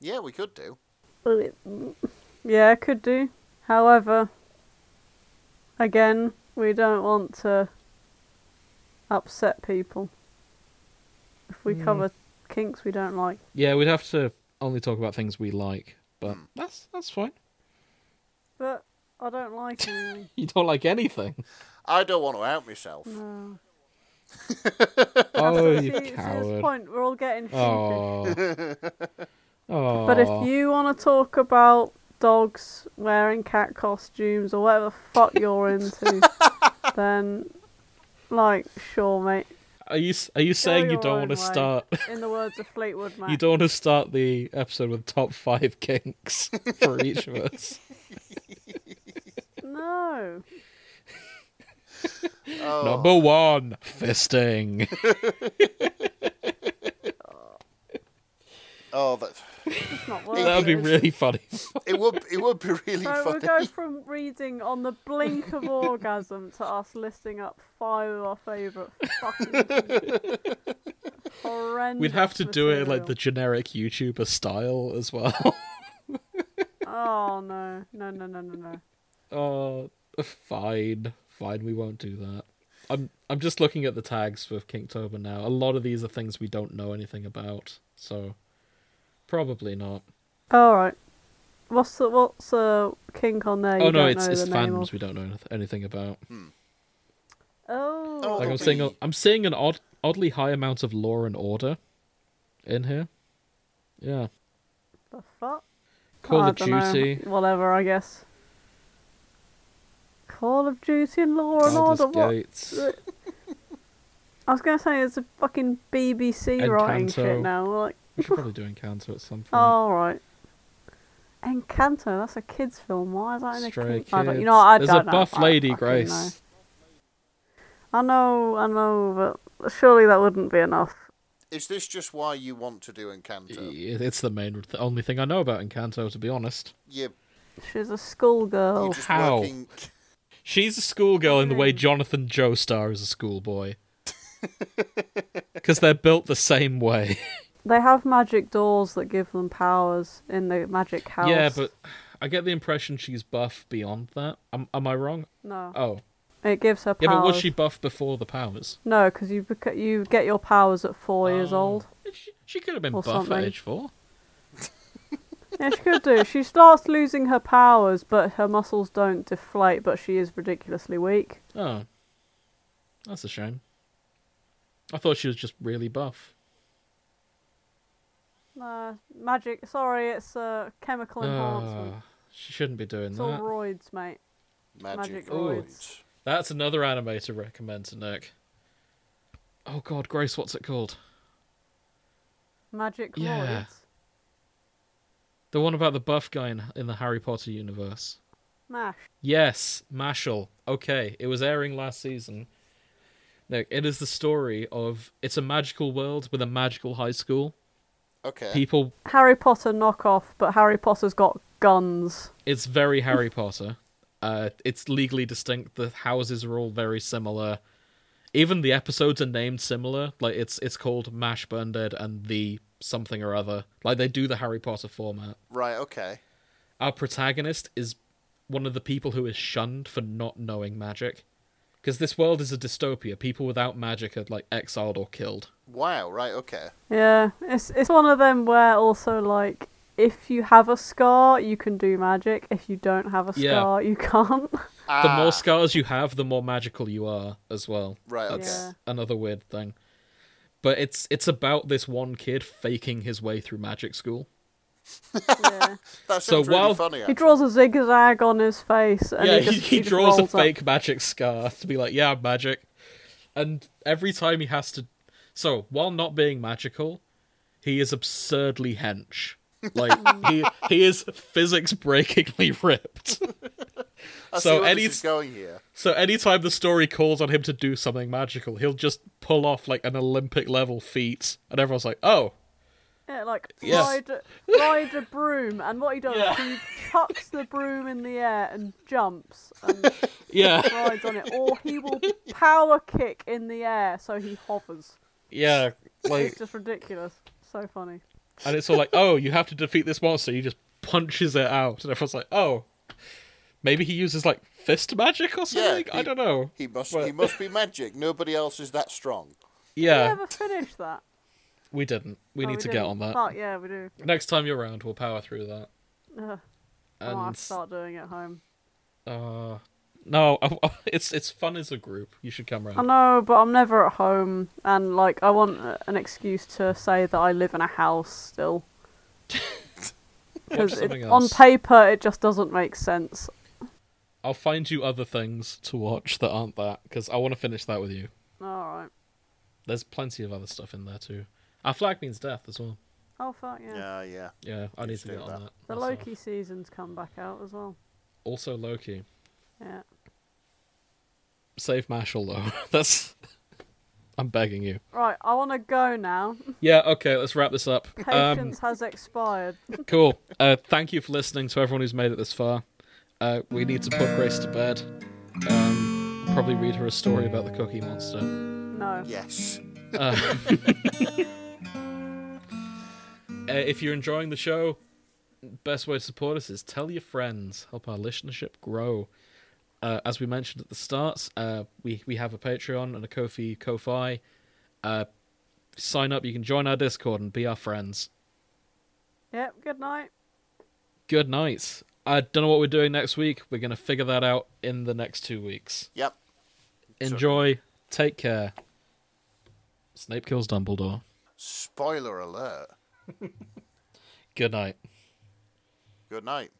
[SPEAKER 2] Yeah, we could do.
[SPEAKER 4] Yeah, could do. However, again, we don't want to upset people. If
[SPEAKER 1] Mm.
[SPEAKER 4] we cover kinks we don't like.
[SPEAKER 1] Yeah, we'd have to only talk about things we like, but that's that's fine.
[SPEAKER 4] But I don't like anything.
[SPEAKER 1] You don't like anything.
[SPEAKER 2] I don't want to out myself.
[SPEAKER 4] No.
[SPEAKER 1] oh,
[SPEAKER 4] See,
[SPEAKER 1] you
[SPEAKER 4] see this
[SPEAKER 1] coward!
[SPEAKER 4] point, we're all getting sheepish.
[SPEAKER 1] Oh. oh.
[SPEAKER 4] But if you want to talk about dogs wearing cat costumes or whatever the fuck you're into, then, like, sure, mate.
[SPEAKER 1] Are you s- are you saying you
[SPEAKER 4] your
[SPEAKER 1] don't
[SPEAKER 4] own
[SPEAKER 1] want
[SPEAKER 4] way.
[SPEAKER 1] to start?
[SPEAKER 4] In the words of Fleetwood Mac.
[SPEAKER 1] You don't want to start the episode with top five kinks for each of us.
[SPEAKER 4] No.
[SPEAKER 2] Oh,
[SPEAKER 1] Number one, fisting.
[SPEAKER 2] oh that,
[SPEAKER 4] It's not worth
[SPEAKER 1] That would be
[SPEAKER 4] it.
[SPEAKER 1] really funny.
[SPEAKER 2] it would it would be really
[SPEAKER 4] So we'll
[SPEAKER 2] funny.
[SPEAKER 4] go from reading on the blink of orgasm to us listing up five of our favourite fucking horrendous.
[SPEAKER 1] We'd have to do it like the
[SPEAKER 4] material.
[SPEAKER 1] generic YouTuber style as well.
[SPEAKER 4] Oh no, no, no, no, no, no.
[SPEAKER 1] Oh, fine, fine. We won't do that. I'm I'm just looking at the tags for Kinktober now. A lot of these are things we don't know anything about, so probably not.
[SPEAKER 4] All right. What's the what's uh, kink on there? You
[SPEAKER 1] oh no,
[SPEAKER 4] don't
[SPEAKER 1] it's
[SPEAKER 4] know
[SPEAKER 1] it's
[SPEAKER 4] the name
[SPEAKER 1] fandoms
[SPEAKER 4] of.
[SPEAKER 1] we don't know anyth- anything about.
[SPEAKER 4] Oh,
[SPEAKER 2] Oh,
[SPEAKER 1] Like
[SPEAKER 2] Well,
[SPEAKER 1] I'm seeing, a,
[SPEAKER 2] we-
[SPEAKER 1] I'm seeing an odd, oddly high amount of law and order in here. Yeah,
[SPEAKER 4] the fuck!
[SPEAKER 1] Call
[SPEAKER 4] I
[SPEAKER 1] of
[SPEAKER 4] don't know.
[SPEAKER 1] Duty.
[SPEAKER 4] Whatever, I guess. Call of Duty and Law and
[SPEAKER 1] Baldur's
[SPEAKER 4] Order. What?
[SPEAKER 1] Gates.
[SPEAKER 4] I was gonna say it's a fucking BBC writing shit
[SPEAKER 1] Encanto.
[SPEAKER 4] now. Like,
[SPEAKER 1] Hmm.
[SPEAKER 4] Oh,
[SPEAKER 1] We should probably do Encanto at some point.
[SPEAKER 4] all right. Encanto, that's a kids' film. Why is that in a
[SPEAKER 1] Stray
[SPEAKER 4] kids? I don't, you
[SPEAKER 1] Kids.
[SPEAKER 4] know, what, I
[SPEAKER 1] There's
[SPEAKER 4] don't
[SPEAKER 1] a
[SPEAKER 4] know.
[SPEAKER 1] buff
[SPEAKER 4] I
[SPEAKER 1] lady,
[SPEAKER 4] fucking
[SPEAKER 1] Grace.
[SPEAKER 4] know. I know, I know, but surely that wouldn't be enough.
[SPEAKER 2] Is this just why you want to do Encanto?
[SPEAKER 1] Y- It's the main, the only thing I know about Encanto, to be honest.
[SPEAKER 2] You're,
[SPEAKER 4] She's a
[SPEAKER 2] you're
[SPEAKER 4] schoolgirl.
[SPEAKER 2] just
[SPEAKER 1] how?
[SPEAKER 2] working.
[SPEAKER 1] She's a schoolgirl in the
[SPEAKER 4] Mm.
[SPEAKER 1] way Jonathan Joestar is a schoolboy. Because they're built the same way.
[SPEAKER 4] They have magic doors that give them powers in the magic house.
[SPEAKER 1] Yeah, but I get the impression she's buff beyond that. Am, am I wrong?
[SPEAKER 4] no,
[SPEAKER 1] Oh.
[SPEAKER 4] it gives her powers.
[SPEAKER 1] Yeah, but was she buff before the powers?
[SPEAKER 4] No, because you beca- you get your powers at four years
[SPEAKER 1] Oh.
[SPEAKER 4] old.
[SPEAKER 1] She, she could have been
[SPEAKER 4] Or
[SPEAKER 1] buff at
[SPEAKER 4] something.
[SPEAKER 1] age four.
[SPEAKER 4] Yeah, she could do. She starts losing her powers, but her muscles don't deflate. But she is ridiculously weak.
[SPEAKER 1] Oh. That's a shame. I thought she was just really buff.
[SPEAKER 4] No, magic. Sorry, it's uh, chemical enhancement.
[SPEAKER 1] Ah, she shouldn't be doing
[SPEAKER 4] it's all
[SPEAKER 1] that.
[SPEAKER 4] roids, mate.
[SPEAKER 2] Magic
[SPEAKER 4] Magic
[SPEAKER 2] Roids.
[SPEAKER 1] That's another anime to recommend to Nick. Oh god, Grace, what's it called?
[SPEAKER 4] Magic
[SPEAKER 1] Yeah.
[SPEAKER 4] roids.
[SPEAKER 1] The one about the buff guy in, in the Harry Potter universe.
[SPEAKER 4] Mash.
[SPEAKER 1] Yes, Mashal. Okay, it was airing last season. Nick, it is the story of it's a magical world with a magical high school.
[SPEAKER 2] Okay.
[SPEAKER 1] People,
[SPEAKER 4] Harry Potter knockoff, but Harry Potter's got guns.
[SPEAKER 1] it's very Harry Potter. Uh, it's legally distinct. The houses are all very similar. Even the episodes are named similar. Like it's it's called Mash Burn Dead and the something or other. Like they do the Harry Potter format.
[SPEAKER 2] Right, okay.
[SPEAKER 1] our protagonist is one of the people who is shunned for not knowing magic because this world is a dystopia people without magic are like exiled or killed
[SPEAKER 2] Wow, right, okay.
[SPEAKER 4] Yeah, it's it's one of them where also like if you have a scar, you can do magic. If you don't have a
[SPEAKER 1] Yeah.
[SPEAKER 4] scar, you can't.
[SPEAKER 1] the
[SPEAKER 2] Ah,
[SPEAKER 1] more scars you have the more magical you are as well
[SPEAKER 2] Right, okay.
[SPEAKER 1] that's
[SPEAKER 4] Yeah.
[SPEAKER 1] another weird thing but it's it's about this one kid faking his way through magic school
[SPEAKER 4] yeah.
[SPEAKER 1] So
[SPEAKER 2] That sounds really
[SPEAKER 1] while-
[SPEAKER 2] funny,
[SPEAKER 4] He
[SPEAKER 2] actually.
[SPEAKER 4] draws a zigzag on his face, and
[SPEAKER 1] yeah
[SPEAKER 4] he, just,
[SPEAKER 1] he, he
[SPEAKER 4] just
[SPEAKER 1] draws a
[SPEAKER 4] rolls up.
[SPEAKER 1] fake magic scar to be like yeah I'm magic and every time he has to so while not being magical he is absurdly hench like he he is physics breakingly ripped
[SPEAKER 2] I see
[SPEAKER 1] so
[SPEAKER 2] where
[SPEAKER 1] any-
[SPEAKER 2] this is going here.
[SPEAKER 1] so anytime the story calls on him to do something magical he'll just pull off like an olympic level feat and everyone's like oh
[SPEAKER 4] Yeah, like
[SPEAKER 1] Yeah.
[SPEAKER 4] ride, a- ride a broom, and what he does
[SPEAKER 1] Yeah.
[SPEAKER 4] is he chucks the broom in the air and jumps and
[SPEAKER 1] yeah
[SPEAKER 4] rides on it, or he will power kick in the air so he hovers.
[SPEAKER 1] yeah like
[SPEAKER 4] It's just ridiculous. So funny.
[SPEAKER 1] and it's all like oh you have to defeat this monster he just punches it out and everyone's like oh maybe he uses like fist magic or something i
[SPEAKER 2] he-
[SPEAKER 1] don't know
[SPEAKER 2] He must,
[SPEAKER 1] Well-
[SPEAKER 2] he must be magic. Nobody else is that strong.
[SPEAKER 4] We
[SPEAKER 1] yeah
[SPEAKER 4] never finished that.
[SPEAKER 1] we didn't we
[SPEAKER 4] No,
[SPEAKER 1] need to get
[SPEAKER 4] Oh, didn't.
[SPEAKER 1] on that
[SPEAKER 4] Fuck, yeah, we do.
[SPEAKER 1] next time you're around we'll power through that
[SPEAKER 4] Ugh, Oh, I might have
[SPEAKER 1] and
[SPEAKER 4] to start doing it at home.
[SPEAKER 1] uh no it's it's fun as a group you should come
[SPEAKER 4] I
[SPEAKER 1] round
[SPEAKER 4] know, but I'm never at home, and like I want a- an excuse to say that I live in a house still.
[SPEAKER 1] Watch
[SPEAKER 4] Because
[SPEAKER 1] something
[SPEAKER 4] on
[SPEAKER 1] else.
[SPEAKER 4] paper it just doesn't make sense.
[SPEAKER 1] i'll find you other things to watch that aren't that because i want to finish that with you
[SPEAKER 4] All right.
[SPEAKER 1] there's plenty of other stuff in there too our flag means death as well
[SPEAKER 4] Oh fuck
[SPEAKER 2] Yeah,
[SPEAKER 4] yeah.
[SPEAKER 2] yeah.
[SPEAKER 1] yeah i need
[SPEAKER 2] Let's
[SPEAKER 1] to
[SPEAKER 2] do
[SPEAKER 1] get on
[SPEAKER 2] that.
[SPEAKER 1] that
[SPEAKER 4] The
[SPEAKER 1] myself.
[SPEAKER 4] Loki seasons come back out as well.
[SPEAKER 1] also loki
[SPEAKER 4] Yeah.
[SPEAKER 1] save marshall though that's i'm begging you
[SPEAKER 4] Right, I want to go now.
[SPEAKER 1] Yeah, okay, let's wrap this up. Um,
[SPEAKER 4] Patience has expired.
[SPEAKER 1] cool. Uh, thank you for listening to everyone who's made it this far. Uh, we need to put Grace to bed. Um, probably read her a story about the Cookie Monster.
[SPEAKER 4] No.
[SPEAKER 2] Yes.
[SPEAKER 1] Uh, uh, if you're enjoying the show, best way to support us is tell your friends. Help our listenership grow. Uh, as we mentioned at the start, uh, we we have a Patreon and a Kofi Ko-fi. Uh, sign up. You can join our Discord and be our friends.
[SPEAKER 4] Yep. Good night.
[SPEAKER 1] good night. I don't know what we're doing next week. We're going to figure that out in the next two weeks.
[SPEAKER 2] Yep.
[SPEAKER 1] Enjoy. Take care. Snape kills Dumbledore.
[SPEAKER 2] Spoiler alert.
[SPEAKER 1] Good night.
[SPEAKER 2] Good night.